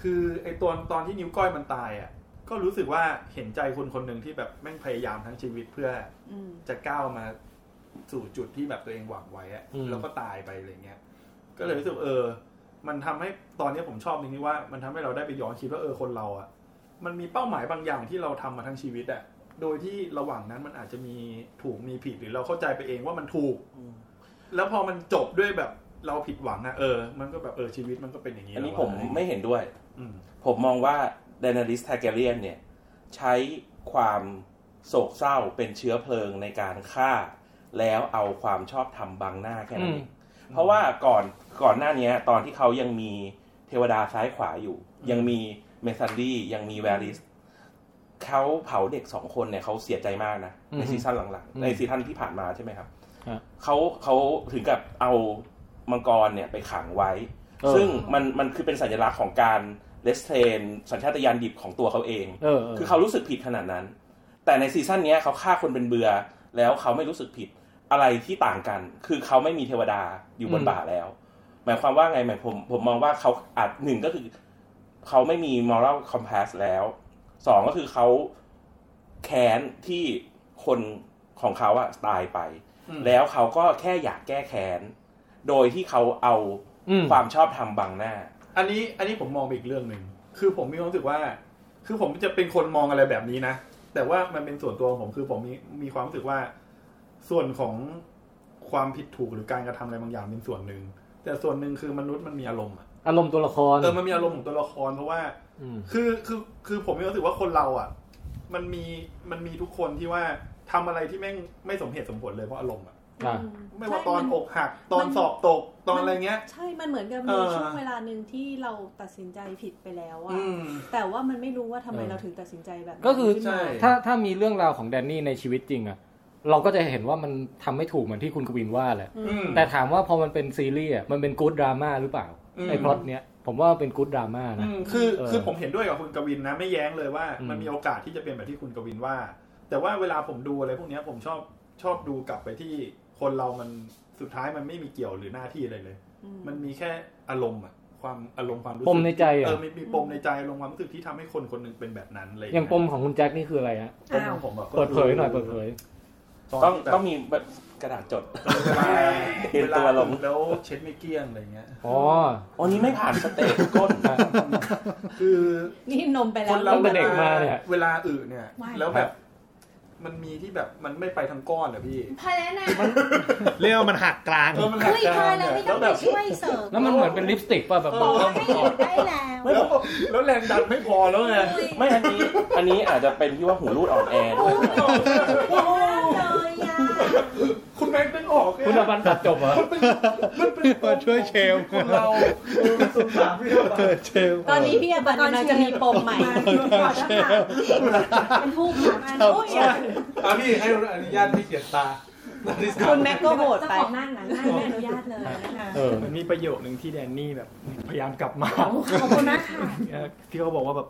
คือไอ้ตอนตอนที่นิ้วก้อยมันตายอ่ะ ก็รู้สึกว่าเห็นใจคนคนหนึ่งที่แบบแม่งพยายามทั้งชีวิตเพื่อ อืม จะก้าวมาสู่จุดที่แบบตัวเองหวังไว้อะ อืม แล้วก็ตายไปอะไรเงี้ย ก็เลยรู้สึกเออ มันทำให้ตอนนี้ผมชอบตรงที่ว่า มันทำให้เราได้ไปย้อนคิดว่าเออคนเราอ่ะ มันมีเป้าหมายบางอย่างที่เราทำมาทั้งชีวิตอะโดยที่ระหว่างนั้นมันอาจจะมีถูกมีผิดหรือเราเข้าใจไปเองว่ามันถูก แล้วพอมันจบด้วยแบบเราผิดหวังอะเออ มันก็แบบเออชีวิตมันก็เป็นอย่างนี้ อันนี้ แล้ว ผ อะ ม อะไรอย่าง ไม่ เงี้ย เห็นด้วย อืม ผมมองว่าดนาริสทาเกเรียนเนี่ย ใช้ความโศกเศร้าเป็นเชื้อเพลิงในการฆ่า แล้วเอาความชอบธรรมบังหน้าแค่นั้นเองเพราะว่าก่อนก่อนหน้าเนี้ย ตอนที่เขายังมีเทวดาซ้ายขวาอยู่ ยังมีเมซันดี้ยังมีแวริสเขาเผาเด็กสองคนเนี่ยเขาเสียใจมากนะ ใน อือฮึ ซีซั่นหลัง อืม ๆ ในซีซั่นที่ผ่านมาใช่ไหมครับ ฮะ เขาเขาถึงกับเอามังกรเนี่ยไปขังไว้ เออ ซึ่งมันมันคือเป็นสัญลักษณ์ของการเลสเทรนสัญชาตญาณดิบของตัวเขาเอง เออเออ คือเขารู้สึกผิดขนาดนั้น แต่ในซีซั่นเนี้ยเขาฆ่าคนเป็นเบือ แล้วเขาไม่รู้สึกผิดอะไรที่ต่างกัน คือเขาไม่มีเทวดาอยู่บน อืม บ่าแล้ว หมายความว่าไงหมายผมผมมองว่าเขาอาจหนึ่งก็คือ เขาไม่มี moral compass แล้วสองก็คือเขาแค้นที่คนของเขาอะตายไป อืม แล้วเขาก็แค่อยากแก้แค้น โดยที่เขาเอา อืม ความชอบธรรมบังหน้า อันนี้อันนี้ผมมองไปอีกเรื่องหนึ่ง คือผมมีความรู้สึกว่า คือผมจะเป็นคนมองอะไรแบบนี้นะ แต่ว่ามันเป็นส่วนตัวของผมคือผมมีมีความรู้สึกว่า ส่วนของ ความผิดถูกหรือการกระทำอะไรบางอย่างเป็นส่วนหนึ่ง แต่ส่วนหนึ่งคือมนุษย์มันมีอารมณ์อะ อารมณ์ตัวละคร เออมันมีอารมณ์ของตัวละครเพราะว่า อืม คือคือคือผมมีความรู้สึกว่าคนเราอ่ะ มันมีมันมีทุกคนที่ว่าทำอะไรที่แม่งไม่สมเหตุสมผลเลยเพราะอารมณ์อ่ะ อ่า ไม่ว่าตอน ใช่มัน อกหักตอน มัน สอบตกตอนอะไรเงี้ย ใช่ มันเหมือนกับ เอ มี อ ช่วงเวลาหนึ่งที่เราตัดสินใจผิดไปแล้ว อื อะ ม แต่ว่ามันไม่รู้ว่าทำไม เออ เราถึงตัดสินใจแบบนั้น ก็คือ ขึ้นมา ถ้าถ้ามีเรื่องราวของแดนนี่ในชีวิตจริงอะเราก็จะเห็นว่ามันทำไม่ถูกเหมือนที่คุณกวินว่าแหละ อืม แต่ถามว่าพอมันเป็นซีรีส์อะมันเป็นกู๊ดดราม่าหรือเปล่า อืม ไอ้พล็อตเนี้ยผมว่าเป็นกู๊ดดราม่า อื นะ มคือ เ คือผมเห็นด้วยกับคุณกวินนะไม่แย้งเลยว่า อืม มันมีโอกาสที่จะเป็นแบบที่คุณกวินว่า แต่ว่าเวลาผมดูอะไรพวกเนี้ยผมชอบชอบดูกลับไปที่คนเรามันสุดท้ายมันไม่มีเกี่ยวหรือหน้าที่อะไรเลย อืม มันมีแค่อารมณ์อ่ะความอารมณ์ความรู้สึก ปมในใจเหรอ เออมีมีปมในใจอารมณ์ความรู้สึกที่ทำให้คนคนหนึงเป็นแบบนั้นอะไรอย่าง อ เงี้ ย่าย งปมของคุณแจ็คนี่คืออะไรฮะ ปมของผมอะก็คือ เปิดเผยหน่อยเปิดเผย ต้องต้องมีกระดาษจดเห็น เวลา ตัวลง แล้วเช็ดไม่เกลี้ยงอะไรเงี้ย อ๋อ อันนี้ไม่ผ่านสเตจ ก้น คือ นี่นมไปแล้ว คนเรา นมไป เว แล้ ลาว เวลาอึเนี่ย ไม่ แล้วแบบมันมีที่แบบมันไม่ไปทางก้อนเหรอพี่ พอแล้วนะ เรียกว่ามันหักกลาง เออมันหักกลางเนี่ยแล้วแบบ แล้วมันเหมือนเป็นลิปสติกป่ะแบบบอกว่า แล้วแล้วแรงดันไม่พอแล้วไง ไม่อันนี้ อันนี้อาจจะเป็นที่ว่าหูรูดอ่อนแอด้วย คุณแม็กซ์นึกออกเนี่ย คุณอภันตัดจบเหรอ มันเป็นปม ช่วยเชล คนเราเออมันสงสารพี่เรา เออเชล ตอนนี้พี่อบันกำลังจะมีปมใหม่ เป็นทูบค่ะ เออ เจ้า ใช่ อ่ะพี่ให้อนุญาตไม่เขียนตา คุณแม็กก็โหดไป ของนั่งนะนั่งไม่อนุญาตเลยนะคะ เออ มันมีประโยคหนึ่งที่แดนนี่แบบพยายามกลับมา ขอบคุณมากค่ะ เออที่เขาบอกว่าแบบ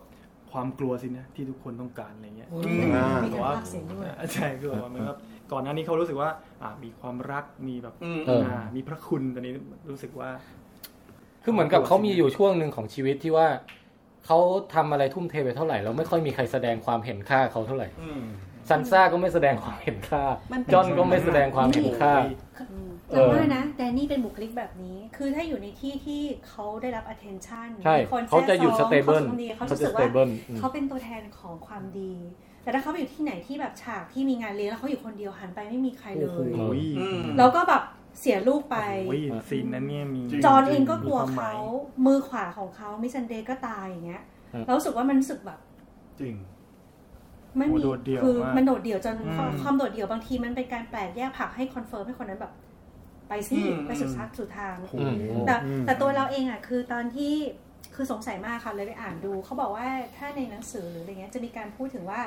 ความกลัวสินะที่ทุกคนต้องการอะไรเงี้ย อืม มี แต่ การ ว่า ภาคเสียงด้วย ใช่คือแบบว่าเหมือนแบบก่อนหน้านี้เขารู้สึกว่า อ่ามีความรักมีแบบ อืม ามีพระคุณตอนนี้รู้สึกว่า คือเหมือนกับเขามีอยู่ช่วงหนึ่งของชีวิตที่ว่าเขาทำอะไรทุ่มเทไปเท่าไหร่แล้วไม่ค่อยมีใครแสดงความเห็นค่าเขาเท่าไหร่ อืม ซันซ่าก็ไม่แสดงความเห็นค่า มันเป็น จอห์นก็ไม่แสดงความเห็นค่า แต่ว่านะแดนนี่เป็นบุคลิกแบบนี้ คือถ้าอยู่ในที่ที่เขาได้รับ attention ใช่ มีคน เขาจะหยุด แทรกซ้อ stable นขาสมดีเขา เขาจะรู้สึกว่า stable อืม เขาเป็นตัวแทนของความดี แต่ถ้าเขาไปอยู่ที่ไหนที่แบบฉากที่มีงานเลี้ยงแล้วเขาอยู่คนเดียวหันไปไม่มีใครเลย โอ้โห แล้วก็แบบเสียลูกไป โอ้ยซีนนั้นเนี่ยมี จอห์นเองก็กลัว มีคมหม เขา ย มือขวาของเขามิสซันเดย์ก็ตายอย่างเงี้ย อืม เรารู้สึกว่ามันรู้สึกแบบ จริง ไม่มี โอ้โหโดดเดี่ยว คือ มาก มันโดดเดี่ยวจน อืม ความโดดเดี่ยวบางทีมันเป็นการแปลกแยกผักให้คอนเฟิร์มให้คนนั้นแบบ ไปสิ อืม ไปสุดทักสุดทาง โอ้โห แต่แต่ตัวเราเองอ่ะคือตอนที่คือสงสัยมากค่ะเลยไปอ่านดู เขาบอกว่าถ้าในหนังสือหรืออะไรเงี้ยจะมีการพูดถึงว่า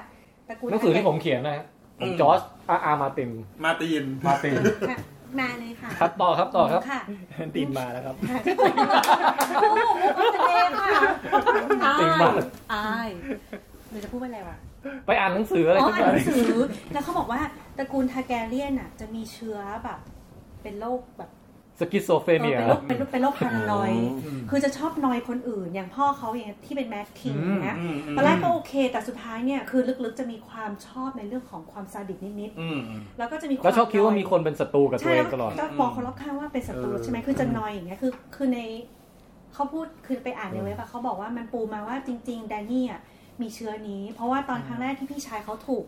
ตระกูล หนังสือที่ผมเขียนนะฮะผมจอร์จอาร์อาร์มาร์ติน มาตีน มาร์ติน ค่ะนานเลยค่ะ ครับต่อครับต่อครับ ค่ะ ตีนมาแล้วครับ โอ้โหมุกมันจะเล่นค่ะอาย จริงมาก อายหนูจะพูดว่าอะไรวะ ไปอ่านหนังสืออะไร อ๋อ สักอ อ่าน ย่าง หนังสือ แล้วเขาบอกว่าตระกูลทาแกเรียนอ่ะ จะมีเชื้อแบบ เป็นโรคแบบ สกิโซเฟ เออ เนีย เป็นโรคเป็นโรคเป็นโรคพารานอยด์ อืม คือจะชอบนอยคนอื่น อย่างพ่อเขาอย่างที่เป็นแมทคิงเนี้ย อืมอืม ตอนแรกก็โอเค แต่สุดท้ายเนี่ยคือลึกๆจะมีความชอบในเรื่องของความซาดิสนิด อืม ๆ แล้วก็จะมีวาม แล้วชอบคิดว่ามีคนเป็นศัตรูกับตัว ใช่ เอ แล้ ง ว ตลอด ก็บอกคนรอบข้างว่าเป็นศัตรูใช่ไหมคือจะนอยอย่างเงี้ยคือคือในเขาพูดคือไปอ่านในเว็บอะเขาบอกว่ามันปูมาว่าจริงๆแดนนี่อ่ะมีเชื้อนี้ เพราะว่าตอนครั้งแรกที่พี่ชายเขาถูก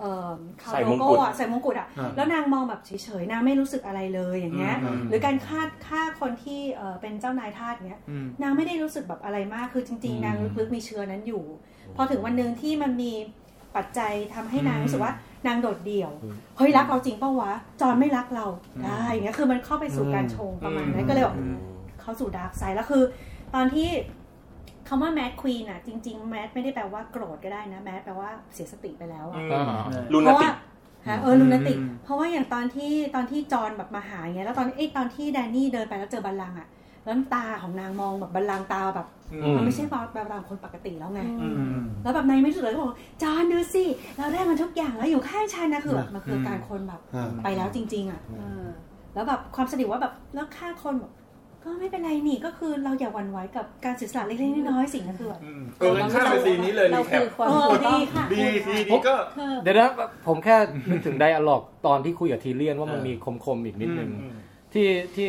เอ่อคา ใส่ โล มง โก้ กุฎ อะใส่มงกุฎอ่ะ อ่า แล้วนางมองแบบเฉยๆนางไม่รู้สึกอะไรเลยอย่างเงี้ย อืม หรือการฆ่าฆ่าคนที่เอ่อเป็นเจ้านายทาสเงี้ย อืม นางไม่ได้รู้สึกแบบอะไรมาก คือจริงๆ นางลึกๆมีเชื้อนั้นอยู่ พอถึงวันหนึ่งที่มันมีปัจจัยทำให้นางรู้สึกว่านางโดดเดี่ยว เฮ้ยรักเราจริงปะวะ จอนไม่รักเราได้อย่างเงี้ย คือมันเข้าไปสู่การชงประมาณนั้น ก็เลยแบบเข้าสู่ดาร์กไซด์แล้วคือ ตอนที่คำว่าแมดควีนอ่ะ จริงๆ แมดไม่ได้แปลว่าโกรธก็ได้นะ แมดแปลว่าเสียสติไปแล้วอะ อ่า เพราะว่าฮะเออลูนาติก เพราะว่าอย่างตอนที่ตอนที่จอห์นแบบมาหาอย่างเงี้ยแล้วตอนไอ้ยตอนที่แดนนี่เดินไปแล้วเจอบัลลังก์อ่ะแล้วตาของนางมองแบบบัลลังก์ตาแบบ อืม มันไม่ใช่บัลลังก์คนปกติแล้วไง อืม แล้วแบบนายไม่รู้สึกเลยก็บอกจอห์นดูสิเราได้มันทุกอย่างแล้วอยู่ข้างชายนะคือแบบมันคือการคนแบบ อืม ไปแล้วจริง ๆอ่ะแล้วแบบความสนิทว่าแบบแล้วฆ่าคนแบบก็ไม่เป็นไรนี่ก็คือเราอย่าหวั่นไหวกับการเสียสละเล็กๆน้อยๆสิ่งนั้นคือแบบ เอองั้นข้ามไปซีนนี้เลยรีแคป เออดีค่ะ ดีซีนนี้ก็ เดี๋ยวนะผมแค่นึกถึงไดอะล็อกตอนที่คุยกับทีเลียนว่ามัน เออ มีคมๆอีกนิดนึง ที่ที่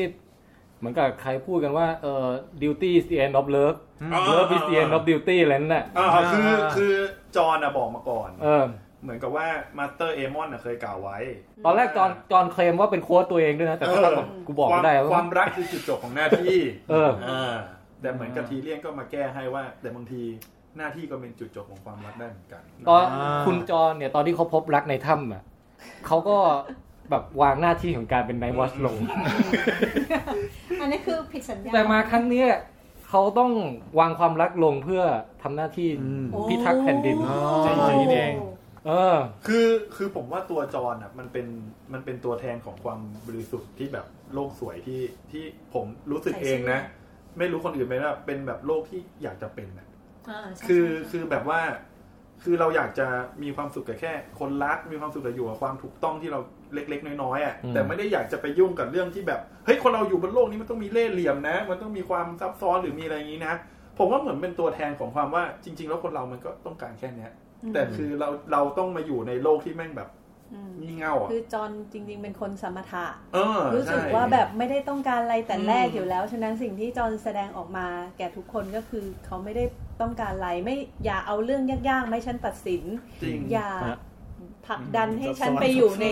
เหมือนกับใครพูดกันว่าเอ่อ duty is the end of love อ๋อ love is the end of duty อะไรนั่นแหละ อ่าคือคือจอห์นอะบอกมาก่อน เออ เหมือนกับว่ามาสเตอร์เอมอนเคยกล่าวไว้ ตอนแรกจอนจอนเคลมว่าเป็นโค้ชตัวเองด้วยนะ แต่ก็แบบกูบอกไม่ได้ ควา ว่า ความรักคือจุดจบของหน้าที่ เออ าแต่เหมือนกับทีเลี่ยนก็มาแก้ให้ว่า แต่บางทีหน้าที่ก็เป็นจุดจบของความรักได้เหมือนกัน ตอนคุณจอนเนี่ยตอนที่เขาพบรักในถ้ำอ่ะเขาก็แบบวางหน้าที่ของการเป็นไนท์วอชลง อันนี้คือผิดสัญญา แต่มาครั้งเนี้ยเขาต้องวางความรักลงเพื่อทำหน้าที่พิทักษ์แผ่นดิน จริงๆนี่เอง เออ คือคือผมว่าตัวจอนอ่ะมันเป็นมันเป็นตัวแทนของความบริสุทธิ์ที่แบบโลกสวยที่ที่ผมรู้สึกเองนะ ไม่รู้คนอื่นไหมว่าเป็นแบบโลกที่อยากจะเป็นอะ คือคือแบบว่าคือเราอยากจะมีความสุขกับแค่ คนรักมีความสุขกับอยู่กับความถูกต้องที่เราเล็ก ๆ น้อยๆอ่ะ อืม แต่ไม่ได้อยากจะไปยุ่งกับเรื่องที่แบบเฮ้ยคนเราอยู่บนโลกนี้มันต้องมีเล่ห์เหลี่ยมนะ มันต้องมีความซับซ้อนหรือมีอะไรอย่างนี้นะผมว่าเหมือนเป็นตัวแทนของความว่าจริง ๆ แล้วคนเรามันก็ต้องการแค่เนี้ย อืม แต่คือเราเราต้องมาอยู่ในโลกที่แม่งแบบ อืม งี่เง่าอ่ะ คือจอนจริง ๆ เป็นคนสมถะ เออ รู้สึก ใช่ ว่าแบบไม่ได้ต้องการอะไรแต่แรกอยู่แล้ว ฉะนั้นสิ่งที่จอนแสดงออกมา แก่ทุกคนก็คือเขาไม่ได้ต้องการอะไรไม่อย่าเอาเรื่องยากๆไม่ฉันตัดสิน จริง อย่าผลักดันให้ฉันไปอยู่ใน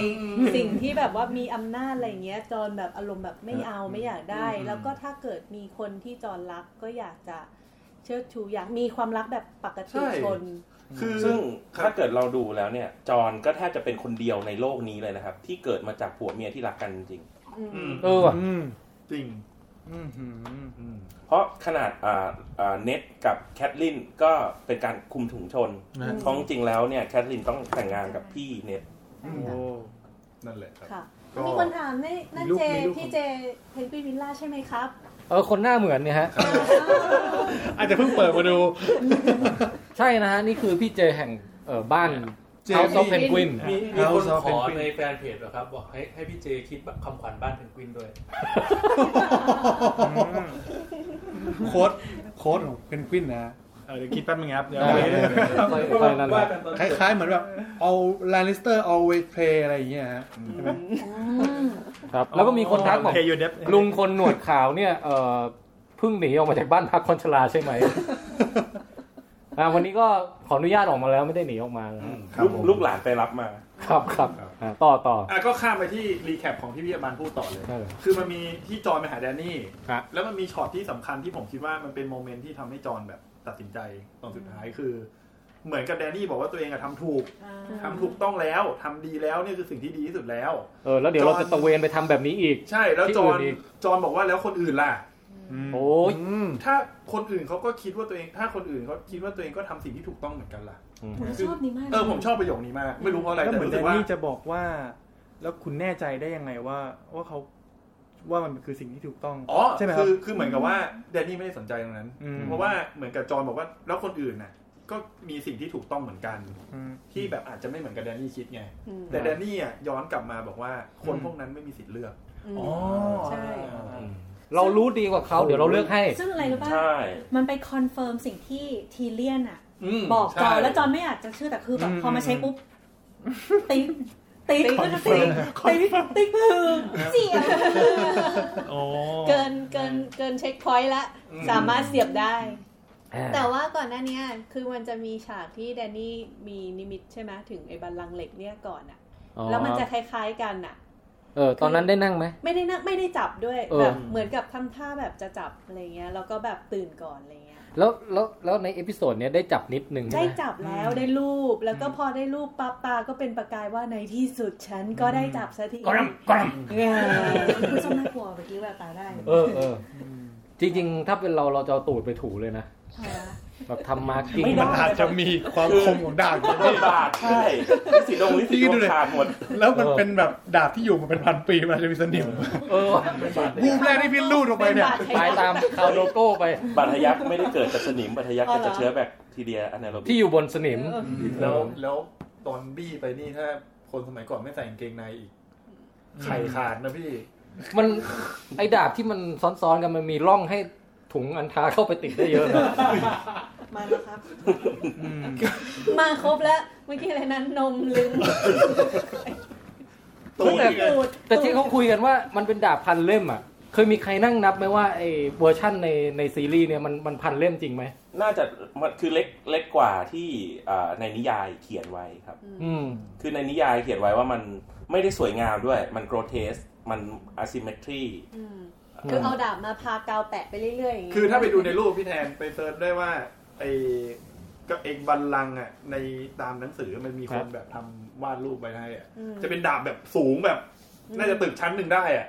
สิ่งที่แบบว่ามีอำนาจอะไรอย่างเงี้ย จอนแบบอารมณ์แบบไม่เอาไม่อยากได้ อืม แล้วก็ถ้าเกิดมีคนที่จอนรักก็อยากจะเชิดชูอยากมีความรักแบบปกติ ใช่ ชน ซึ่งถ้าเกิดเราดูแล้วเนี่ย จอห์นก็แทบจะเป็นคนเดียวในโลกนี้เลยนะครับ ที่เกิดมาจากผัวเมียที่รักกันจริง อืม เออว่ะ จริง เพราะขนาดอ่าอ่าเน็ตกับแคทลินก็เป็นการคุมถุงชน อืม ท้องจริงแล้วเนี่ยแคทลินต้องแต่งงานกับพี่เน็ต โอ้นั่นแหละครับ ค่ะ ก็ มีคนถามในนั่น มีลูก เจ มีลูก พี่เจเพนกวินวิลล่าใช่ไหมครับ เออคนหน้าเหมือนเนี่ยฮะ อาจจะเพิ่งเปิดมาดู ใช่นะฮะ นี่คือพี่เจแห่งเออบ้าน เจ เ o าซอฟเพนกวิน มีมีคนขอในแฟนเพจเหรอครับ บอกให้ให้พี่เจคิดแบบคำขวัญบ้านเพนกวินด้วย โค้ดโค้ดของเพนกวินนะ เออเดี๋ยวคิดแป๊บนึงครับเดี๋ยว ได้ได้ได้ ว่ากันตอน คล้ายๆเหมือนแบบเอาลานนิสเตอร์ always play อะไรอย่างเงี้ยฮะใช่ไหม ครับแล้วก็มีคนทักบอก โอเคอยู่เดฟ ลุงคนหนวดขาวเนี่ยเออเพิ่งหนีออกมาจากบ้านพักคนชราใช่ไหม อ่าวันนี้ก็ขออนุญาตออกมาแล้วไม่ได้หนีออกมานะฮะ ลูกลูกหลานไปรับมา ครับครับอ่าต่อต่อ อ่ะก็ข้ามไปที่รีแคปของที่พี่อมานพูดต่อเลย ได้เลย คือมันมีที่จอนไปหาแดนนี่ ครับ แล้วมันมีช็อตที่สำคัญที่ผมคิดว่ามันเป็นโมเมนต์ที่ทำให้จอนแบบตัดสินใจตอนสุดท้ายคือ เหมือนกับแดนนี่บอกว่าตัวเองอะทำถูกทำถูกต้องแล้วทำดีแล้วนี่คือสิ่งที่ดีที่สุดแล้ว เออแล้วเดี๋ยวเราจะตระเวนไปทำแบบนี้อีก ใช่แล้ว ที่ จอน นอีก จอนบอกว่าแล้วคนอื่นล่ะ โอ้ย ถ้าคนอื่นเขาก็คิดว่าตัวเอง ถ้าคนอื่นเขาคิดว่าตัวเองก็ทำสิ่งที่ถูกต้องเหมือนกันล่ะ อืม คื ชอบนี้มาก เออผมชอบประโยคนี้มาก ไม่รู้เพราะอะไร ก็ แต่ เหมือน รู้สึกแดนว่า นี่จะบอกว่า แล้วคุณแน่ใจได้ยังไงว่า ว่าเขาว่ามันคือสิ่งที่ถูกต้อง อ๋อ ใช่ไหมครัคืบอคือเหมือนกับว่าแดนนี่ไม่ได้สนใจตรงนั้น อืม เพราะว่าเหมือนกับจอห์นบอกว่าแล้วคนอื่นน่ะ ก็มีสิ่งที่ถูกต้องเหมือนกัน อืม ที่แบบอาจจะไม่เหมือนกับแดนนี่คิดไง อืม แต่แดนนี่อ่ะย้อนกลับมาบอกว่าคนพวกนั้นไม่มีสิทธิ์เลือก อืม ใช่ เรารู้ดีกว่าเขาเดี๋ยวเราเลือกให้ ซึ่งอะไรรู้ป่ะ ใช่ มันไปคอนเฟิร์มสิ่งที่ทีเลียนอ่ะ อืม บอกจอ ใช่ นแล้วจอนไม่อยากจะเชื่อแต่คือแบบ อืม พอมาใช้ปุ๊บติ๊กติ๊กติ๊กติ๊กติ๊กคือเสียบ เกินเกินเกินเช็คพอยต์ละ อืม สามารถเสียบได้ อ่า แต่ว่าก่อนหน้าเนี้ยคือมันจะมีฉากที่แดนนี่มีนิมิตใช่ไหมถึงไอ้บัลลังก์เหล็กเนี่ยก่อนอะ อ๋อ แล้วมันจะคล้าย ๆกันอะ เออ ตอนนั้นได้นั่งไหม ไม่ได้นะไม่ได้จับด้วย เออ แบบเหมือนกับทำท่าแบบจะจับอะไรเงี้ยแล้วก็แบบตื่นก่อนอะไรเงี้ย แล้วแล้วแล้วในเอพิโซดเนี้ยได้จับนิดนึงใช่ ได้ ไหม จับแล้วได้รูปแล้วก็พอได้รูปปั๊บตาก็เป็นประกายว่าในที่สุดฉันก็ได้จับสักที กรำกร คุณส้มน่ากลัวเมื่อกี้แววตาได้ เออเออจริงๆ ถ้าเป็นเราเราจะเอาตูดไปถูเลยนะ แบบทำมาร์กิ้ง ไม่ได้มันอาจจะมีความคมของดาบ ดาบใช่ลิสิดงลิสิดงขาดหมด แล้วมันเป็นแบบดาบที่อยู่มาเป็นพันปีมันอาจจะมีเสนิม เออ บูมแรกที่พี่ลูดออกไปเนี่ย ตายตามคาวโลโก้ไป บาดทะยักไม่ได้เกิดจากสนิมบาดทะยัก อ๋อเหรอเกิดจากเชื้อแบคทีเรียอนาโรบิก ที่อยู่บนสนิม แล้วแล้วตอนบี้ไปนี่ถ้าคนสมัยก่อนไม่ใส่กางเกงในอีกไข่ขาดนะพี่ มันไอ้ดาบที่มันซ้อนๆกันมันมีร่องให้ถุงอันทาเข้าไปติดได้เยอะนะ มาแล้วครับ มาครบแล้วเมื่อกี้อะไรนั้นนมลืม แต่แต่ที่เขาคุยกันว่ามันเป็นดาบพันเล่มอ่ะ เคยมีใครนั่งนับไหมว่าไอ้เวอร์ชั่นในในซีรีส์เนี่ยมันมันพันเล่มจริงไหม น่าจะมันคือเล็กเล็กกว่าที่อ่าในนิยายเขียนไว้ครับ อืม คือในนิยายเขียนไว้ว่ามันไม่ได้สวยงามด้วย มันโกรเทส มันอะซิเมทรี อืมคือเอาดาบมาพากาวแปะไปเรื่อยๆอย่างงี้ คือถ้าไปดูในรูปพี่แทนไปเซิร์ชได้ว่าไอ้ก็เอกบัลลังก์อ่ะในตามหนังสือมันมีคนแบบทำวาดรูปไว้ให้อ่ะ อืม จะเป็นดาบแบบสูงแบบ น่าจะตึกชั้นหนึ่งได้อ่ะ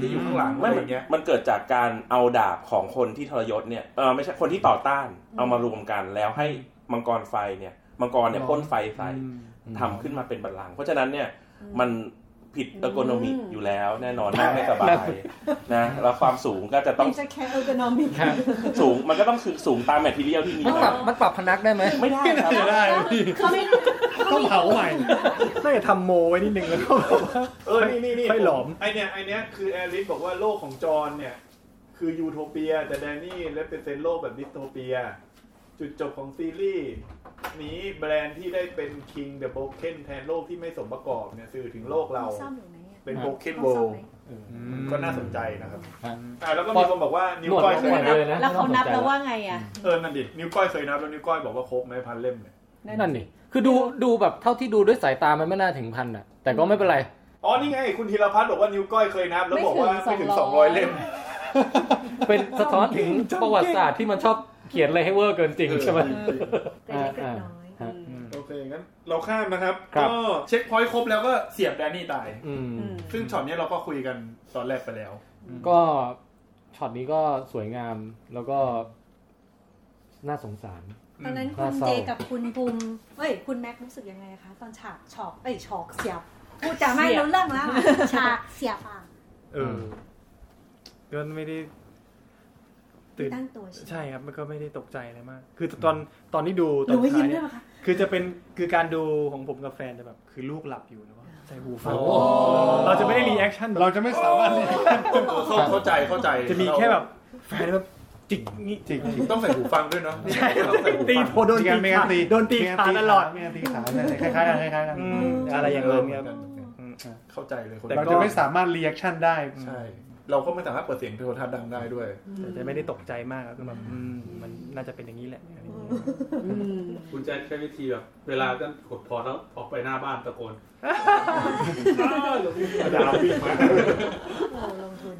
ที่อยู่ข้างหลัง ไม่ อะไร มัน เงี้ย มันเกิดจากการเอาดาบของคนที่ทรยศเนี่ยเออไม่ใช่คนที่ต่อต้าน เอามารวมกันแล้วให้มังกรไฟเนี่ย มังกรเนี่ย หรอ พ่นไฟใส่ทำขึ้นมาเป็นบัลลังก์เพราะฉะนั้นเนี่ยมันผิดเออร์โกนอมิกอยู่แล้วแน่นอนนั่งไม่สบายนะแล้วความสูงก็จะต้อง จะแค่เออร์กนอมิก สูงมันก็ต้องคือสูงตามแมททีเรียลที่มี มันปรับมันปรับพนักได้ไหม ไม่ได้ครับ ไม่ได้ เขาไม่ ต้องเผาใหม่น่าจะทำโมไว้นิดนึงแล้วก็แบบว่า เออนี่นี่นี่ ค่อยหลอม ไอเนี้ยไอเนี้ยคือแอริสบอกว่าโลกของจอห์นเนี่ย คือยูโทเปีย แต่แดนนี่และเป็นเซนโลกแบบดิสโทเปีย จุดจบของซีรีส์นี้แบรนด์ที่ได้เป็น King the Broken แทนโลกที่ไม่สมประกอบเนี่ยสื่อถึงโลกเรา ซ้ำอยู่ไหนอะ เป็น Broken World เออก็น่าสนใจนะครับอ่าแล้วก็ พ มี อ คนบอกว่านิ้ว หนวด ก้อย หนวด เคยนับ เลยนะ แล้วเขานับแล้วว่าไงอ่ะ เออนั่นดินิ้วก้อยเคยนับแล้วนิ้วก้อยบอกว่าครบไหมพันเล่มเนี่ย นั่นนี่คือดูดูแบบเท่าที่ดูด้วยสายตามันไม่น่าถึงพันอ่ะ แต่ก็ไม่เป็นไร อ๋อนี่ไง คุณธีรพัฒน์บอกว่านิ้วก้อยเคยนับแล้วบอกว่า ไม่ ไม่ ถึ ถึ ง ง ส ส อ อง ง ร้ ร้ อ อย ยเล่ม เป็นสะท้อนถึงประวัติศาสตร์ที่มันชอบเขียนอะไรให้เวอร์เกินจริงใช่ไหม เอ อ่า อ อ่าฮะ โอเคงั้นเราข้ามนะครับ ครับ ก็เช็คพอยต์ครบแล้วก็เสียบแดนนี่ตาย อืม ซึ่งช็อตเนี้ยเราก็คุยกันตอนแรกไปแล้ว ก็ช็อตนี้ก็สวยงามแล้วก็ น่าสงสาร ตอนนั้นคุ า ณ ศร้า เจกับคุณภูมิเอ้ย คุณแม็กรู้สึกยังไงคะ ตอนฉากฉอกเอ้ยฉอกเสียบพูดจะไม่รู้เรื่องแล้วอะฉากเสียบอ่ะ เออก็ไม่ได้ ไม่ตั้งตัวใช่ไหม ใช่ครับมันก็ไม่ได้ตกใจอะไรมาก คือตอนตอนที่ดูตอน หรือว่ายิ้ม เนี่ ด้วยเหรอคะ คือจะเป็นคือการดูของผมกับแฟนจะแบบ คือลูกหลับอยู่แล้วก็ใส่หูฟัง โอ้ เราจะไม่ได้รีแอคชั่น เราจะไม่สามารถเรียน เข้าใจเข้าใจ จะมีแค่แบบแฟนแบบจิกนี่จิก ต้องใส่หูฟังด้วยเนาะ ใช่ตีโพโดนตี ไม่งั้น ขา ตี โดนตีขาตลอด ไม่งั้นตีขาไม่งั้นตีขาคล้ายๆกันคล้ายๆกัน อืมอะไรอย่างเงี้ย เข้าใจเลยคน เราจะไม่สามารถรีแอคชั่นได้ ใช่ เราก็ไม่สามารถเปิดเสียงโทรทัศน์ดังได้ด้วย แต่จะไม่ได้ตกใจมากก็คือแบบอืมมันน่าจะเป็นอย่างนี้แหละ คุณแจ็คใช้วิธีแบบเวลาก็กดพอแล้วออกไปหน้าบ้านตะ โกน ดาววิ่งมา โอ้ลงทุน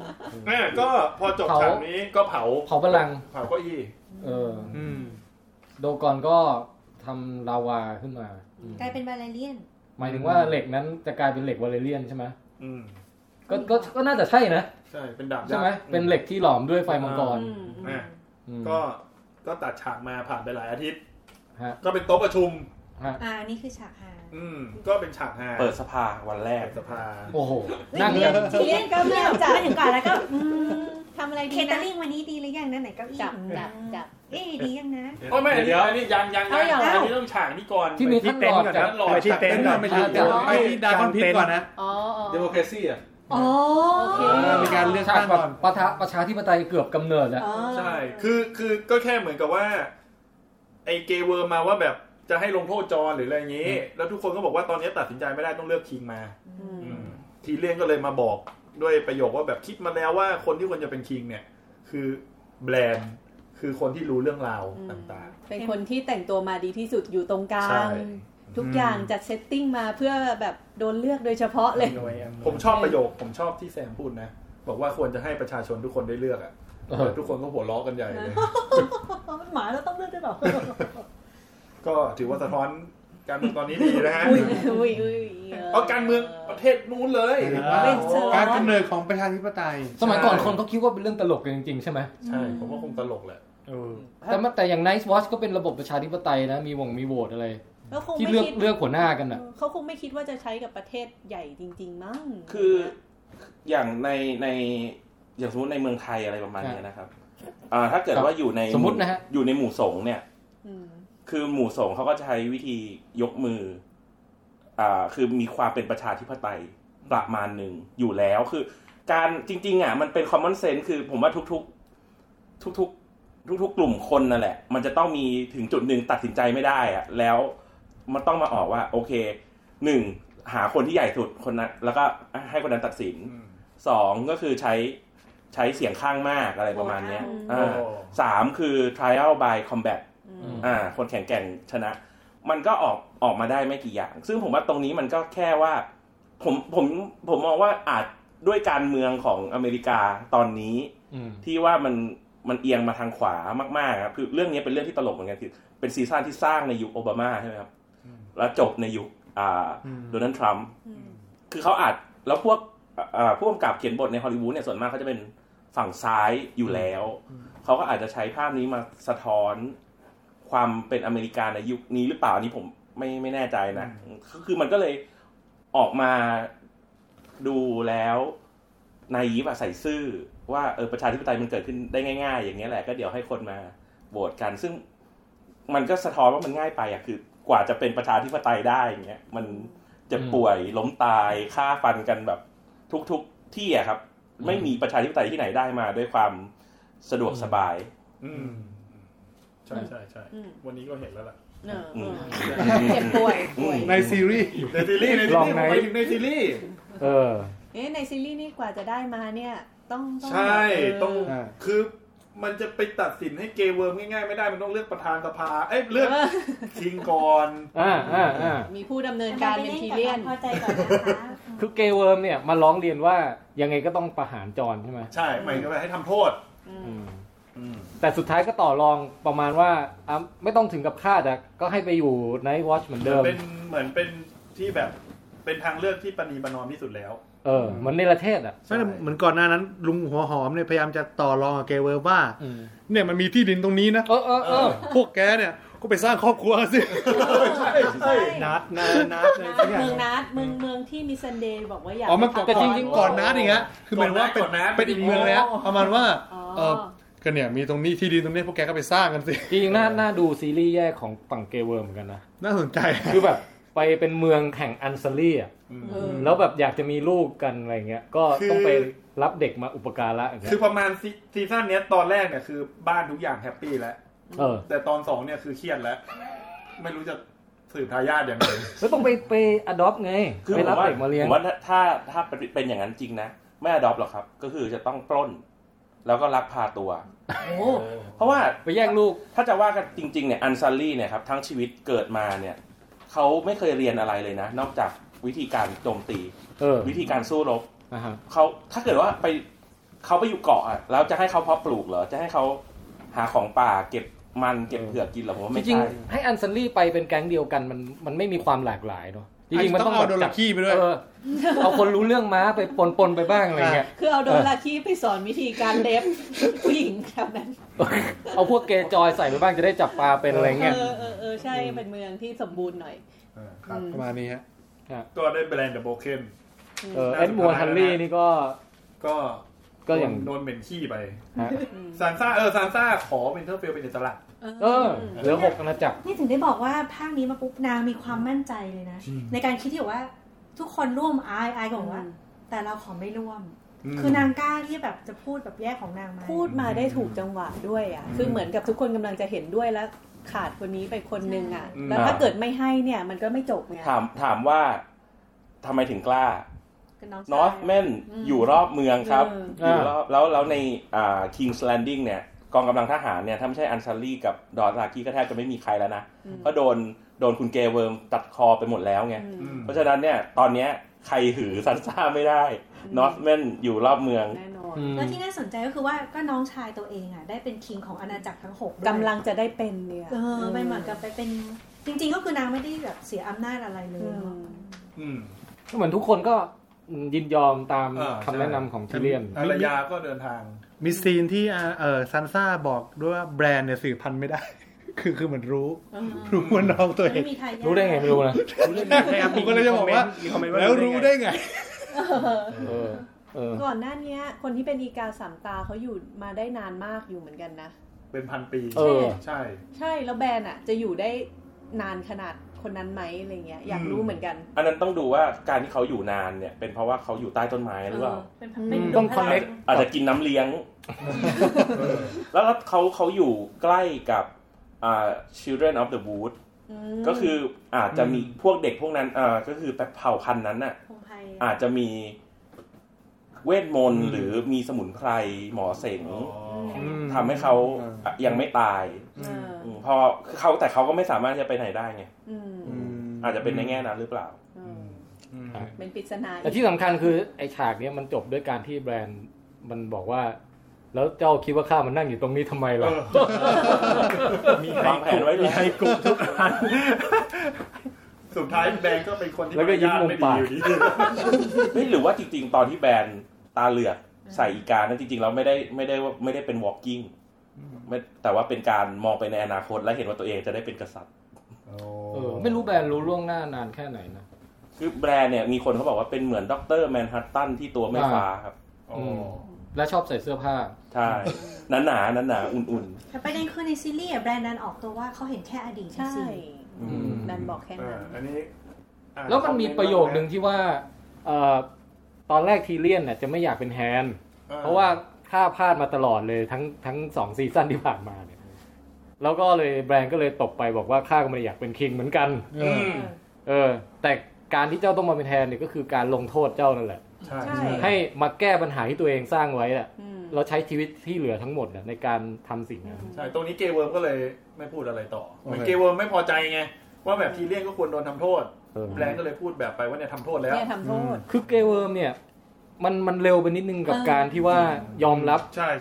แม่ก็พอจบฉากนี้ก็เผา เผาพลัง เผาเก็อี้ เอออโดกอนก็ทำลาวาขึ้นมา กลายเป็นบาลาเลียน หมายถึงว่าเหล็กนั้นจะกลายเป็นเหล็กวาเลเรียนใช่ไหม อืม ก็ก็ก็น่าจะใช่นะ ใช่เป็นดาบยักษ์ ใช่ไหม อืม เป็นเหล็กที่หลอมด้วยไฟมังกร อ่ะ อืม ก็ก็ตัดฉากมาผ่านไปหลายอาทิตย์ ฮะ ก็เป็นโต๊ะประชุม อ่าอันนี่คือฉากฮา อืม ก็เป็นฉากฮา เปิดสภาวันแรก สภา โอ้โห นั่ง กัน ทีเล่นก็ไม่เอาจับไม่ถึงก่อนแล้วก็อืม ทำอะไรดี เค นะ เตอร์ลิงวันนี้ดีหรือยังนะไหนเก้าอี้ จับจับจับ เอ๊ะดียังนะ โอ้ยไม่อันนี้ เดี๋ยว อันนี้ยังยัง เอาอย่าง ยังอันนี้ต้องฉากนี้ก่อน ที่มีขั้นตอนก่อนนะ ขั้หลอด ไปที่เต็นท์ก่อน ไปที่เต็นท์ก่อนไปที่ดาคอนพิทก่อนนะ อ๋ออ๋อ เดโมครซีอ่ะ อ๋อโอเค มีการเลือกตั้งก่อน ประชาประชาธิปไตยเกือบกำเนิดแล้ว ใช่ คือคือก็แค่เหมือนกับว่า ไอเกเวอร์มาว่าแบบจะให้ลงโทษจอห์นหรืออะไรอย่างนี้ แล้วทุกคนก็บอกว่าตอนนี้ตัดสินใจไม่ได้ต้องเลือกคิงมา อืมทีเลียนก็เลยมาบอกด้วยประโยคว่าแบบคิดมาแล้วว่าคนที่ควรจะเป็นคิงเนี่ย คือแบรนด์คือคนที่รู้เรื่องราวต่าง เป็นคนที่แต่งตัวมาดีที่สุดอยู่ตรงกลา ใช่ ง ทุกอย่างจัดเซตติ้งมาเพื่อแบบโดนเลือกโดยเฉพาะเลย ๆ ผมชอบประโยค ผมชอบที่แซมพูดนะ บอกว่าควรจะให้ประชาชนทุกคนได้เลือกอะ เออ ทุกคนก็หัวเราะกันใหญ่เลย หมาเราต้องเลือกด้วยเหรอ ก็ถือว่าสะท้อนการเมืองตอนนี้ดีนะฮะ อุ้ยอุ้ยอุ้ย เพราะการเมืองประเทศนู้นเลย การกำเนิดของประชาธิปไตย สมัยก่อนคนเขาคิดว่าเป็นเรื่องตลกกันจริงๆใช่ไหม ใช่ผมว่าคงตลกแหละ แต่มันแต่อย่าง Nice Watch ก็เป็นระบบประชาธิปไตยนะ มีวงมีโหวตอะไร แล้วคง ที่ ไม่ เลือก คิด เลือกหัวหน้ากันอ่ะ เขาคงไม่คิดว่าจะใช้กับประเทศใหญ่จริง ๆ มั้ง คืออย่างในในอย่างสมมติในเมืองไทยอะไรประมาณเนี้ยนะครับอ่าถ้าเกิดว่าอยู่ใน สมมุตินะฮะ อยู่ในหมู่สงฆ์เนี่ย คือหมู่สงฆ์เขาก็จะใช้วิธียกมือ อ่า คือมีความเป็นประชาธิปไตยประมาณหนึ่งอยู่แล้วคือ การจริง ๆ อ่ะ มันเป็นคอมมอนเซนส์คือผมว่าทุกๆ ทุกๆ ทุกๆ กลุ่มคนนั่นแหละ มันจะต้องมีถึงจุดหนึ่งตัดสินใจไม่ได้อ่ะ แล้วมันต้องมาออกว่า โอเคหนึ่งหาคนที่ใหญ่สุดคนนั้น แล้วก็ให้คนนั้นตัดสินสองก็คือใช้ ใช้เสียงข้างมากอะไรประมาณเนี้ย โอ้ อ่าสามคือ trial by combat อ่า คนแข่งแกร่งชนะ มันก็ออกออกมาได้ไม่กี่อย่าง ซึ่งผมว่าตรงนี้มันก็แค่ว่า ผมผมผมมองว่าอาจด้วยการเมืองของอเมริกาตอนนี้ ที่ว่ามันมันเอียงมาทางขวามากๆครับคือเรื่องนี้เป็นเรื่องที่ตลกเหมือนกันคือเป็นซีซั่นที่สร้างในยุคโอบามาใช่ไหมครับ แล้วจบในยุคอ่า อืม โดนัลด์ทรัมป์คือเขาอาจแล้วพวกอ่าผู้กำกับเขียนบทในฮอลลีวูดเนี่ยส่วนมากเขาจะเป็นฝั่งซ้ายอยู่แล้ว เขาก็อาจจะใช้ภาพนี้มาสะท้อนความเป็นอเมริกาในยุคนี้หรือเปล่าอันนี้ผมไม่ไม่แน่ใจนะคือคือมันก็เลยออกมาดูแล้วนายยิปอะใส่ซื่อ ว่าเออประชาธิปไตยมันเกิดขึ้นได้ง่ายๆ อย่างนี้ยแหละก็เดี๋ยวให้คนมาโหวตกัน ซึ่งมันก็สะท้อนว่ามันง่ายไปอะคือกว่าจะเป็นประชาธิปไตยได้อย่างเงี้ยมันเจะป่วยล้มตายฆ่าฟันกันแบบทุกๆที่อะครับ ไม่มีประชาธิปไตยที่ไหนได้มาด้วยความ สะดวกสบาย อืมใช่ใช่ใช่วันนี้ก็เห็นแล้วล่ะ เนอะ อืม เจ็บป่วยป่วย ในซีรีส์ ในซีรีส์ในซี ลอง รีส์ ไหน ผมไปถึงในซีรีส์ เออ เอ๊ะในซีรีส์นี่กว่าจะได้มาเนี่ย ต้องต้อง ใช่ เ ต้องคือมันจะไปตัดสินให้เกย์เวิร์มง่ายๆไม่ได้มันต้องเลือกประธานสภาเอ้ยเลือกชิงก่อน อ่าอ่าอ่า มีผู้ดำเนินการเป็นทีเลียน พอใจก่อนนะคะ คือเกย์เวิร์มเนี่ยมาร้องเรียนว่ายังไงก็ต้องประหารจรใช่ไหม ใช่หมายถึงว่าให้ทำโทษ อืมแต่สุดท้ายก็ต่อรองประมาณว่าอ่ะไม่ต้องถึงกับฆ่าแต่ก็ให้ไปอยู่ในวอชเหมือน เหมื เดิ อน ม เป็นเหมือนเป็นที่แบบเป็นทางเลือกที่ปณีประนอมที่สุดแล้ว เออเหมือนในประเทศอ่ะ ไม่แต่เหมือนก่อนหน้านั้น ลุงหัวหอมเนี่ยพยายามจะต่อรองกับเกเวอร์ว่าเนี่ยมันมีที่ดินตรงนี้นะพวกแกเนี่ยก็ไปสร้างครอบครัวสิ ใช่ใช่ นัดนัดนัดเลย เมืองนัดเมืองเมืองที่มีซันเดย์บอกว่าอยาก อ๋อมันก่อน ไปทำ ก่อนนัดอย่างเงี้ยคือหมายถึงว่าเป็นเป็นอีกเมืองเลยนะประมาณว่าเออก็เนี่ยมีตรงนี้ที่ดินตรงนี้พวกแกก็ไปสร้างกันสิ จริงๆน่าน่าดูซีรีส์แยกของฝั่งเกย์เวิร์มเหมือนกันนะ น่าสนใจ คือแบบไปเป็นเมืองแห่งอันซารีอ่ะ เออ แล้วแบบอยากจะมีลูกกันอะไรเงี้ย ก็ต้องไปรับเด็กมาอุปการะอย่างเงี้ ยคือประมาณซีซีซั่นเนี้ยตอนแรกเนี่ยคือบ้านทุกอย่างแฮปปี้แล้ว เออ แต่ตอนสองเนี่ยคือเครียดแล้ว ไม่รู้จะสืบทายาทยังไง แล้วต้องไปไปอดอปไง คือ ไป ผม รับ ว่า เด็กมาเลี้ยง ผมว่าถ้าถ้าถ้าเป็นอย่างนั้นจริงนะไม่อดอปหรอกครับ ก็คือจะต้องปล้น แล้วก็ลักพาตัวเพราะว่า ไปแย่งลูก ถ้าจะว่ากันจริง ๆเนี่ยอันซารีเนี่ยครับทั้งชีวิตเกิดมาเนี่ยเขาไม่เคยเรียนอะไรเลยนะ นอกจากวิธีการโจมตี เออ วิธีการสู้รบ นะฮะ เขาถ้าเกิดว่าไปเขาไปอยู่เกาะอะแล้วจะให้เขาเพาะปลูกเหรอจะให้เขาหาของป่าเก็บมันเก็บเผือกกินเหรอผมว่า จ ไม่ ริง ใช่ ๆให้อันซารีไปเป็นแก๊งเดียวกันมันมันไม่มีความหลากหลายเนาะจริงๆมัน อาจจะต้อง ต้อง เอาโด แบบ ราคีไปด้วย เออเอาคนรู้เรื่องม้าไปปนปนๆไปบ้างอะไรเงี้ย คือเอาโดนลาคีไปสอนวิธีการเล็บ ผู้หญิงแบบนั้น เอาพวกเกย์จอยใส่ไปบ้างจะได้จับปลาเป็นอะไรเงี้ย เออเออเออใช่เป็นเมืองที่สมบูรณ์หน่อย ครับ อืม ประมาณนี้ ฮะ ก็ได้แบรนด์เดอะโบเคน เออเอ็ดมัวร์ฮันลี่นี่ก็ ก็ ก็อย่าง โดนเหม็นขี้ไป ฮะ ซานซ่าเออซานซ่าขอเป็นเทอร์เฟลเป็นอิสระ เออเหลือหกอาณาจักร นี่ถึงได้บอกว่าภาคนี้มาปุ๊บนางมีความมั่นใจเลยนะ จริง ในการคิดที่แบบว่าทุกคนร่วมอายอายก็บอกว่า แต่เราขอไม่ร่วม อืม คือนางกล้าที่แบบจะพูดแบบแยกของนางมา พูดมาได้ถูกจังหวะด้วยอ่ะ คือเหมือนกับทุกคนกำลังจะเห็นด้วยแล้วขาดคนนี้ไปคนนึงอ่ะ อืม แล้วถ้าเกิดไม่ให้เนี่ย มันก็ไม่จบไง ถามถามว่าทำไมถึงกล้า น้อง นอร์ทแมนอยู่รอบเมืองครับ เอ อ ออยู่ รอบแล้วแล้วในอ่าคิงส์แลนดิ้งเนี่ย กองกำลังทหารเนี่ย ถ้าไม่ใช่อันซารีกับดอร์รากี้ก็แทบจะไม่มีใครแล้วนะ อืม เพราะโดนโดนคุณเกเวิร์มตัดคอไปหมดแล้วไง อืม เพราะฉะนั้นเนี่ย ตอนเนี้ยใครหือซันซ่าไม่ได้ อืม นอร์ทแมนอยู่รอบเมือง แน่นอน แล้วที่น่าสนใจก็คือว่าก็น้องชายตัวเองอ่ะได้เป็นคิงของอาณาจักรทั้งหกด้วย กำลังจะได้เป็นเนี่ย เออไปเหมือนกับไปเป็น จริง ๆ ก็คือนางไม่ได้แบบเสียอำนาจอะไรเลยเนอะ ก็เหมือนทุกคนก็ยินยอมตาม เออใช่ คำแนะนำของทิเลียน ภรรยาก็เดินทาง มีซีนที่อ่าเออซันซ่าบอกด้วยว่าแบรนด์เนี่ยสื่อพันธุ์ไม่ได้ คือคือเหมือนรู้ รู้ว่าน้องตัวเอง ไม่มีทายาท รู้ได้ไงไม่รู้นะ ผมก็เลยจะบอกว่า มีคอมเมนต์ แล้วรู้ได้ไง เออเออ ก่อนหน้าเนี้ย คนที่เป็นอีกาสามตาเขาอยู่มาได้นานมากอยู่เหมือนกันนะ เป็นพันปี เออ ใช่ ใช่แล้วแบรนด์อ่ะ จะอยู่ได้นานขนาดคนนั้นไหมอะไรเงี้ยอยากรู้เหมือนกัน อันนั้นต้องดูว่าการที่เขาอยู่นานเนี่ย เป็นเพราะว่าเขาอยู่ใต้ต้นไม้หรือเปล่า เป็น พันเป็น ต้อง connect อาจจะกินน้ำเลี้ยง แล้ว เขาเขาอยู่ใกล้กับอ่า Children of the Wood ก็คืออาจจะมีพวกเด็กพวกนั้นเอ่อก็คือเผ่าพันธุ์นั้นน่ะ พงไพ อาจจะมี เวทมนต์หรือมีสมุนไพรหมอเสงทำให้เขายังไม่ตายอืมพอเขาแต่เขาก็ไม่สามารถจะไปไหนได้ไง อืม อาจจะเป็นในแง่นั้นหรือเปล่า เป็นปริศนาอีก แต่ที่สำคัญคือไอฉากเนี้ยมันจบด้วยการที่แบรนด์มันบอกว่า แล้วเจ้าคิดว่าข้ามันนั่งอยู่ตรงนี้ทำไมล่ะ มีใครกลุ่มมีใครกลุ่มทุกอันสุดท้ายแบงก์ก็เป็นคนที่ แล้วก็ยิ้มมุมปาก ไดีอยู่ดี ไม่หรือว่าจริงๆ ตอนที่แบรนด์ตาเหลือกใส่อีกานั้นจริงๆแล้วไม่ได้ไม่ได้ว่าไม่ได้เป็น walking ไม่แต่ว่าเป็นการมองไปในอนาคตและเห็นว่าตัวเองจะได้เป็นกษัตริย์ เออไม่รู้แบรนด์รู้ล่วงหน้านานแค่ไหนนะ คือแบรนด์เนี่ยมีคนเขาบอกว่าเป็นเหมือนด็อกเตอร์แมนฮัตตันที่ตัวไม่ฟ้าครับ อืม และชอบใส่เสื้อผ้า ใช่ หนาหนาหนาหนาๆอุ่น แต่ประเด็นคือในซีรีส์อะแบรนด์นั้นออกตัวว่าเขาเห็นแค่อดีต ใช่ สิ ดันบอกแค่นั้น อันนี้ แล้วมันมีประโยคหนึ่งที่ว่าเอ่อตอนแรกทีเลียนเนี่ยจะไม่อยากเป็นแฮนด์ เออ เพราะว่าค่าพลาดมาตลอดเลยทั้งทั้งสองซีซั่นที่ผ่านมาเนี่ยแล้วก็เลยแบรนด์ก็เลยตกไปบอกว่าข้าก็ไม่ได้อยากเป็นคิงเหมือนกัน อืม เออ แต่การที่เจ้าต้องมาเป็นแฮนด์เนี่ยก็คือการลงโทษเจ้านั่นแหละ ใช่ ให้มาแก้ปัญหาที่ตัวเองสร้างไว้อะ อืม เราใช้ชีวิตที่เหลือทั้งหมดน่ะในการทำสิ่งนั้น ใช่ ตรงนี้เกย์เวิร์มก็เลยไม่พูดอะไรต่อ เหมือน โอเค เกย์เวิร์มไม่พอใจไง ว่าแบบทีเลี่ยนก็ควรโดนทำโทษ เออ แบรนด์ก็เลยพูดแบบไปว่าเนี่ยทำโทษแล้ว เนี่ยทำโทษ คือเกเวิร์มเนี่ยมันมันเร็วไปนิดนึงกับ เออ การที่ว่ายอมรับ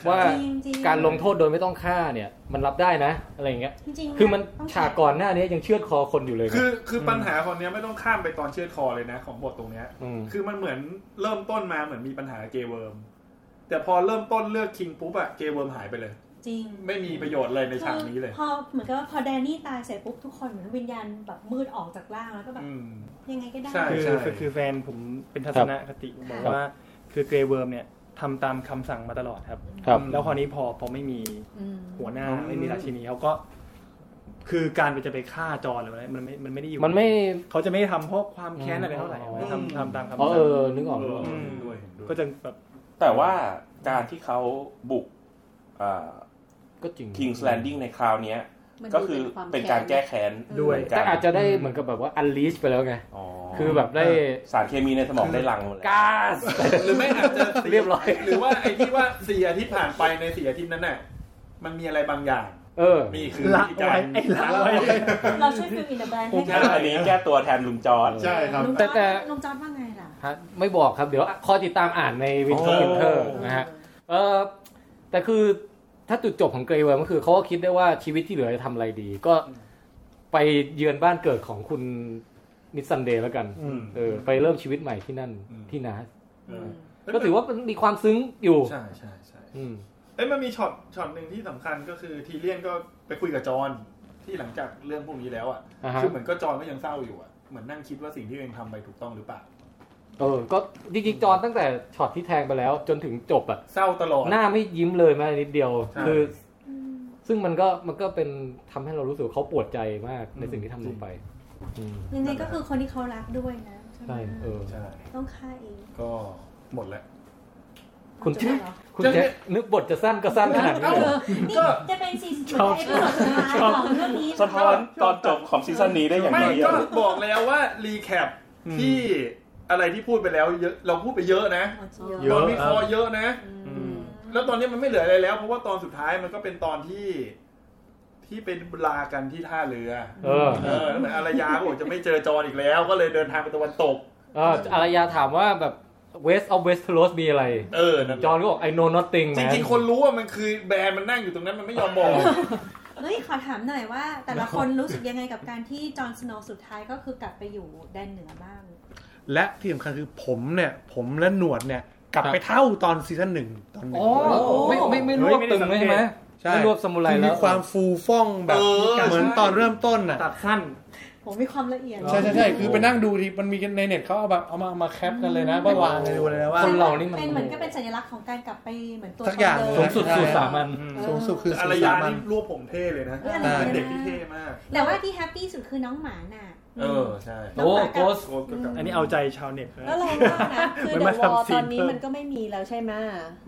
ว่า จริงๆ การลงโทษโดยไม่ต้องฆ่าเนี่ย มันรับได้นะ อะไรอย่างเงี้ย จริงๆ คือมัน ต้อง ฉากก่อนหน้านี้ยังเชือดคอคนอยู่เลยนะ คือคือปัญหาคนเนี้ยไม่ต้องข้ามไปตอนเชือดคอเลยนะ ของบทตรงเนี้ย อืม คือมันเหมือนเริ่มต้นมาเหมือนมีปัญหาเกย์เวิร์มแต่พอเริ่มต้นเลือกคิงปุ๊บอะเกย์เวิร์มหายไปเลย จริง ไม่มีประโยชน์เลยในฉากนี้เลย พอเหมือนกับว่าพอแดนนี่ตายเสร็จปุ๊บทุกคนเหมือนวิญญาณแบบมืดออกจากร่างแล้วก็แบบยังไงก็ได้ คือ ใช่ คือคือแฟนผมเป็นทัศนคติบอกว่าคือเกรเวิร์มเนี่ยทำตามคำสั่งมาตลอดครับ ครับ แล้วคราวนี้พอพอไม่มี อืม หัวหน้า อืม ไม่มีราชินีเขาก็ คือการไปจะไปฆ่าจอร์หรืออะไรมันไม่มันไม่ได้อยู่ มันไม่ เขาจะไม่ทำเพราะความแค้นอะไรเท่าไหร่ทำทำตามคำ อ๋อ สั่ง เออนึกออกนึกออก ม ด้วย ก็จะแบบ ๆ แต่ว่าการที่เขาบุก ก็จริง King's Landing ในคราวเนี้ย มันดู ก็คือ เป็ เป็น น ความการแค้นแก้แค้นเหมืนกัน แต่อาจจะได้เหมือนกับแบบว่าอันลีชไปแล้วไงคือแบบได้ สารเคมีในสมองได้หลังหมดแล้ว ก๊าซ หรือไม่อาจจะ เรียบร้อย หรือว่าไอ้ที่ว่าสี่อาทิตย์ผ่านไปในสี่อาทิตย์นั้นน่ะมันมีอะไรบางอย่าง เออ นี่คือวิธีการ เราช่วยฟิลอินเดอะแบรนด์ ผม ให้ แค่อันนี้แก้ตัวแทนลุงจอร์ด ใช่ครับ ลุงจ แต่ อร์ด แต่ ลุงจอร์ดว่าไงล่ะ ฮะไม่บอกครับเดี๋ยวคอยติดตามอ่านในวินเทอร์ โอ้ วินเทอร์นะฮะเออแต่คือถ้าจุดจบของเกรเวิร์มก็คือเขาก็คิดได้ว่าชีวิตที่เหลือจะทำอะไรดี ก็ไปเยือนบ้านเกิดของคุณมิสซันเดย์แล้วกัน อืม เออไปเริ่มชีวิตใหม่ที่นั่นที่นา เออ ก็ถือว่ามีความซึ้งอยู่ ใช่ใช่ใช่ อืม เอ้ยมันมีช็อตช็อตหนึ่งที่สำคัญก็คือทีเลียนก็ไปคุยกับจอห์นที่หลังจากเรื่องพวกนี้แล้วอ่ะ อ่าฮะ คือเหมือนก็จอห์นก็ยังเศร้าอยู่อ่ะเหมือนนั่งคิดว่าสิ่งที่ตัวเองทำไปถูกต้องหรือเปล่า เออก็จริงๆจอนตั้งแต่ช็อตที่แทงไปแล้ว จนถึงจบอะ เศร้าตลอด หน้าไม่ยิ้มเลยแม้นิดเดียว ใช่ คือ ซึ่งมันก็มันก็เป็นทำให้เรารู้สึกว่าเขาปวดใจมากในสิ่งที่ทำลงไปอืม ยังไงก็คือคนที่เขารักด้วยนะ ใช่ เออ ใช่ ต้องฆ่าเอง ก็หมดแล้ว คุณ จะเหรอ คุณแจ๊คนึกบทจะสั้นก็สั้นขนาดนี้ เอ เหร อ อ นี่จะเป็นซีซั่นสุดท้ายของเรื่องนี้ สะท้อนตอนจบของซีซั่นนี้ได้อย่าง ไม่ ดี ก็บอกแล้วว่ารีแคปที่อะไรที่พูดไปแล้วเยอะเราพูดไปเยอะนะ เย ตอ อะ นวิเคราะห์เยอะนะแล้วตอนนี้มันไม่เหลืออะไรแล้ว เพราะว่าตอนสุดท้ายมันก็เป็นตอนที่ที่เป็นลากันที่ท่าเรือ เออ แล้วเหมือนอารยาก็บอกจะไม่เจอจอนอีกแล้ว ก็เลยเดินทางไปตะวันตก เอออารยาถามว่าแบบเวส t อ f เวส t ท l o s มีอะไร เออ นั่น จอห์นก็บอก I know nothing จ man ริงๆ คนรู้ว่ามันคือแบรนด์มันนั่งอยู่ตรงนั้นมันไม่ยอมบอก เฮ้ยขอถามหน่อยว่า แต่ละคนรู้สึกยังไงกับการที่จอห์นสโนว์สุดท้ายก็คือกลับไปอยู่แดนเหนือบ้าง และที่สำคัญคือผมเนี่ย ผมและหนวดเนี่ย กลับไปเท่าตอนซีซั่นหนึ่งตอนหนึ่ง อ๋อไม่ไม่ไม่รวบตึงไว้ใช่ไหม ใช่ ไม่รวบซามูไร คือมี แล้ว ความฟูฟ่องแบบ เออ เหมือนตอนเริ่มต้นน่ะ ตัดสั้น ผมมีความละเอียด ใช่ใช่ใช่คือไปนั่งดูทีมันมีในเน็ตเขาเอาแบบเอามาเอามาแคปกันเลยนะว่าวางเลยดูเลยนะว่า เป็นเหมือนก็เป็นสัญลักษณ์ของการกลับไปเหมือนตัว สักอย่าง ตน เลย เดิสูงมสุดคือสามัญ สูงสุดคือ อาสายรา มัญ นี่รวบผมเท่เลยนะ เออ เป็นเด็กที่เท่มาก แต่ว่าที่แฮปปี้สุดคือน้องหมาน่ะ เออ ใช่ โอ้โกส อั อันนี้เอาใจชาวเน็ตนะ แล้วเราว่านะ คือ ไม่ เด มา อะวอล ทำซีน ตอนนี้ เพิ่ม มันก็ไม่มีแล้วใช่ไหม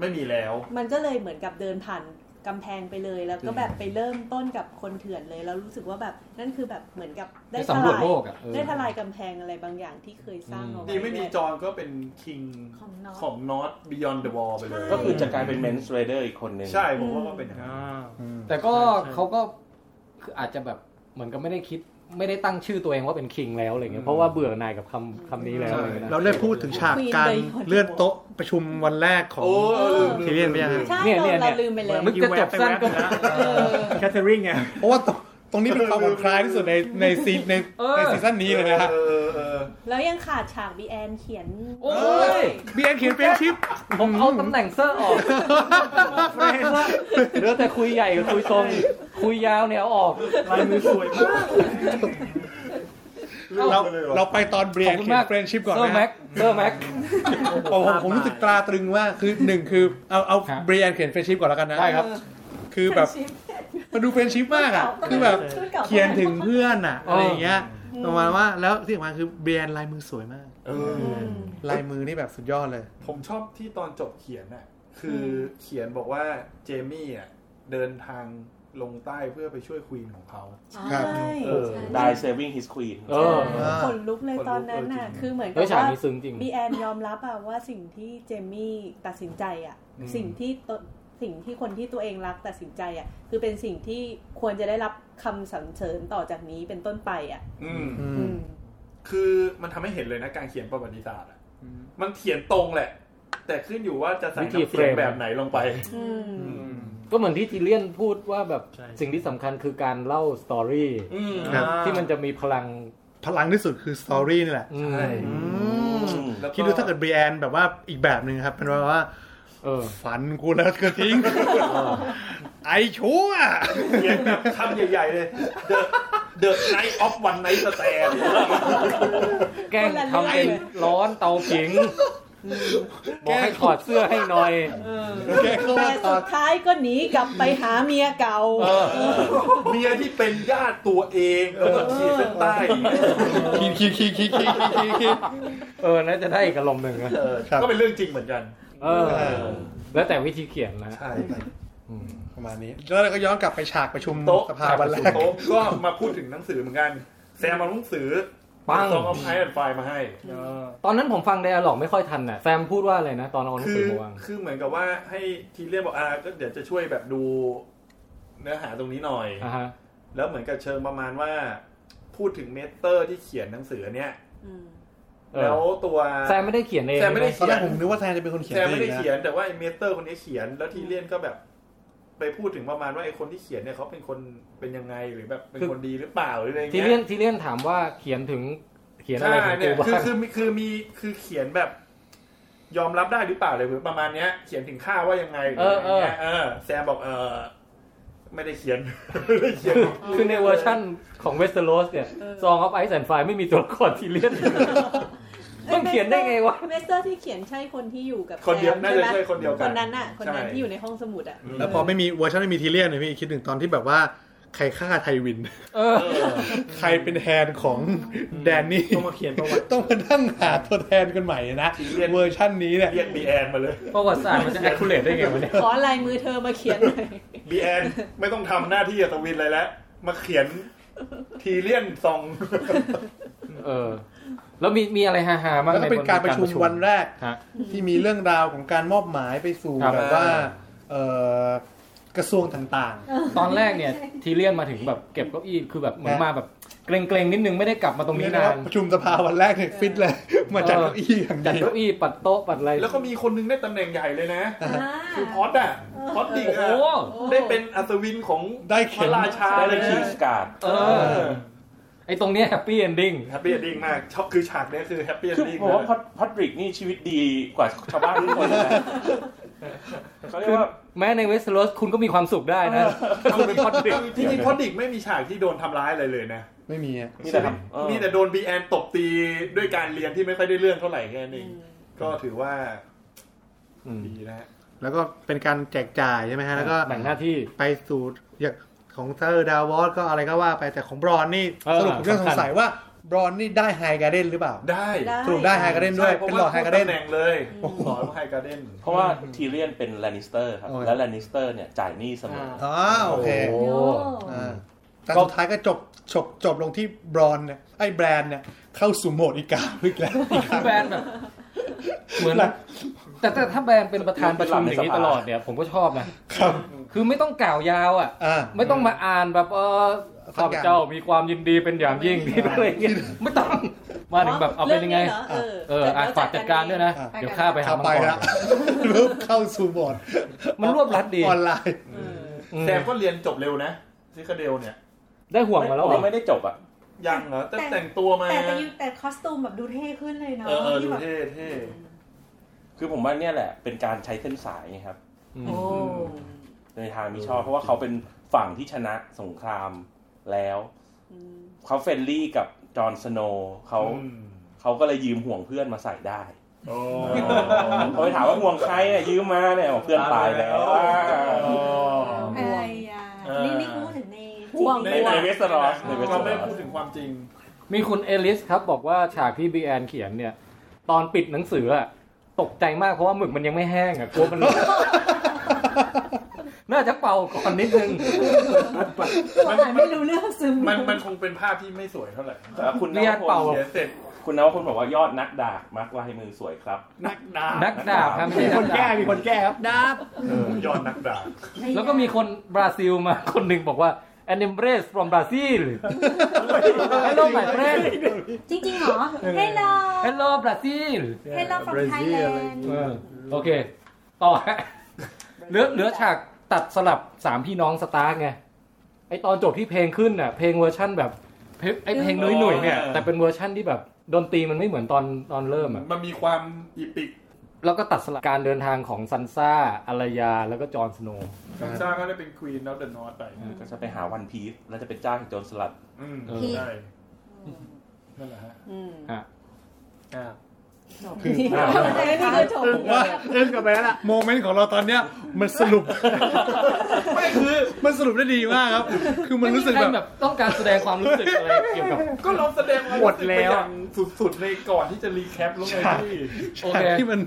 ไม่มีแล้ว มันก็เลยเหมือนกับเดินผ่าน กำแพงไปเลย แล้วก็แบบไปเริ่มต้นกับคนเถื่อนเลยแล้วรู้สึกว่าแบบนั่นคือแบบเหมือนกับได้ ได้ ท สำรวจ ลาย โลกอะเออ ได้ทลายกำแพงอะไรบางอย่างที่เคยสร้างเอาไว้ ดีไม่ดีจอนก็เป็นคิง ของน้อง ของ Not Beyond the Wall ไปเลย ก็คือจะกลายเป็นเมนส์เรเดอร์อีกคนหนึ่ง ใช่ผมว่าก็เป็นอย่างนั้น แต่ก็เขาก็คืออาจจะแบบเหมือนกับไม่ได้คิด ไม่ได้ตั้งชื่อตัวเองว่าเป็นคิงแล้วอะไรเงี้ยเพราะว่าเบื่อหน่ายกับคำคำนี้แล้วอะไรเงี้ยนะ เราได้พูดถึงฉากการเลื่อนโต๊ะประชุมวันแรกของทีเรียนไปยัง ใช่เราเราลืมไปเลย มึงจะจบสั้นก็ แคทเธอรีนไงเพราะว่าตรงตรงนี้เป็นความผ่อนคลายที่สุดในในซีในในซีซั่นนี้เลยนะฮะ แล้วยังขาดฉากบีแอนเขียน โอ้ย บีเอ็นเขียนเป็นชิป ผมเอาตำแหน่งเซอร์ออกเหลือแต่คุยใหญ่กับคุยตรง คุยยาวเนี่ยเอาออกลายมือสวยมาก เราเราไปตอนเบรียขนอบคุณ เขีย มาก นเฟรนชิพก่อน เซอร์ นะ แม็กเซอร์แม็ก ผมผมผมรู้สึกตราตรึงว่าคือหนึ่งคือเอาเอาเบรียนเขียนเฟรนชิพก่อนแล้วกันนะ ได้ครับ คือแบบมันดูเฟรนชิพมากอ่ะคือแบบเขียนถึงเพื่อนอ่ะอะไรอย่างเงี้ย อืม ประมาณว่าแล้วที่สำคัญคือเบรียนลายมือสวยมาก เออ ลายมือนี่แบบสุดยอดเลย ผมชอบที่ตอนจบเขียนน่ะ คือเขียนบอกว่าเจมี่อ่ะเดินทางลงใต้เพื่อไปช่วยควีนของเขา ใช่ครับ เออ ใช่ ได้ saving his queen เออ ขนลุกเลยตอนนั้นน่ะ เออจริง คือเหมือนกั เฮ้ บ ยฉาก ว่า นี้ซึ้งจริง บีแอนยอมรับอะว่าสิ่งที่เจมี่ตัดสินใจอะ อืม สิ่งที่ตัวสิ่งที่คนที่ตัวเองรักตัดสินใจอะคือเป็นสิ่งที่ควรจะได้รับคำสรรเสริญต่อจากนี้เป็นต้นไปอะ อืม อืม คือมันทำให้เห็นเลยนะการเขียนประวัติศาสตร์อะมันเขียนตรงแหละ แต่ขึ้นอยู่ว่าจะใส่ วิธี น้ำเสียง frame แบบไหนลงไป ก็เหมือนที่จิเลียนพูดว่าแบบสิ่งที่สำคัญคือการเล่าสตอรี่ อืม ครับ ที่มันจะมีพลัง พลังที่สุดคือสตอรี่นี่แหละ ใช่ อืม แล้วก็ คิดดูถ้าเกิดเบรียนแบบว่าอีกแบบหนึ่งครับ เป็นแบบว่าฝันกูแล้วก็ทิ้ง ไอชั่ว เขียนแบบคำใหญ่ ๆ เลย The The Night of One Night Stand แกล้งทำเป็นร้อนเตาผิง บอกให้ถอดเสื้อให้หน่อย แต่สุดท้ายก็หนีกลับไปหาเมียเก่า เมียที่เป็นญาติตัวเองแล้วก็ขีดเส้นใต้ ขีดขีดขีดขีดขีดขีดขีด เออน่าจะได้อีกอารมณ์หนึ่งนะ ก็เป็นเรื่องจริงเหมือนกัน เออ แล้วแต่วิธีเขียนนะ ใช่ ประมาณนี้ แล้วเราก็ย้อนกลับไปฉากประชุม โต๊ะ สภาวันแรก โต๊ะก็มาพูดถึงหนังสือเหมือนกัน แซมมาหนังสือ ปัง ซองเอาไพ่ไฟล์มาให้ ตอนนั้นผมฟังไดอะล็อกไม่ค่อยทันน่ะแซมพูดว่าอะไรนะ ตอนเอาหนัง คือสือมาวาง คือเหมือนกับว่าให้ทีเรียกบอกอ่าก็เดี๋ยวจะช่วยแบบดูเนื้อหาตรงนี้หน่อย อ่าฮะ แล้วเหมือนกับเชิงประมาณว่า พูดถึงเมสเตอร์ที่เขียนหนังสือเนี่ย เออ แล้วตัว แซมไม่ได้เขียนเอง แซมไม่ได้ ตอ เขี น ย แร น กผมนึกว่าแซมจะเป็นคนเขียน แซมไม่ได้ เองนะ เขียนแต่ว่าไอ้เมสเตอร์คนนี้เขียน แล้วทีเลียนก็แบบ ไปพูดถึงประมาณว่าไอ้คนที่เขียนเนี่ยเขาเป็นคนเป็นยังไงหรือแบบเป็นคนดีหรือเปล่าหรืออะไร ที เงี้ย เลียนทีเลียนถามว่าเขียนถึงเขียนอะไรถึงกูบ้า ใช่ ง เนี่ยคือคือมีคือมีคือเขียนแบบ ยอมรับได้หรือเปล่าเลยคือประมาณเนี้ย เขียนถึงข้าว่ายังไงหรืออะไรเงี้ยเออแซมบอกเออไม่ได้เขียน ไม่ได้เขียน คือในเวอร์ชั่นของเวสเทอร์โรสเนี่ยซองอัพไอซ์แอนไฟไม่มีตัวละครทีเลี ยน ต้องเขียนได้ไงวะ เมสเตอร์ที่เขียนใช่คนที่อยู่กับ คนเดียว แซม น่าจะ ไหม ใช่คนเดียวกัน คนนั้นอ่ะ คนนั้น ใช่ ที่อยู่ในห้องสมุดอ่ะ แล้วพอไม่มีเวอร์ชันไม่มีทีเรียนเนี่ยพี่คิดถึงตอนที่แบบว่าใครฆ่าไทวิน เออ ใครเป็นแทนของแดนนี่ต้องมาเขียนประวัติต้องมานั่งหาตัวแทนกันใหม่นะเวอร์ชันนี้เนี่ย เรียกบีแอนมาเลย ประวัติศาสตร์มันจะ accurate ได้ไงวะเนี่ย ขอลายมือเธอมาเขียนหน่อย บีแอนไม่ต้องทำหน้าที่อัตวินอะไรแล้วมาเขียนทีเลียนซอง เออ แล้วมีมีอะไรฮาๆบ้าง แล้วก็เป็น ใบ การประชุมวันแรก ฮะ ที่มีเรื่องราวของการมอบหมายไปสู่ ครับ แบบว่าเอ่อกระทรวงต่าง ตอนแรกเนี่ย ทีเลียนมาถึงแบบเก็บเก้าอี้คือแบบเหมือนมาแบบเกรงๆนิดนึงไม่ได้กลับมาตรงนี้ เรียนากได้ น ว่าประชุมสภาวันแรกเนี่ยฟิตเลย มาจัดเก้าอี้อย่างดี จัดเก้าอี้ปัดโต๊ะปัดอะไร แล้วก็มีคนนึงได้ตำแหน่งใหญ่เลยนะคือพอดอะพอดดิกอะ โอ้โห ได้เป็นอัศวินของ ได้เข็ พ ม ระราชา ได้ เลย คิง นะ สกาด เออ ไอตรงเนี้ยแฮปปี้เอนดิ้ง แฮปปี้เอนดิ้งมากชอบคือฉากเนี้ยคือแฮปปี้เอน คือ ดิ้ง ผมว่าพอดพอดริกนี่ชีวิตดีกว่าชาวบ้านทุกคนนะเขาเรียกว่า แม้ในเวสเทอร์โรสคุณก็มีความสุขได้นะคุณเป็นพอดดิก จริงๆพอดดิกไม่มีฉากที่โดนทำร้ายอะไรเลยนะ ไม่มีอะ มีแต่มีแต่โดนบีแอนตบตีด้วยการเรียนที่ไม่ค่อยได้เรื่องเท่าไหร่แค่นั้นเองก็ถือว่าดีนะฮะ แล้วก็เป็นการแจกจ่ายใช่ไหมฮะแล้วก็ แบ่งหน้าที่ ไปสู่อย่างของเทอร์ดาวอสก็อะไรก็ว่าไปแต่ของบรอนนี่ เออ สรุปผมเรื่องสงสัยว่า รอนนี่ได้ไฮการ์เด้นหรือเปล่า ได้ ได้ สรุปได้ไฮการ์เด้นด้วย เป็นหลอดไฮการ์เด้น แหน่งเลยขอไฮการ์เด้น เพราะว่าทีเรียนเป็นแลนนิสเตอร์ครับ และแลนนิสเตอร์เนี่ยจ่ายหนี้เสมออ อ๋อโอเค โอ้ อ่าแต่สุดท้ายก็จบจบจบลงที่บรอนเนี่ยไอ้แบรนด์เนี่ยเข้าสู่โหมดอีกา อีกแล้ว แบรนด์แบบ เหมือนแต่แต่ถ้าแบรนด์เป็นประธานประชุมอย่างนี้ตลอดเนี่ยผมก็ชอบนะ ครับ คือไม่ต้องกล่าวยาวอ่ะ อ่า ไม่ต้องมาอ่านแบบเออข้าพเจ้ามีความยินดีเป็นอย่างยิ่งที่อะไรเงี้ยไม่ต้องมาถึงแบบเอาเป็นยังไง เรื่องนี้เหรอเออ เอออ่ะฝากจัดการด้วยนะ เดี๋ยวข้าไปหา ข้า มัง ไป กร ละรู้เข้าสู่โหมด มันรวบรัดดี ออนไลน์ แต่ก็เรียนจบเร็วนะซิคาเดลเนี่ย ได้ห่วงมาแล้วเหรอ ไม่ได้จบอ่ะ ยังเหรอแต่แต่งตัวมา แต่แต่ยูแต่คอสตูมแบบดูเท่ขึ้นเลยเนาะ เออเออ ที่แบบ เท่ คือผมว่าเนี่ยแหละ เป็นการใช้เส้นสายไงครับ โอ้ ในทางมิชอบ เพราะว่าเขาเป็นฝั่งที่ชนะสงครามแล้ว เขาเฟรนลี่กับจอห์นสโนว์เขา อืม เขาก็เลยยืมห่วงเพื่อนมาใส่ได้ โอ้ เขาไปถามว่าห่วงใครเนี่ยยืมมาเนี่ยบอกเพื่อนตายแล้ว อะไรอ่ะ เออ นี่นี่พูดถึงใน ห่วงในในเวสต์รอสในเวสต์ร เราไม่ อ พูด ส ถึงความจริง มีคุณเอลิสครับบอกว่าฉากที่บีแอนเขียนเนี่ย ตอนปิดหนังสืออะตกใจมากเพราะว่าหมึกมันยังไม่แห้งอะกลัวมัน น่าจะเป่าก่อนนิดนึง มันไม่รู้เรื่องซึมมันมันคงเป็นภาพที่ไม่สวยเท่าไหร่ แต่คุณ เรียกเป่า เสร็จคุณนวพลบอกว่ายอดนักดาบมักว่าให้มือสวยครับ นักดาบ นักดาบครับ มีคนแก้มีคนแก้ ครับดาบ เออยอดนักดาบ แล้วก็มีคนบราซิลมาคนหนึ่งบอกว่า an embrace from Brazil hello my friend จริงๆเหรอ Hello hello Brazil Hello from Thailand เออโอเค ต่อ ฮะเหลือเหลือฉากตัดสลับสามพี่น้องสตาร์กไง ไอตอนจบที่เพลงขึ้นน่ะ เพลงเวอร์ชั่นแบบเพลงไอเพลงน้อยหน่ยๆเนี่ย แต่เป็นเวอร์ชั่นที่แบบดนตรีมันไม่เหมือนตอนตอนเริ่มอ่ะ มันมีความอีปิก แล้วก็ตัดสลับการเดินทางของซันซ่าอารยา แล้วก็จอห์นสโนว์ ซันซ่าก็ได้เป็นควีนแล้วเดอะนอตไป ก็จะไปหาวันพีซแล้วจะเป็นเจ้าแห่งโจรสลัด อืม เออ ใช่นั่นแหละฮะ ฮะ อ่า ว่าเล่นกันไปแล้วล่ะโมเมนต์ของเราตอนเนี้ยมันสรุป ไม่คือมันสรุปได้ดีมากครับ คือมันรู้สึก ไม่มีใครแบแบบ บต้องการแสดงความรู้สึกอะไรเกี่ยวกับ ก็เราแสดงความ หมดแล้ว รู้สึกไปอย่างสุดๆในก่อนที่จะรีแคปลงไป ฉาก ที่ โอ ฉา เค กที่มัน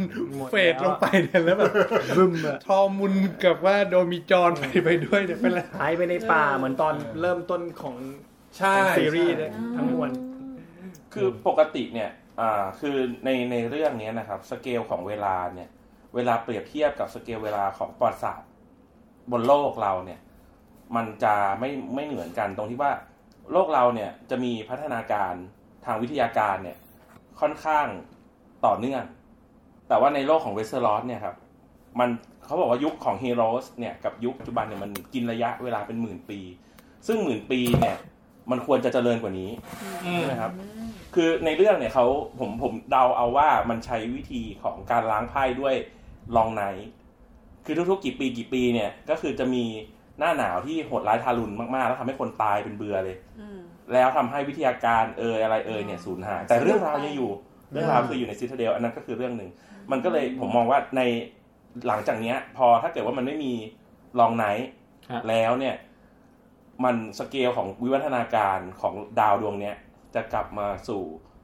เฟดลงไปเนี่ยแล้วแบบบึมอะทอมุนกับว่าโดมีจอนไปไปด้วยเนี่ยเป็นไร หายไปในป่าเหมือนตอนเริ่มต้นของ ใช่ ซีรีส์เลยทั้งมวล คือปกติเนี่ยอ่าคือในในเรื่องเนี้ยนะครับ สเกลของเวลาเนี่ย เวลาเปรียบเทียบกับสเกลเวลาของประวัติศาสตร์บนโลกเราเนี่ย มันจะไม่ไม่เหมือนกันตรงที่ว่าโลกเราเนี่ยจะมีพัฒนาการทางวิทยาการเนี่ย ค่อนข้างต่อเนื่อง แต่ว่าในโลกของเวสเซอร์ลอสเนี่ยครับ มันเขาบอกว่ายุคของฮีโรสเนี่ยกับยุคปัจจุบันเนี่ยมันกินระยะเวลาเป็นหมื่นปี ซึ่งหมื่นปีเนี่ย มันควรจะเจริญกว่านี้ใช่ไหมครับ คือในเรื่องเนี่ยเขาผมผมเดาเอาว่ามันใช้วิธีของการล้างไพ่ด้วยลองไนท์คือทุกๆกี่ปีกี่ปีเนี่ย ก็คือจะมีหน้าหนาวที่โหดร้ายทารุณมากๆ แล้วทำให้คนตายเป็นเบื่อเลย แล้วทำให้วิทยาการเอยอะไรเอยเนี่ยสูญหาย แต่เรื่องราวยังอยู่ เรื่องราวคืออยู่ในซิตาเดลอันนั้นก็คือเรื่องหนึ่ง มันก็เลยผมมองว่าในหลังจากเนี้ย พอถ้าเกิดว่ามันไม่มีลองไนท์ ฮะ แล้วเนี่ย มันสเกลของวิวัฒนาการของดาวดวงเนี้ย จะกลับมาสู่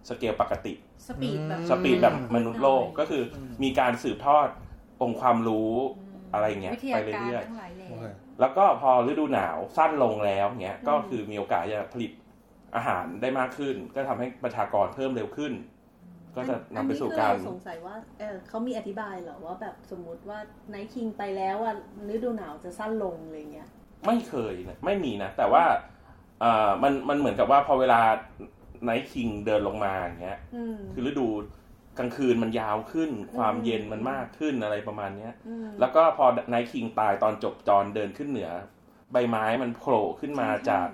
สเกลปกติ สปีดแบบ สปีดแบบมนุษย์โลกก็คือมีการสืบทอดองค์ความรู้อะไรเงี้ย วิท ไป ยาการ เรื่อย ทั้งหลายแหล่ ๆแล้วก็พอฤดูหนาวสั้นลงแล้วเงี้ยก็คือมีโอกาสจะผลิตอาหารได้มากขึ้น ก็ทำให้ประชากรเพิ่มเร็วขึ้น ก็จะนำไปสู่การ อันนี้คือเสงสัยว่าเออเขามีอธิบายเหรอว่าแบบสมมติว่าไนท์คิงไปแล้วอ่ะฤดูหนาวจะสั้นลงอะไรเงี้ย ไม่เคยนะไม่มีนะ แต่ว่าเอ่อมันมันเหมือนกับว่าพอเวลาไนท์คิงเดินลงมาอย่างเงี้ย อืม คือฤดูกลางคืนมันยาวขึ้น ความเย็นมันมากขึ้นอะไรประมาณเนี้ย อืม แล้วก็พอไนท์คิงตายตอนจบจอนเดินขึ้นเหนือ ใบไม้มันโผล่ขึ้นมาจาก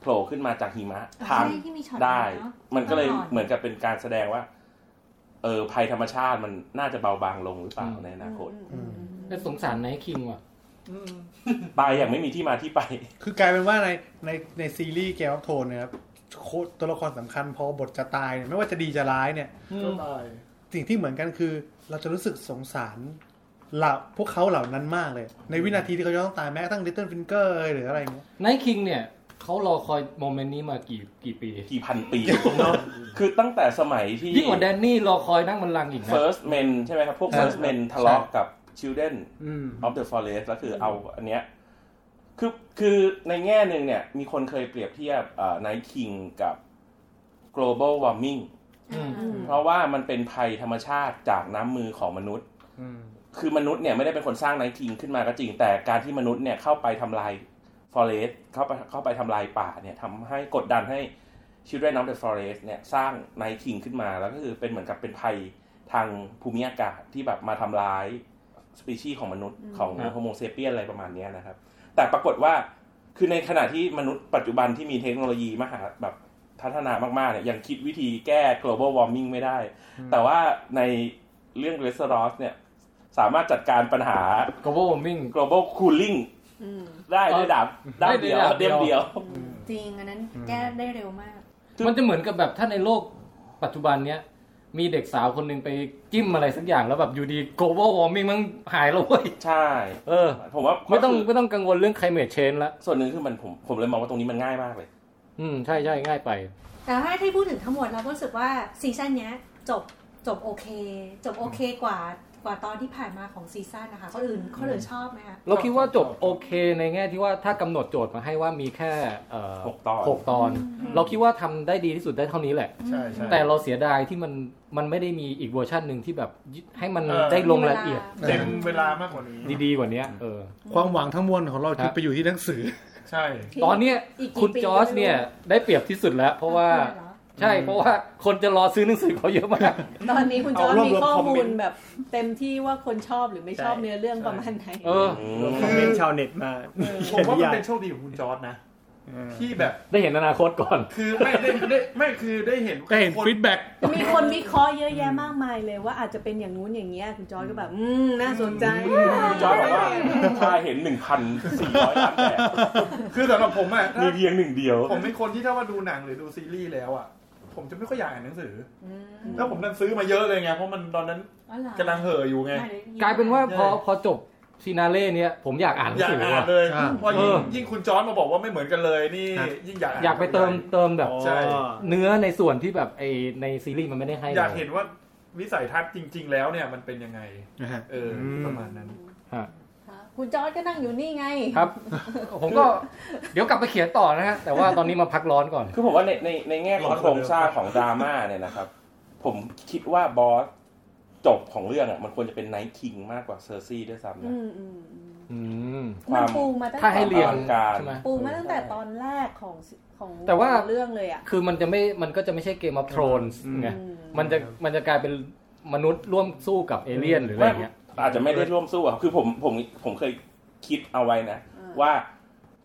โผล่ขึ้นมาจากหิมะ ใช่ ทาง ที่มีช็อต ได้ นั้นเนอะ มันก็เลย ตอนก่อน เหมือนกับเป็นการแสดงว่า เออภัยธรรมชาติมันน่าจะเบาบางลงหรือเปล่าในอนาคต แต่สงสารไนท์คิงว่ะ ตายอย่างไม่มีที่มาที่ไป คือกลายเป็นว่าในในในซีรีส์แกมโทนเนี่ยครับโคตรตัวละครสำคัญพอบทจะตายเนี่ยไม่ว่าจะดีจะร้ายเนี่ย ก็ตาย สิ่งที่เหมือนกันคือเราจะรู้สึกสงสารเหล่าพวกเขาเหล่านั้นมากเลย ในวินาทีที่เขาจะต้องตายแม้กระทั่งลิตเติ้ลฟินเกอร์หรืออะไรเงี้ย ไนท์คิงเนี่ย เขารอคอยโมเมนต์นี้มากี่กี่ปี กี่พันปี คือตั้งแต่สมัยที่ ยิ่งกว่าแดนนี่รอคอยนั่งบันลังก์อีกนะ First Men ใช่ไหมครับ พวก First Men ทะเลาะกับ Children อืม of the Forest ก็คือเอาอันเนี้ยคือคือในแง่หนึ่งเนี่ย มีคนเคยเปรียบเทียบเอ่อ Night King กับ global warming อืม เพราะว่ามันเป็นภัยธรรมชาติจากน้ำมือของมนุษย์ คือมนุษย์เนี่ยไม่ได้เป็นคนสร้างไนท์คิงขึ้นมาก็จริง แต่การที่มนุษย์เนี่ยเข้าไปทำลายฟอเรสต์เข้าไปเข้าไปทำลายป่าเนี่ยทำให้กดดันให้ Children of the Forest เนี่ยสร้างไนท์คิงขึ้นมาแล้วก็คือเป็นเหมือนกับเป็นภัยทางภูมิอากาศที่แบบมาทำร้ายสปีชีส์ของมนุษย์ อืม ของโฮโมเซเปียนอะไรประมาณเนี้ยนะครับ แต่ปรากฏว่าคือในขณะที่มนุษย์ปัจจุบันที่มีเทคโนโลยีมหาแบบพัฒนามากๆเนี่ยยังคิดวิธีแก้ global warming ไม่ได้ อืม แต่ว่าในเรื่อง r e s o r c e เนี่ย สามารถจัดการปัญหา global warming global cooling อืม ได้ด้วยดาบด้ามเดียว ได้ด้วยดาบเดี เดี ย ยว วเดียว จริงอันนั้นแก้ได้เร็วมาก มันจะเหมือนกับแบบถ้าในโลกปัจจุบันเนี้ย มีเด็กสาวคนหนึ่งไปจิ้มอะไรสักอย่างแล้วแบบอยู่ดี global warming มันหายแล้วเว้ย ใช่ เออ ผมว่า ไม่ต้องไม่ต้องกังวลเรื่อง climate change ละ ส่วนหนึ่งคือมันผมผมเลยมองว่าตรงนี้มันง่ายมากเลย อืม ใช่ใช่ง่ายไป แต่ถ้าที่พูดถึงทั้งหมดเราก็รู้สึกว่าซีซั่นเนี้ยจบจบโอเค จบโอเคกว่ากว่าตอนที่ผ่านมาของซีซั่นนะคะคนอื่นคนอื่นชอบไหมคะ เราคิดว่าจบโอเคในแง่ที่ว่าถ้ากำหนดโจทย์มาให้ว่ามีแค่เอ่อ หกตอน หกตอน เราคิดว่าทำได้ดีที่สุดได้เท่านี้แหละ ใช่ใช่ แต่เราเสียดายที่มันมันไม่ได้มีอีกเวอร์ชันหนึ่งที่แบบให้มัน เออ ได้ลงรายละเอียด เต็มเวลามากกว่านี้ ดีๆกว่านี้เออ ความหวังทั้งมวลของเรา ครั จะ บ ไปอยู่ที่หนังสือ ใช่ ตอนเนี้ย อีกกี่ คุณ ปี จอร์ส ก็ไม่รู้ เนี่ยได้เปรียบที่สุดแล้ว เพราะว่าใช่เพราะว่าคนจะรอซื้อหนังสือเขาเยอะมาก ตอนนี้คุณจอร์จ เอารวบ มี รวม ข้อ คอม มู เม ล นต์ แบบเต็มที่ว่าคนชอบหรือไม่ชอบเนื้อเรื่องประมาณไหน เออ คอมเมนต์ชาวเน็ตมา ผมว่ามันเป็นโชคดีของคุณจอร์ดนะ ที่แบบ ได้เห็นอนาคตก่อน คือไม่ได้ได้ไม่คือได้เห็น ได้เห็น feedback มีคนวิเคราะห์เยอะแยะมากมายเลยว่าอาจจะเป็นอย่างนู้นอย่างเงี้ยคุณจอร์จก็แบบ อืม น่าสนใจ จอร์จบอกว่าชายเห็นหนึ่งพันสี่ร้อยล้านแต่ คือสำหรับผมอ่ะ มีเพียงหนึ่งเดียว ผมเป็นคนที่ถ้าว่าดูหนังหรือดูซีรีส์แล้วอ่ะ ผมจะไม่ค่อยอยากอ่านหนังสืออแล้วผมนั่นซื้อมาเยอะเลยไง เพราะมันตอนนั้น อ๋อเหรอ กำลังเห่ออยู่ไง กลายเป็นว่าพอ ใช่ พอจบซีนาเล่เนี่ยผมอยากอ่านหนั อง ยาก สือ อ่า ว่ะ นเลย อ่า พอ เอ ยิ่ง อ ยิ่งคุณจอร์ดมาบอกว่าไม่เหมือนกันเลยนี่ ครับ ยิ่งอยากน อยากไปเติมเติมแบบ ใช่ เนื้อในส่วนที่แบบไอในซีรีส์มันไม่ได้ให้ อยาก ร เห็นว่าวิสัยทัศน์จริง ๆ แล้วเนี่ยมันเป็นยังไง นะฮะ เอออ ม ประมาณนั้น ฮะ คุณจอร์จก็นั่งอยู่นี่ไง ครับ ผมก็เดี๋ยวกลับไปเขียนต่อนะฮะ แต่ว่าตอนนี้มาพักร้อนก่อน คือผมว่าในในในแง่ของโครงสร้างของดราม่าเนี่ยนะครับ ผมคิดว่าบอสจบของเรื่องอ่ะมันควรจะเป็นไนท์คิงมากกว่าเซอร์ซี่ด้วยซ้ำนะ อืมอืม อืม มันปูมาตั้ง ถ้าให้เรียง ความอลังการ ใช่ไหม ปูมาตั้งแต่ตอนแรกของของ แต่ว่า ของเรื่องเลยอ่ะ คือมันจะไม่มันก็จะไม่ใช่เกมอ t โ r รนส์ไงมันจะมันจะกลายเป็นมนุษย์ร่วมสู้กับเอเลี่ยนหรืออะไรเงี้ย ม่อาจจะไม่ได้ร่วมสู้อ่ะคือผมผมผมเคยคิดเอาไว้นะ ว่า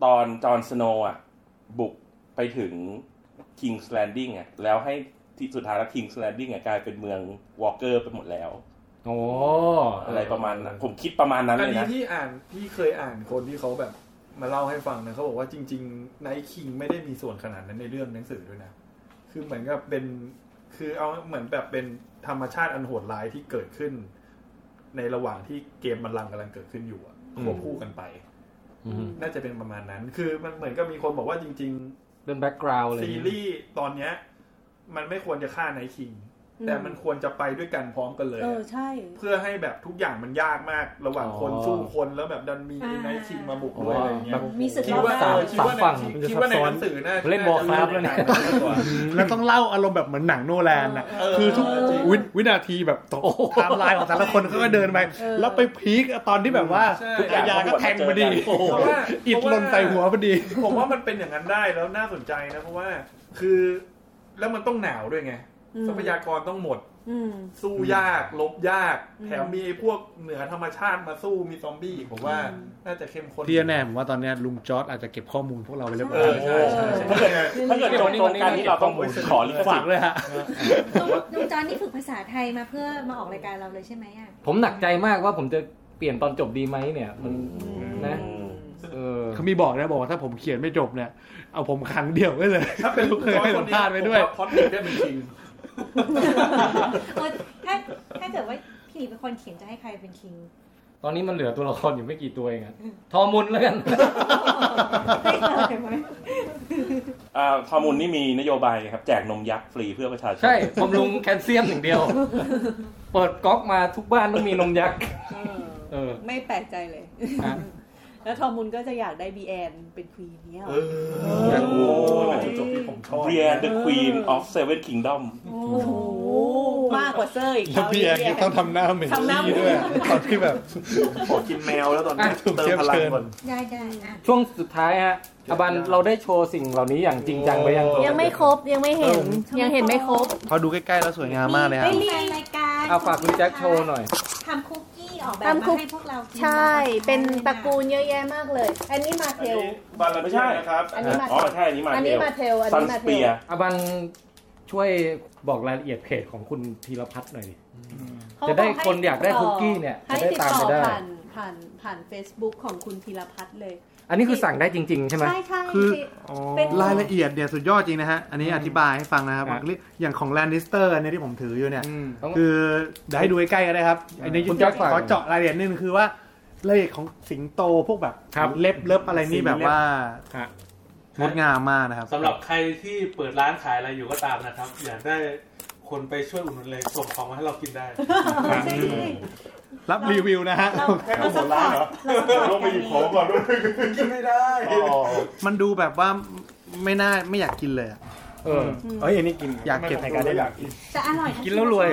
ตอนจอห์นสโนว์อ่ะ บุกไปถึง King's Landing อ่ะแล้วให้ที่สุดท้ายแล้ว King's Landing อ่ะกลายเป็นเมืองวอลเกอร์ไปหมดแล้ว โอ้ อะไรประมาณนั้นผมคิดประมาณนั้น อั เล น ย นี้ นะ ที่อ่านที่เคยอ่านคนที่เขาแบบมาเล่าให้ฟังนะเขาบอกว่าจริงๆไนคิงไม่ได้มีส่วนขนาดนั้นในเรื่องหนังสือด้วยนะ คือเหมือนกับเป็นคือเอาเหมือนแบบเป็นธรรมชาติอันโหดร้ายที่เกิดขึ้น ในระหว่างที่เกมมันลังกำลังเกิดขึ้นอยู่อะ อืม ควบคู่กันไป อืม น่าจะเป็นประมาณนั้น คือมันเหมือนก็มีคนบอกว่าจริง เป็นแบ็กกราวด์อะไร ๆ ซี เงี้ย รีส์ตอนเนี้ย มันไม่ควรจะฆ่าไนคิง อืม แต่มันควรจะไปด้วยกันพร้อมกันเลย เอ อะ อ ใช่ เพื่อให้แบบทุกอย่างมันยากมากระหว่างคน อ๋อ สู้คนแล้วแบบดันมีไนท์คิงมาบุกด้วยอะไรเงี้ แบ ย บ โอ้โห มีศึก คิดว่า สาม คิดว่าใน สามฝั่ง คิดว่าในหนังสือน่า เล่น Warcraft แล้วเนี่ย แล้วต้องเล่าอารมณ์แบบเหมือนหนังโนแลนน่ะ คือทุกวิวินาทีแบบตกไทม์ไลน์ของแต่ละคนเขาก็เดินไป แล้วไปพีคตอนที่แบบว่า ใช่ จักรยานก็แทงพอดี เพราะว่า อิดลนใส่หัวพอดี ผมว่ามันเป็นอย่างนั้นได้แล้วน่าสนใจนะเพราะว่าคือแล้วมันต้องหนาวด้วยไง อืม ทรัพยากรต้องหมด อืม สู้ยากลบยาก อืม แถมมีไอ้พวกเหนือธรรมชาติมาสู้มีซอมบี้อีกผมว่าน่าจะเข้มข้น ที่แน่ๆผมว่าตอนเนี้ยลุงจอร์ดอาจจะเก็บข้อมูลพวกเราไปเรียบร้อย เออใช่ใช่ใช่ ถ้าเกิด ถ้าเกิดจบตรงกันนี่เราต้องขอลิขสิทธิ์ ฝากเลยฮะ น้องจอนนี่ฝึกภาษาไทยมาเพื่อมาออกรายการเราเลยใช่ไหมอ่ะ ผมหนักใจมากว่าผมจะเปลี่ยนตอนจบดีไหมเนี่ย มันนะเออ เขามีบอกนะบอกว่าถ้าผมเขียนไม่จบเนี่ย เอาผมขังเดี่ยวไว้เลย ถ้าเป็นลูกน้อยคนนี้ พลาดไปด้วย ผมว่าพล็อ ตเด็กได้เป็นจริง เออถ้าถ้าเกิดว่าพี่หมีเป็นคนเขียนจะให้ใครเป็นคิง ตอนนี้มันเหลือตัวละครอยู่ไม่กี่ตัวเองอะทอมุนแล้วกัน ให้ใครไหม อ่าทอมุลนี่มีนโยบายครับ แจกนมยักษ์ฟรีเพื่อประชาชน ใช่บำรุงแคลเซียมอย่างเดียว เปิดก๊อกมาทุกบ้านต้องมีนมยักษ์ เออ ไม่แปลกใจเลย ฮะ แล้วทอมุนก็จะอยากได้บีแอนเป็นควีนเนี่ยหรอ โอ้เบียร์เดอะควีนออฟเซเว่นคิงดอม โอ้โหมากกว่าเซอร์อีก แล้วพี่แอนยังต้องทำหน้าเหม็น ทำหน้า ขี้ด้วยตอนที่แบบ ขอกินแมวแล้วตอนนี้ ถูกเติมพลังก่อน ได้ได้อ่ะ ช่วงสุดท้ายฮะอบันเราได้โชว์สิ่งเหล่านี้อย่างจริงจังไปยัง ยังไม่ครบยังไม่เห็น ยังเห็นไม่ครบ พอดูใกล้ๆแล้วสวยงามมากเลย ไม่ ฮะ มีรายการ เอาฝากคุณแจ็คโชว์หน่อย ทำคุกกี้ออกแบบ ตาม มา คุก ให้พวกเรากิน ใช่ เป็นตระกูลเยอะแยะมากเลย อันนี้มาเทล บาลาไม่ใช่นะครับ อันนี้มา อ๋อใช่อันนี้มา อัน เท นี้ ล มาเทลอันนี้มาเทล Sunspear อบันช่วยบอกรายละเอียดเพจของคุณธีรพัฒน์หน่อยดิ เขา จะได้ บอให้ คนอยากได้ ติต่ คุกกี้เนี่ย ให้ จะได้ ติด ตาม ต่อ ไปได้ ผ่านผ่านผ่าน Facebook ของคุณธีรพัฒน์เลย อันนี้คือสั่งได้จริง ๆ ใช่ไหม ใช่ใช่ คือ อเป็น รายละเอียดเนี่ยสุดยอดจริงนะฮะ อันนี้อธิบายให้ฟังนะครับ ครับ อย่างของแลนดิสเตอร์เนี่ยที่ผมถืออยู่เนี่ย ต้อง คือเดี๋ยวให้ดูใกล้ๆก็ได้ครับอันนี้ คุณจ๊ จะ อกฝาก ขอเจาะรายละเอียดนิดนึงคือว่า รายละเอียดของสิงโตพวกแบบเล็บเล็บอะไรนี่แบบว่า ฮะ งดงามมากนะครับ สำหรับใครที่เปิดร้านขายอะไรอยู่ก็ตามนะครับ อยากได้คนไปช่วยอุดหนุนเลยส่งของมาให้เรากินได้ รับรีวิวนะฮะ เราสปอร์ต ลงไปหยิบของก่อนด้วยกินไม่ได้ มันดูแบบว่าไม่น่าไม่อยากกินเลยะ เออ เอ้ยอันนี้กิน อยากเก็บ ไม่อยากกิน จะอร่อยทั้ง กินแล้วรวย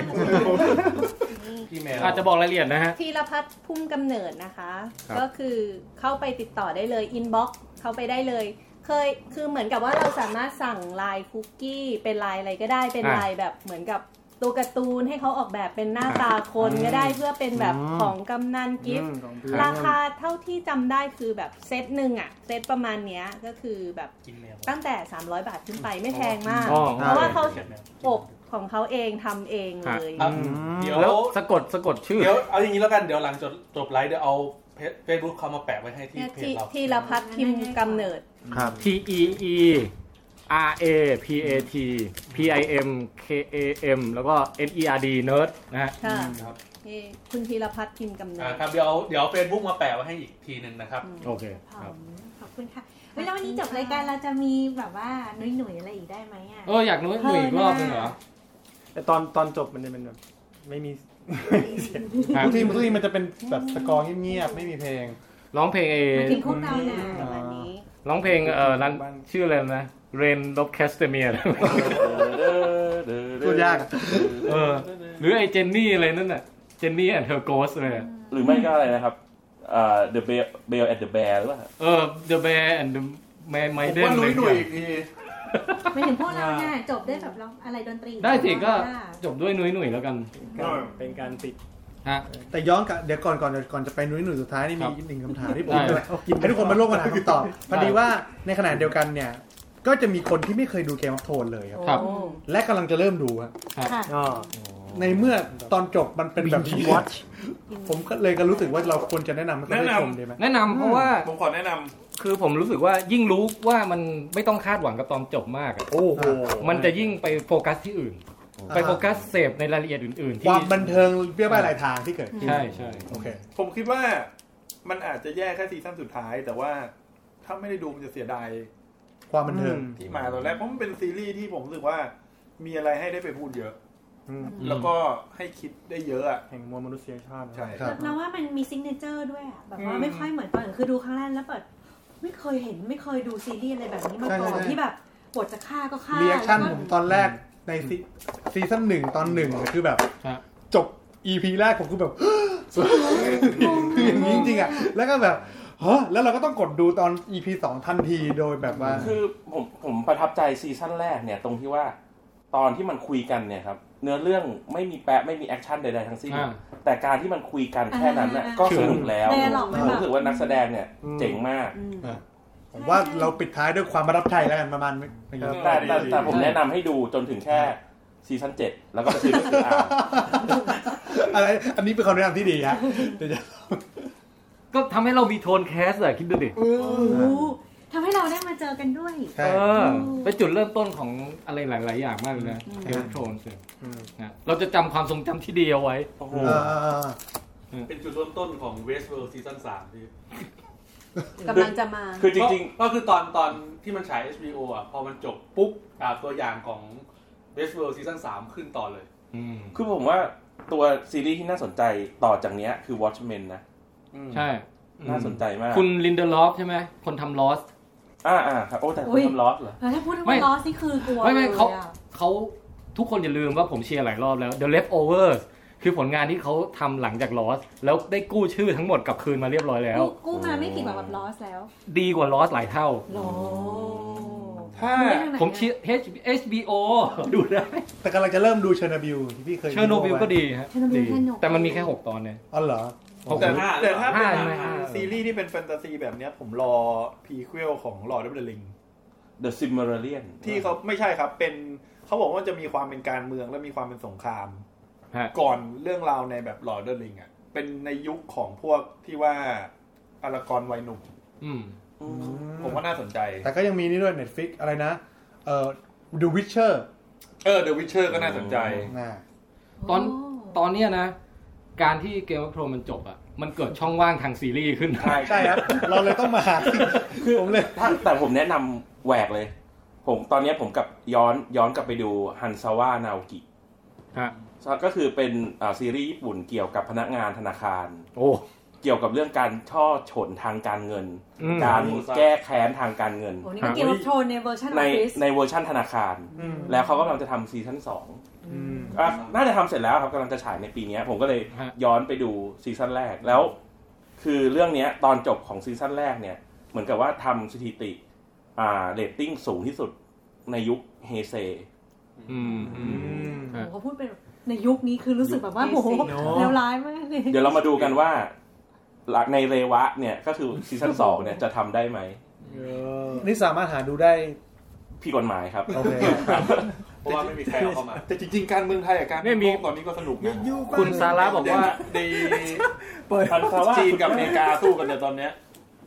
พี่แม อาจจะบอกรายละเอียดนะฮะ ธีรพัฒน์พุ่มกำเนิดนะคะ ครับ ก็คือเข้าไปติดต่อได้เลยอินบ็อกเข้าไปได้เลย เคยคือเหมือนกับว่าเราสามารถสั่งลายคุกกี้เป็นลายอะไรก็ได้เป็น อ่า ลายแบบเหมือนกับตัวการ์ตูนให้เขาออกแบบเป็นหน้าตาคน อืม ก็ได้เพื่อเป็นแบบ อืม ของกำนันกิฟต์ อืมของเพื่อน ราคาเท่าที่จำได้คือแบบเซตหนึ่งอะเซตประมาณเนี้ยก็คือแบบตั้งแต่ 300 บาทขึ้นไปไม่แพงมาก อ๋อ เพราะว่าเขาอบของเขาเองทำเองเลย ครับเดี๋ยว แล้วสะกดสะกดชื่อ เดี๋ยวเอาอย่างนี้แล้วกันเดี๋ยวหลังจบจบไลฟ์เดี๋ยวเอาเฟซบุ๊กเขามาแปะไว้ให้ที่ เนี่ย เพ ธี จเรา ธีรพัฒน์พิมพ์กำเนิด T E E R A P A T P I M K A M แล้วก็ N E R D nerd นะฮะ ค่ะ ครับ นี่คุณธีรพัฒน์พิมพ์กำเนิ อ่า ด ครับเดี๋ยวเอาเดี๋ยวเฟซบุ๊กมาแปะไว้ให้อีกทีหนึ่งนะครับ โอเค ขอบคุณค่ะเวลาวันนี้จบรายการเราจะมีแบบว่าหนุ่ยหนุ่ยๆอะไรอีกได้ไหมอ่ะ เอออยากรู้หนุ่ยอีกรอบนึงเหรอ แต่ตอนตอนจบมันจะเป็นแบบไม่มีเสียง ครับ ทุกทีทุกทีมันจะเป็นแบบสกอร์เงียบๆไม่มีเพลง ร้องเพลงเอ หมายถึงพวกเราน่ะ ร้องเพลงเออร้านชื่ออะไรนะ Rain of Castamere พูดยากอะ เออ หรือไอ้เจนนี่อะไรนั่นน่ะ เจนนี่ and her ghost เลยอะ หรือไม่ก็อะไรนะครับอ่า The Bell Bell at the Bear หรือเปล่า เออ The Bear and the May m a i d e ผม n ว่าลุยหนุ่ยอีกที หมายถึงพวกเราน่ะจบด้วยแบบร้องอะไรดนตรี ได้สิก็ ค่ะ จบด้วยหนุ่ยหนุ่ยๆแล้วกัน เป็นการติด ฮะ แต่ย้อนกลับเดี๋ยวก่อนก่อนก่อนจะไปหนุ่ยหนุ่ยสุดท้ายนี่มีหนึ่งคำถามที่ผม ได้ จะให้ทุกคนมาร่วมกันหาคำตอบพอดีว่าในขณะเดียวกันเนี่ย ก็จะมีคนที่ไม่เคยดูเกมอัพโทนเลย ครับ และกำลังจะเริ่มดูอะ ค่ะ อ๋อในเมื่อตอนจบมันเป็นแบบ watch ผมก็เลยก็รู้สึกว่าเราควรจะแนะนำให้เขาได้ชมดีไหม แนะนำเพราะว่า ผมขอแนะนำ คือผมรู้สึกว่ายิ่งรู้ว่ามันไม่ต้องคาดหวังกับตอนจบมากอะ โอ้โห มันจะยิ่งไปโฟกัสที่อื่น อ่า ไปโฟกัสเสพในรายละเอียดอื่น ๆ ค ที่ วามบันเทิงเบี้ยวบ้ายหลายทางที่เกิดขึ้น ใช่ใช่ โอเค ผมคิดว่ามันอาจจะแย่แค่ซีซั่นสุดท้าย แต่ว่าถ้าไม่ได้ดูมันจะเสียดาย ความบันเทิง ที่มาตอนแรกเพราะมันเป็นซีรีส์ที่ผมรู้สึกว่ามีอะไรให้ได้ไปพูดเยอะ อืม แล้วก็ให้คิดได้เยอะอะ แห่งมวลมนุษยชาติ ใช่ เราว่ามันมีซิกเนเจอร์ด้วยอะแบบว่า อืม ไม่ค่อยเหมือนตอนอื่นคือดูครั้งแรกแล้วแบบไม่เคยเห็นไม่เคยดูซีรีส์อะไรแบบนี้มาก่อ ใช่ น ใช่ ที่แบบบทจะฆ่าก็ฆ่า รีแอคชั่น ล้ว ผ ก็ มตอนแรกในซีซีซั่นหนึ่งตอนหนึ่งคือแบบ จบ EP แรกผมคือแบบ คืออย่างนี้จริงๆอ่ะ แล้วก็แบบเฮ้อแล้วเราก็ต้องกดดูตอน EP สองทันทีโดยแบบว่า คือผมผมประทับใจซีซั่นแรกเนี่ยตรงที่ว่าตอนที่มันคุยกันเนี่ยครับ เนื้อเรื่องไม่มีแปะไม่มีแอคชั่นใดๆทั้งสิ้น อ่า แต่การที่มันคุยกันแค่นั้นน่ะ อ่า ก็สนุกแล้ว dialogue มันแบบ รู้สึกว่านักแสดงเนี่ย อืม เจ๋งมาก ผมว่าเราปิดท้ายด้วยความประทับใจแล้วกันประมาณนี้ครับ แต่แต่แต่ผมแนะนำให้ดูจนถึงแค่ซีซั่นเจ็ดแล้วก็ไปซื้อหนังสืออ่าน อะไรอันนี้เป็นคำแนะนำที่ดีฮะเดี๋ยวจะ ก็ทำให้เรามีโทนแคสอะคิดดูดิ โอ้โหทำให้เราได้มาเจอกันด้วย เออเป็นจุดเริ่มต้นของอะไรหลาย ๆ อย่างมากเลยนะ อืม เกมโทนเนี่ยนะเราจะจำความทรงจำที่ดีเอาไว้ เออ เป็นจุดเริ่มต้นของ Westworld ซีซั่นสามพี่ กำลังจะมา คือจริงๆ ก็คือตอนตอนที่มันฉาย HBO อ่ะ พอมันจบปุ๊บอ่าตัวอย่างของ Westworld ซีซั่นสามขึ้นต่อเลย คือผมว่าตัวซีรีส์ที่น่าสนใจต่อจากเนี้ยคือ Watchmen นะ ใช่ น่าสนใจมาก คุณลินเดอร์ลอฟใช่ไหมคนทำลอส อ่าอ่าครับโอ้แต่คนทำ Lost เหรอ เออถ้าพูดถึงว่าลอสนี่คือกลัว ไม่ไม่ ลย เขา อะ เขาทุกคนอย่าลืมว่าผมเชียร์หลายรอบแล้ว The Leftovers คือผลงานที่เขาทำหลังจากลอสแล้วได้กู้ชื่อทั้งหมดกลับคืนมาเรียบร้อยแล้ว กู้กู้มาไม่กี่บาทกับลอสแล้ว ดีกว่าลอสหลายเท่า โอ้ ถ้า ผมเชียร์ H- HBO ดูได้ แต่กำลังจะเริ่มดูเชอร์โนบิลที่พี่เคย เชอร์โนบิลก็ดีฮะ เชอร์โนบิล ดี สนุก แต่มันมีแค่ 6 ตอนเนี่ย อ๋อเหรอ แต่ ห้า แต่ถ้าเป็ ห้าน ใช่ไหมห้า ซีรีส์ที่เป็นแฟนตาซีแบบเนี้ยผมรอพรีเควลของลอร์ด f t เด r ลิง The Silmarillion ที่เขาไม่ใช่ครับเป็นเขาบอกว่าจะมีความเป็นการเมืองและมีความเป็นสงคราม ฮะ ก่อนเรื่องราวในแบบลอร์ด f t เด r ลิงอ่ะเป็นในยุคของพวกที่ว่าอารากรวัยหนุ่ม อืม ผมว่าน่าสนใจ แต่ก็ยังมีนี่ด้วย Netflix อะไรนะ เอ่อ The Witcher เออ The Witcher ก็น่าสนใจ นะ ตอนตอนเนี้ยนะ การที่เกมวัฟโทมันจบอ่ะ มันเกิดช่องว่างทางซีรีส์ขึ้น ใช่ ครับ เราเลยต้องมาหา คือผมเลย ถ้าแต่ผมแนะนำแหวกเลย ผมตอนเนี้ยผมกลับย้อนย้อนกลับไปดูฮันซาว่านาโอกิ ฮะ ก็คือเป็นอ่าซีรีส์ญี่ปุ่นเกี่ยวกับพนักงานธนาคาร โอ้ เกี่ยวกับเรื่องการช่อฉนทางการเงิน อืม การแก้แค้นทางการเงิน โหนี่ก็เกมวัฟโทนในเวอร์ชันอ ใน อฟฟิศ ในเวอร์ชั่นธนาคาร อืม แล้วเขากำลังจะทำซีซั่นสองอ่ะน่าจะทำเสร็จแล้วครับกำลังจะฉายในปีเนี้ย ผมก็เลยย้อนไปดูซีซั่นแรกแล้ว คือเรื่องเนี้ย ตอนจบของซีซั่นแรกเนี่ย เหมือนกับว่าทำสถิติ อ่าเรตติ้งสูงที่สุดในยุคเฮเซ อืม โหเขาพูดเป็นในยุคนี้คือรู้สึกแบบว่าโอ้โห เนอะ เลวร้ายมากเลย เดี๋ยวเรามาดูกันว่า หลักในเรวะเนี่ย ก็คือซีซั่นสองเนี่ยจะทำได้ไหม นี่สามารถหาดูได้ พี่กฎหมายครับ โอเค เพราะว่าไม่มีใครเอาเข้ามา แต่จริงๆ การเมืองไทยกับการ ไม่มี โลกตอนนี้ก็สนุกนะ คุณซาร่าบอกว่า ดีพันธะจีนกับอเมริกาสู้กันเนี่ยตอนเนี้ย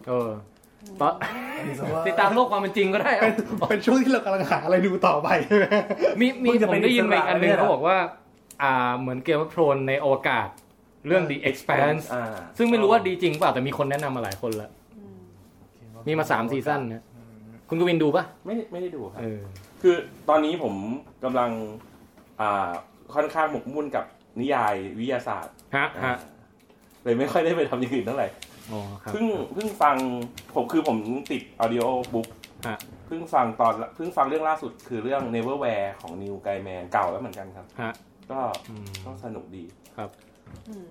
เออตอน ติดตามโลกความเป็นจริงก็ได้ เป็น เป็นช่วงที่เรากำลังหาอะไรดูต่อไปใช่ไหม มีมี เพิ่งจะ ผ เป็ ม น ได้ยินมาอีกอันหนึง อิสระ เขาบอกว่า อ่าเหมือนเกมวัฟโทนในอวกาศ เรื่อง The Expanse อ่า ซึ่งไม่รู้ว่าดีจริงเปล่าแต่มีคนแนะนำมาหลายคนละมีมาสามซีซั่นนะคุณกวินดูปะ ไม่ได้ไม่ได้ดูครับ เออ คือตอนนี้ผมกำลังอ่าค่อนข้างหมกมุ่นกับนิยายวิทยาศาสตร์ ฮะฮะ เลยไม่ค่อยได้ไปทำอย่างอื่นเท่าไหร่ อ๋อครับ เพิ่งเพิ่งฟังผมคือผมติด audio book ฮะ เพิ่งฟังตอนเพิ่งฟังเรื่องล่าสุดคือเรื่อง Neverwhere ของ Neil Gaiman เก่าแล้วเหมือนกันครับ ฮะ ก็ก็สนุกดี ครับ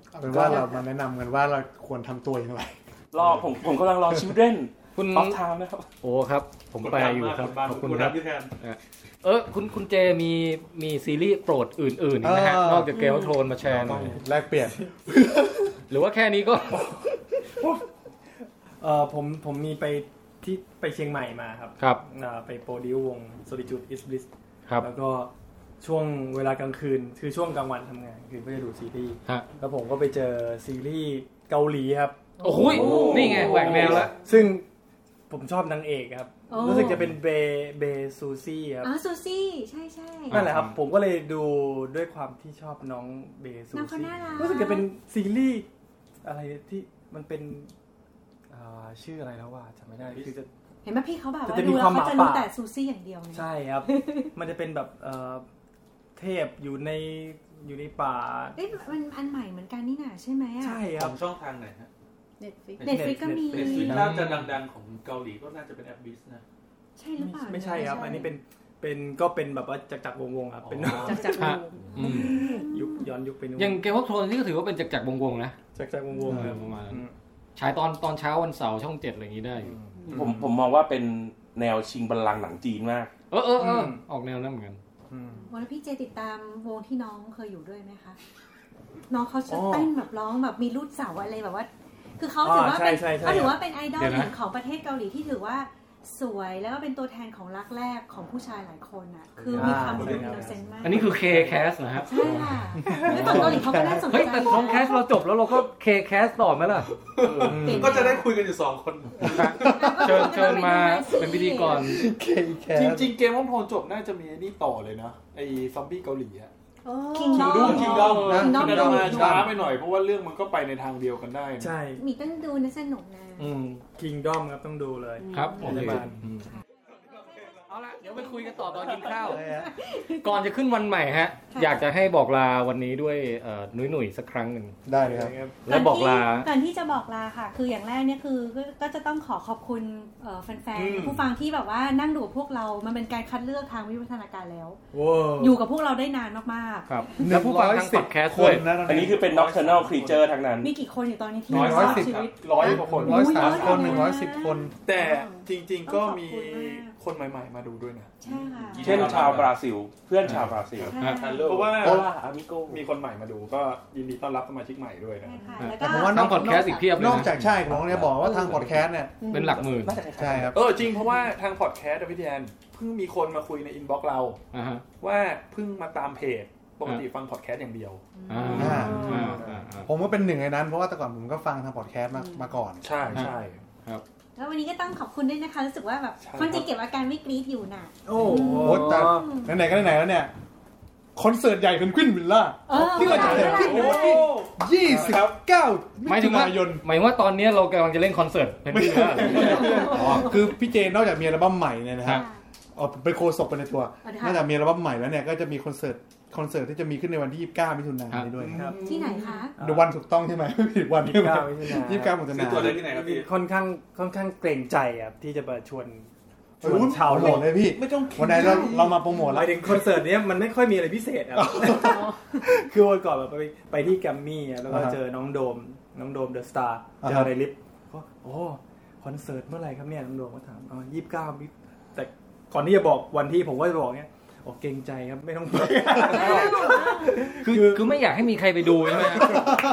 เอาเป็นว่าเรามาแนะนำกันว่าเราควรทำตัวอย่างไร รอผมผมกำลังรอ Children คุณ of Time นะครับ โอ้ครับ ผมไปอยู่ครับ กดดันมาก ขอบคุณ กด ค ดั รับ นพี่แทน อ่ะเออคุณคุณเจมีมีซีรีส์โปรดอื่นๆอีกไหมฮะ เออ นอกจากเกมวัฟโทนมาแชร์หน่อย แลกเปลี่ยน หรือว่าแค่นี้ก็ เออผมผมมีไปที่ไปเชียงใหม่มาครับ ครับ เอ่อไปโปรดิววง Solitude is Bliss ครับ แล้วก็ช่วงเวลากลางคืน คือช่วงกลางวันทำงานคือก็จะดูซีรีส์ ฮะ แล้วผมก็ไปเจอซีรีส์เกาหลีครับ โอ้โหยนี่ไงแหวกแนวละ ซึ่งผมชอบนางเอกครับ โอ้ รู้สึกจะเป็นเบเบซูซี่ครับ อ๋อซูซี่ ใช่ใช่ นั่นแหละครับ ผมก็เลยดูด้วยความที่ชอบน้องเบซู น้องเขา ซี่ น่ารัก รู้สึกจะเป็นซีรีส์อะไรที่มันเป็นอ่าชื่ออะไรแล้วว่าจำไม่ได้คือจะ เห็นไหมพี่เขาแบบ แต่ ว่า จะมี ดูแล้ ควาว ม เขาจะ หมา รู้ ป่า แต่ซูซี่อย่างเดียวไง ใช่ครับ มันจะเป็นแบบเอ่อเทพอยู่ในอยู่ในป่า เอ๊ะมันอันใหม่เหมือนกันนี่น่ะใช่ไหมอะ ใช่ครับ ช่องทางไหนฮะ Netflix Netflix Netflix ก็มี Netflix น่าจะดังๆของเกาหลีก็น่าจะเป็นแอปบิสนะ ใช่หรือเปล่า ไม่ใช่ครับ อันนี้เป็นเป็นก็เป็นแบบว่าจักรจักรวงวงๆครับเป็น จาก ฮะอืดูม ยุคย้อนยุคไปนู่น อย่างเกมวัฟโทนนี่ก็ถือว่าเป็นจักรๆวงๆนะ จักรจักรวงวงๆครับ ประมาณนั้นฉายตอนตอนเช้าวันเสาร์ช่องเจ็ดอะไรอย่างนี้ได้อยู่ ผมผมมองว่าเป็นแนวชิงบัลลังก์หนังจีนมาก เออเออเออออกแนวนั้นเหมือนกัน วันนพี่เจติดตามวงที่น้องเคยอยู่ด้วยไหมคะ น้องเขาจะเต้นแบบร้องแบบมีรูดเสาอะไรแบบว่า คือเขาถือว่า อ๋อใช่ เป็น ใช่ใช่ เขาถือว่าเป็นไอดอล เดี๋ยว ห นะ นึ่งของประเทศเกาหลีที่ถือว่าสวยแล้วก็เป็นตัวแทนของรักแรกของผู้ชายหลายคนอ่ะ คือมีความเป็นอินโนเซนต์มาก อันนี้คือ K Cast นะฮะ ใช่ค่ะไม่ฝั่งเกาหลีเขาก็น่าสนใจ เฮ้ยแต่ท้องแคสเราจบแล้วเราก็ K Cast ต่อไหมล่ะ ก็จะได้คุยกันอยู่สองคน เชิญเชิญมาเป็นพิธีกร จริงๆ เกมของโทนจบน่าจะมีไอ้นี่ต่อเลยนะไอ้ซอมบี้เกาหลีอะ คิงดอม Kingdom คิงดอม Kingdom นะมันจะมา Kingdom ช้าไปหน่อยเพราะว่าเรื่องมันก็ไปในทางเดียวกันได้นะ ใช่ มีต้องดูนะสนุกนะ อืม คิงดอมครับต้องดูเลย ครับโอ รัฐ เค บาล อืมเอาละเดี๋ยวไปคุยกันต่อตอนกินข้าว ก่อนจะขึ้นวันใหม่ฮะ อยากจะให้บอกลาวันนี้ด้วยเอ่อหนุ่ยหนุ่ยๆสักครั้งหนึ่ง ได้เลยครับ และบอกลา ก่อนที่จะบอกลาค่ะ คืออย่างแรกเนี่ยคือก็ก็จะต้องขอขอบคุณเอ่อแฟน อืม ๆผู้ฟังที่แบบว่านั่งดูพวกเรา มันเป็นการคัดเลือกทางวิวัฒนาการแล้ว อ อยู่กับพวกเราได้นานมาก ครับ แล้วผู้ฟังทางพอดแคสต์ด้วยอันนี้คือเป็น nocturnal creature ทางนั้น ๆ มีกี่คนอยู่ตอนนี้ที่ ร้อย รอด สิบ ชีวิต ร้อยกว่าคน ร้อยสาม โอ้ย คน เยอะ หนึ่งร้อยสิบคน แต่จริงๆก็มีคนใหม่ๆมาดูด้วยนะ ใช่ค่ะ เช่นชาวบราซิล เพื่อนชาวบราซิล ครับ เพราะว่า โอล่า มีคนใหม่มาดูก็ยินดีต้อนรับสมาชิกใหม่ด้วยนะ แต่ผมว่านอก ทางพอดแคสต์อีกเพียบเลยนะ นอกจากใช่ผมเนี่ยบอกว่าทางพอดแคสต์เนี่ย เป็นหลักหมื่น ใช่ครับ เออจริงเพราะว่าทางพอดแคสต์อะพี่แดนเพิ่งมีคนมาคุยในอินบ็อกซ์เรา อ่าฮะ ว่าเพิ่งมาตามเพจปกติฟังพอดแคสต์อย่างเดียว อ่า อ่า อ่าอ่าอ่า ผมก็เป็นหนึ่งในนั้น เพราะว่าแต่ก่อนผมก็ฟังทางพอดแคสต์มามาก่อน ใช่ใช่ ครับ แล้ววันนี้ก็ต้องขอบคุณด้วยนะคะ รู้สึกว่าแบบคนจะเก็บอาการไม่กรี๊ดอยู่น่ะ โอ้โหแต่ไหนๆก็ไหนๆแล้วเนี่ย คอนเสิร์ตใหญ่เป็นควินวิลล่า เออ ที่เราจะจัดขึ้นในวันที่ยี่สิบเก้า หมายถึงว่าหมายถึงว่าตอนนี้เรากำลังจะเล่นคอนเสิร์ตเป็นที่แล้ว อ๋อคือพี่เจนนอกจากมีอัลบั้มใหม่เนี่ยนะ ครั ฮะ บ เออเป็นโคศกเป็นในตัว ค่ะ นอกจากมีอัลบั้มใหม่แล้วเนี่ยก็จะมีคอนเสิร์ตคอนเสิร์ตที่จะมีขึ้นในวันที่ 29มิถุนายนนี้ด้วยครับ ที่ไหนคะ ดูวันถูกต้องใช่ไหม ไม่ผิดวันใช่ไหม 29มิถุนายน ยี่สิบเก้ามิถุนายน ค่อนข้างค่อนข้างเกรงใจครับที่จะมาชวน โอ้ยโปรโมทเลยพี่ ไม่ต้องคิด วันไหนเราเรามาโปรโมทละ หมายถึงคอนเสิร์ตเนี้ยมันไม่ค่อยมีอะไรพิเศษครับ คือวันก่อนแบบไปไปที่แกรมมี่อะแล้วก็ อ่าฮะ เจอน้องโดม น้องโดมเดอะสตาร์ อ่าฮะ เจอในลิฟต์ก็โอ้คอนเสิร์ตเมื่อไหร่ครับเนี่ยน้องโดมก็ถามอ๋อยี่สิบเก้าแต่ก่อนที่จะบอกวันที่ผมก็จะบอกเนี้ยโอ้เกรงใจครับไม่ต้อง ไป คือคือไม่อยากให้มีใครไปดูใช่ไหม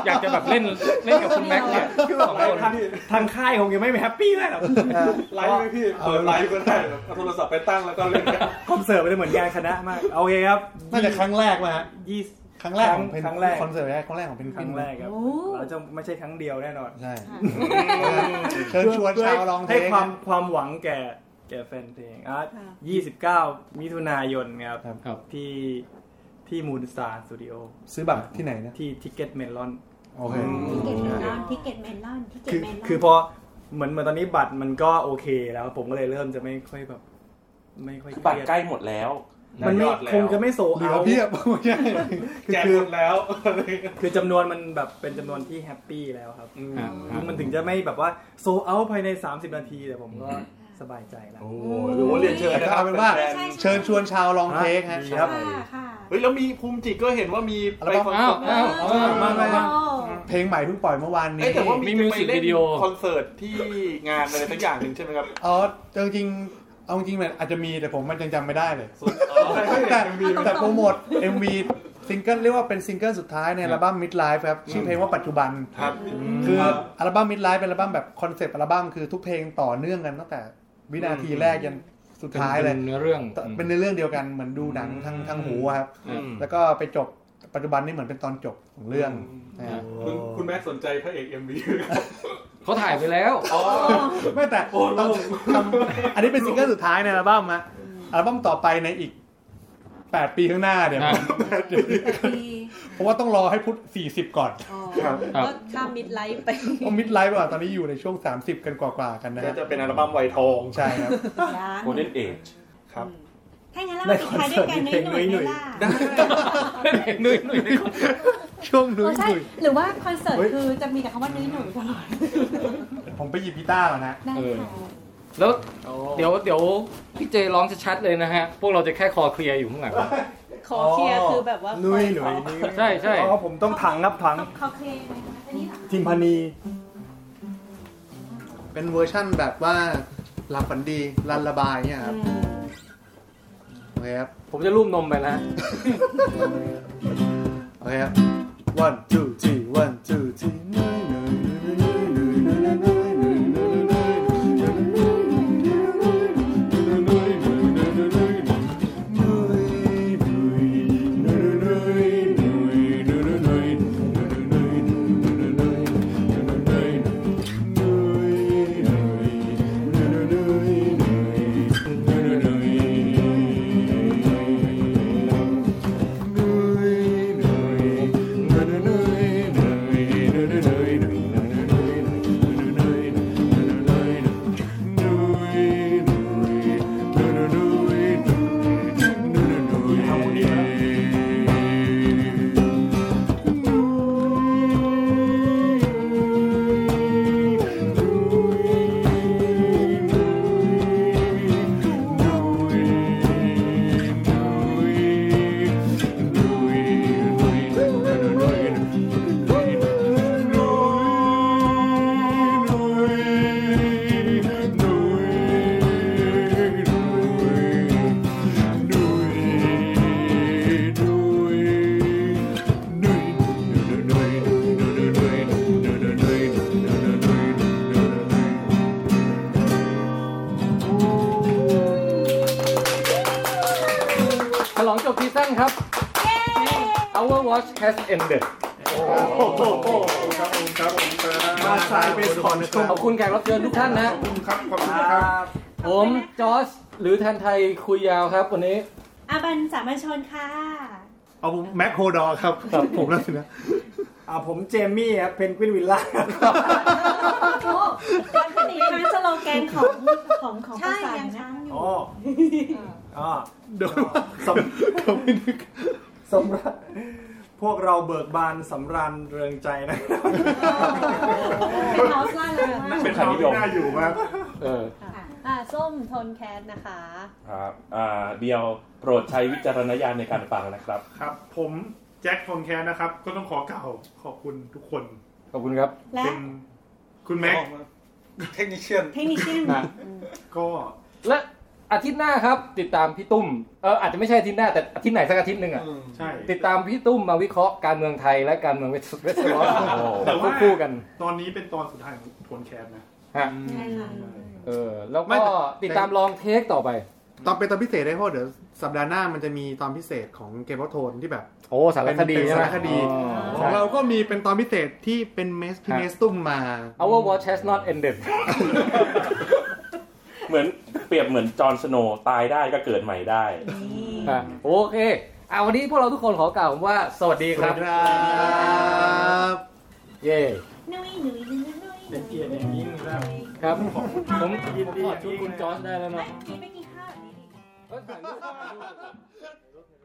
อยากจะแบบเล่นเล่นกับคุณแม็กซ์เนี่ย คือแบบทางทางค่ายคงยังไม่แฮปปี้ได้หรอก ไลฟ์ไหมพี่ เปิดไลฟ์ก็ได้แบบเอาโทรศัพท์ไปตั้งแล้วก็เล่น คอนเสิร์ตมันเหมือนงานคณะมากโอเคครับ น่าจะครั้งแรกมาฮะ ยี่ ครั้งแรกของเพน ครั้งแรก คอนเสิร์ตแรกครั้งแรกของเพนกวิคนรั้งแรกครับเราจะไม่ใช่ครั้งเดียวแน่นอน ใช่เชิญชวนชาวร้องเพลง ให้ความความหวังแก่แก่แฟนเพลงอ่ะยี่สิบเก้ามิถุนายนครับ ครับ ที่ที่มูนสตาร์สตูดิโอ ซื้อบัตรที่ไหนนะ ที่ทิกเก็ตเมลอน โอเค ทิเก็ตเมลอนทิเก็ตเมลอนทิเก็ คื ต อ เมลอน คือพอเหมือนเหมือนตอนนี้บัตรมันก็โอเคแล้ว ผมก็เลยเริ่มจะไม่ค่อยแบบ ไม่ค่อยเคยด บัตรใกล้หมดแล้ว มันไม่ ยอดแล้ว คงจะไม่โซ เหลือเพียบไม่ใช่ แจกหมดแล้ว คือจำนวนมันแบบเป็นจำนวนที่แฮปปี้แล้วครับ อ่า คือมันถึงจะไม่แบบว่าโซเอาภายใน 30 นาทีแต่ผมก็สบายใจแล้ว โอ้ หรือว่าเรียนเชิญนะครับ เอาเป็นว่า เชิญชวนชาวลองเทคฮะ ครับ เฮ้ยแล้วมีภูมิจิตก็เห็นว่ามี อัล ไป บั้ม คอน อ้า เสิร์ตวอ้าวอ้าวมามามา อืม เพลงใหม่เพิ่งปล่อยเมื่อวานนี้ เอ้ยแต่ว่ามีจะไป วิ เล่น ดีโอ คอนเสิร์ตที่งานอะไรสักอย่างหนึ่งใช่ไหมครับ อ๋อแต่จริงๆเอาจริงๆมันอาจจะมีแต่ผมมันยังจำไม่ได้เลย แต่ MV แต่โปรโมท MV ซิงเกิลเรียกว่าเป็นซิงเกิลสุดท้ายในอัลบั้ม Mid Life ครับ ชื่อเพลงว่าปัจจุบัน ครับ คืออัลบั้ม Mid Life เป็นอัลบั้มแบบคอนเซปต์อัลบั้มคือทุกเพลงต่อเนื่องกันตั้งแต่วินาทีแรกยันสุดท้ายเลย เป็นเนื้อเรื่อง เป็นในเรื่องเดียวกันเหมือนดูหนังทางทางหูอะครับ อืม แล้วก็ไปจบปัจจุบันนี่เหมือนเป็นตอนจบของเรื่องนะฮะ คุณคุณแม็กซ์สนใจพระเอกเอ็มบี เขาถ่ายไปแล้ว ไม่แต่ตอนทำอันนี้เป็นซิงเกิลสุดท้ายในอัลบั้มอะอัลบั้มต่อไปในอีก 8 ปีข้างหน้าเดี๋ยวเพราะว่าต้องรอให้พุทธ40 ก่อนครับ ก็ข้ามมิดไลฟ์ไป เพราะมิดไลฟ์อ่ะตอนนี้อยู่ในช่วง 30 กันกว่าๆกันนะ ก็ ฮะ จะเป็นอัลบั้มวัยทอง ใช่ครับ ยัง โกลเด้นเอจครับ ถ้างั้นเรามาปิดท้ายด้วยกันหน่อยๆไหมล่ะ หนุ่ยหนุ่ย ช่วงห เอ นุ่ อยใช่ หนุ่ย หรือว่าคอนเสิร์ต เฮ้ย คือจะมีแต่คำว่านุ้ยหนุ่ยตลอด ผมไปหยิบกีตาร์ก่อนนะ ได้ค่ะ แล้วเดี๋ยวเดี๋ยวพี่เจร้องชัดๆเลยนะฮะ พวกเราจะแค่คอเคลียร์อยู่ข้างหลัง ขอเคลียร์คือแบบว่า หนุ่ยหนุ่ยนี่ ใช่ใช่ อ๋อผมต้องถังครับถัง เขาเคลมไหมคะอันนี้เหรอ ทิมพานี เป็นเวอร์ชั่นแบบว่าหลับฝันดีรันระบายเนี่ยครับโอเคครับ ผมจะรูปนมไปนะ โอเคครับ one two three one two three เ ลองจบซีซั่นครับ Our watch has ended ครับผมครับผมครับ มาสายเบสคอนขอบคุณแขกรับเชิญทุกท่านนะ ขอบคุณครับขอบคุณครับ ผมจอสหรือแทนไทยคุยยาวครับวันนี้ อาบันสามัญชนค่ะ เอาผมแม็กโฮดอร์ครับครับ ผมนั่นสินะ อ่าผมเจมี่ครับเพนกวินวิลล่า โอ้โหตอนนี้มาสโลแกนของของของภาษานะ อ๋ออ่า เดี๋ยว สม สมรักพวกเราเบิกบานสำราญเริงใจนะ เป็นเฮาส์ล่าเลยมาก เป็นความนิยมน่าอยู่มาก เออ อ่ะส้มโทนแคสนะคะ ครับอ่าเดียวโปรดใช้วิจารณญาณในการฟังนะครับ ครับ ผมแจ็คทองแคสนะครับ ก็ต้องขอกล่าวขอบคุณทุกคน ขอบคุณครับ และ เป็นคุณแม็ก เทคนิคเชียน เทคนิคเช่น นะ ก็ และอาทิตย์หน้าครับ ติดตามพี่ตุ้มเอออาจจะไม่ใช่อาทิตย์หน้าแต่อาทิตย์ไหนสักอาทิตย์หนึ่งอ่ะ ใช่ ติดตามพี่ตุ้มมาวิเคราะห์การเมืองไทยและการเมืองเวสต์เวสต์ลอส แต่ คว ว่า บคู่กัน ตอนนี้เป็นตอนสุดท้ายของทวนแคสนะ ฮะเออแล้ว ไม่ ก็ แต่ ติดตามลองเทคต่อไป ตอนเป็นตอนพิเศษได้เพราะเดี๋ยวสัปดาห์หน้ามันจะมีตอนพิเศษของเกมวอโทนที่แบบ โอ้สารคดี เป็นเป็น ใช่ไหม สารคดี อ๋อ ของเราก็มีเป็นตอนพิเศษที่เป็นเมสพี่เมสตุ้มมา Our watch has not ended เหมือนเปรียบเหมือนจอห์นสโนว์ตายได้ก็เกิดใหม่ได้ ฮะโอเคอ่าวันนี้พวกเราทุกคนขอกล่าวคำว่า สวัสดีครับ เย่ นุ้ยนุ้ยนุ้ยนุ้ย เป็นเกียรติอย่างยิ่งครับ ครับผมผมขอชุดคุณจอร์จได้แล้วเนาะ กินไปกินข้าว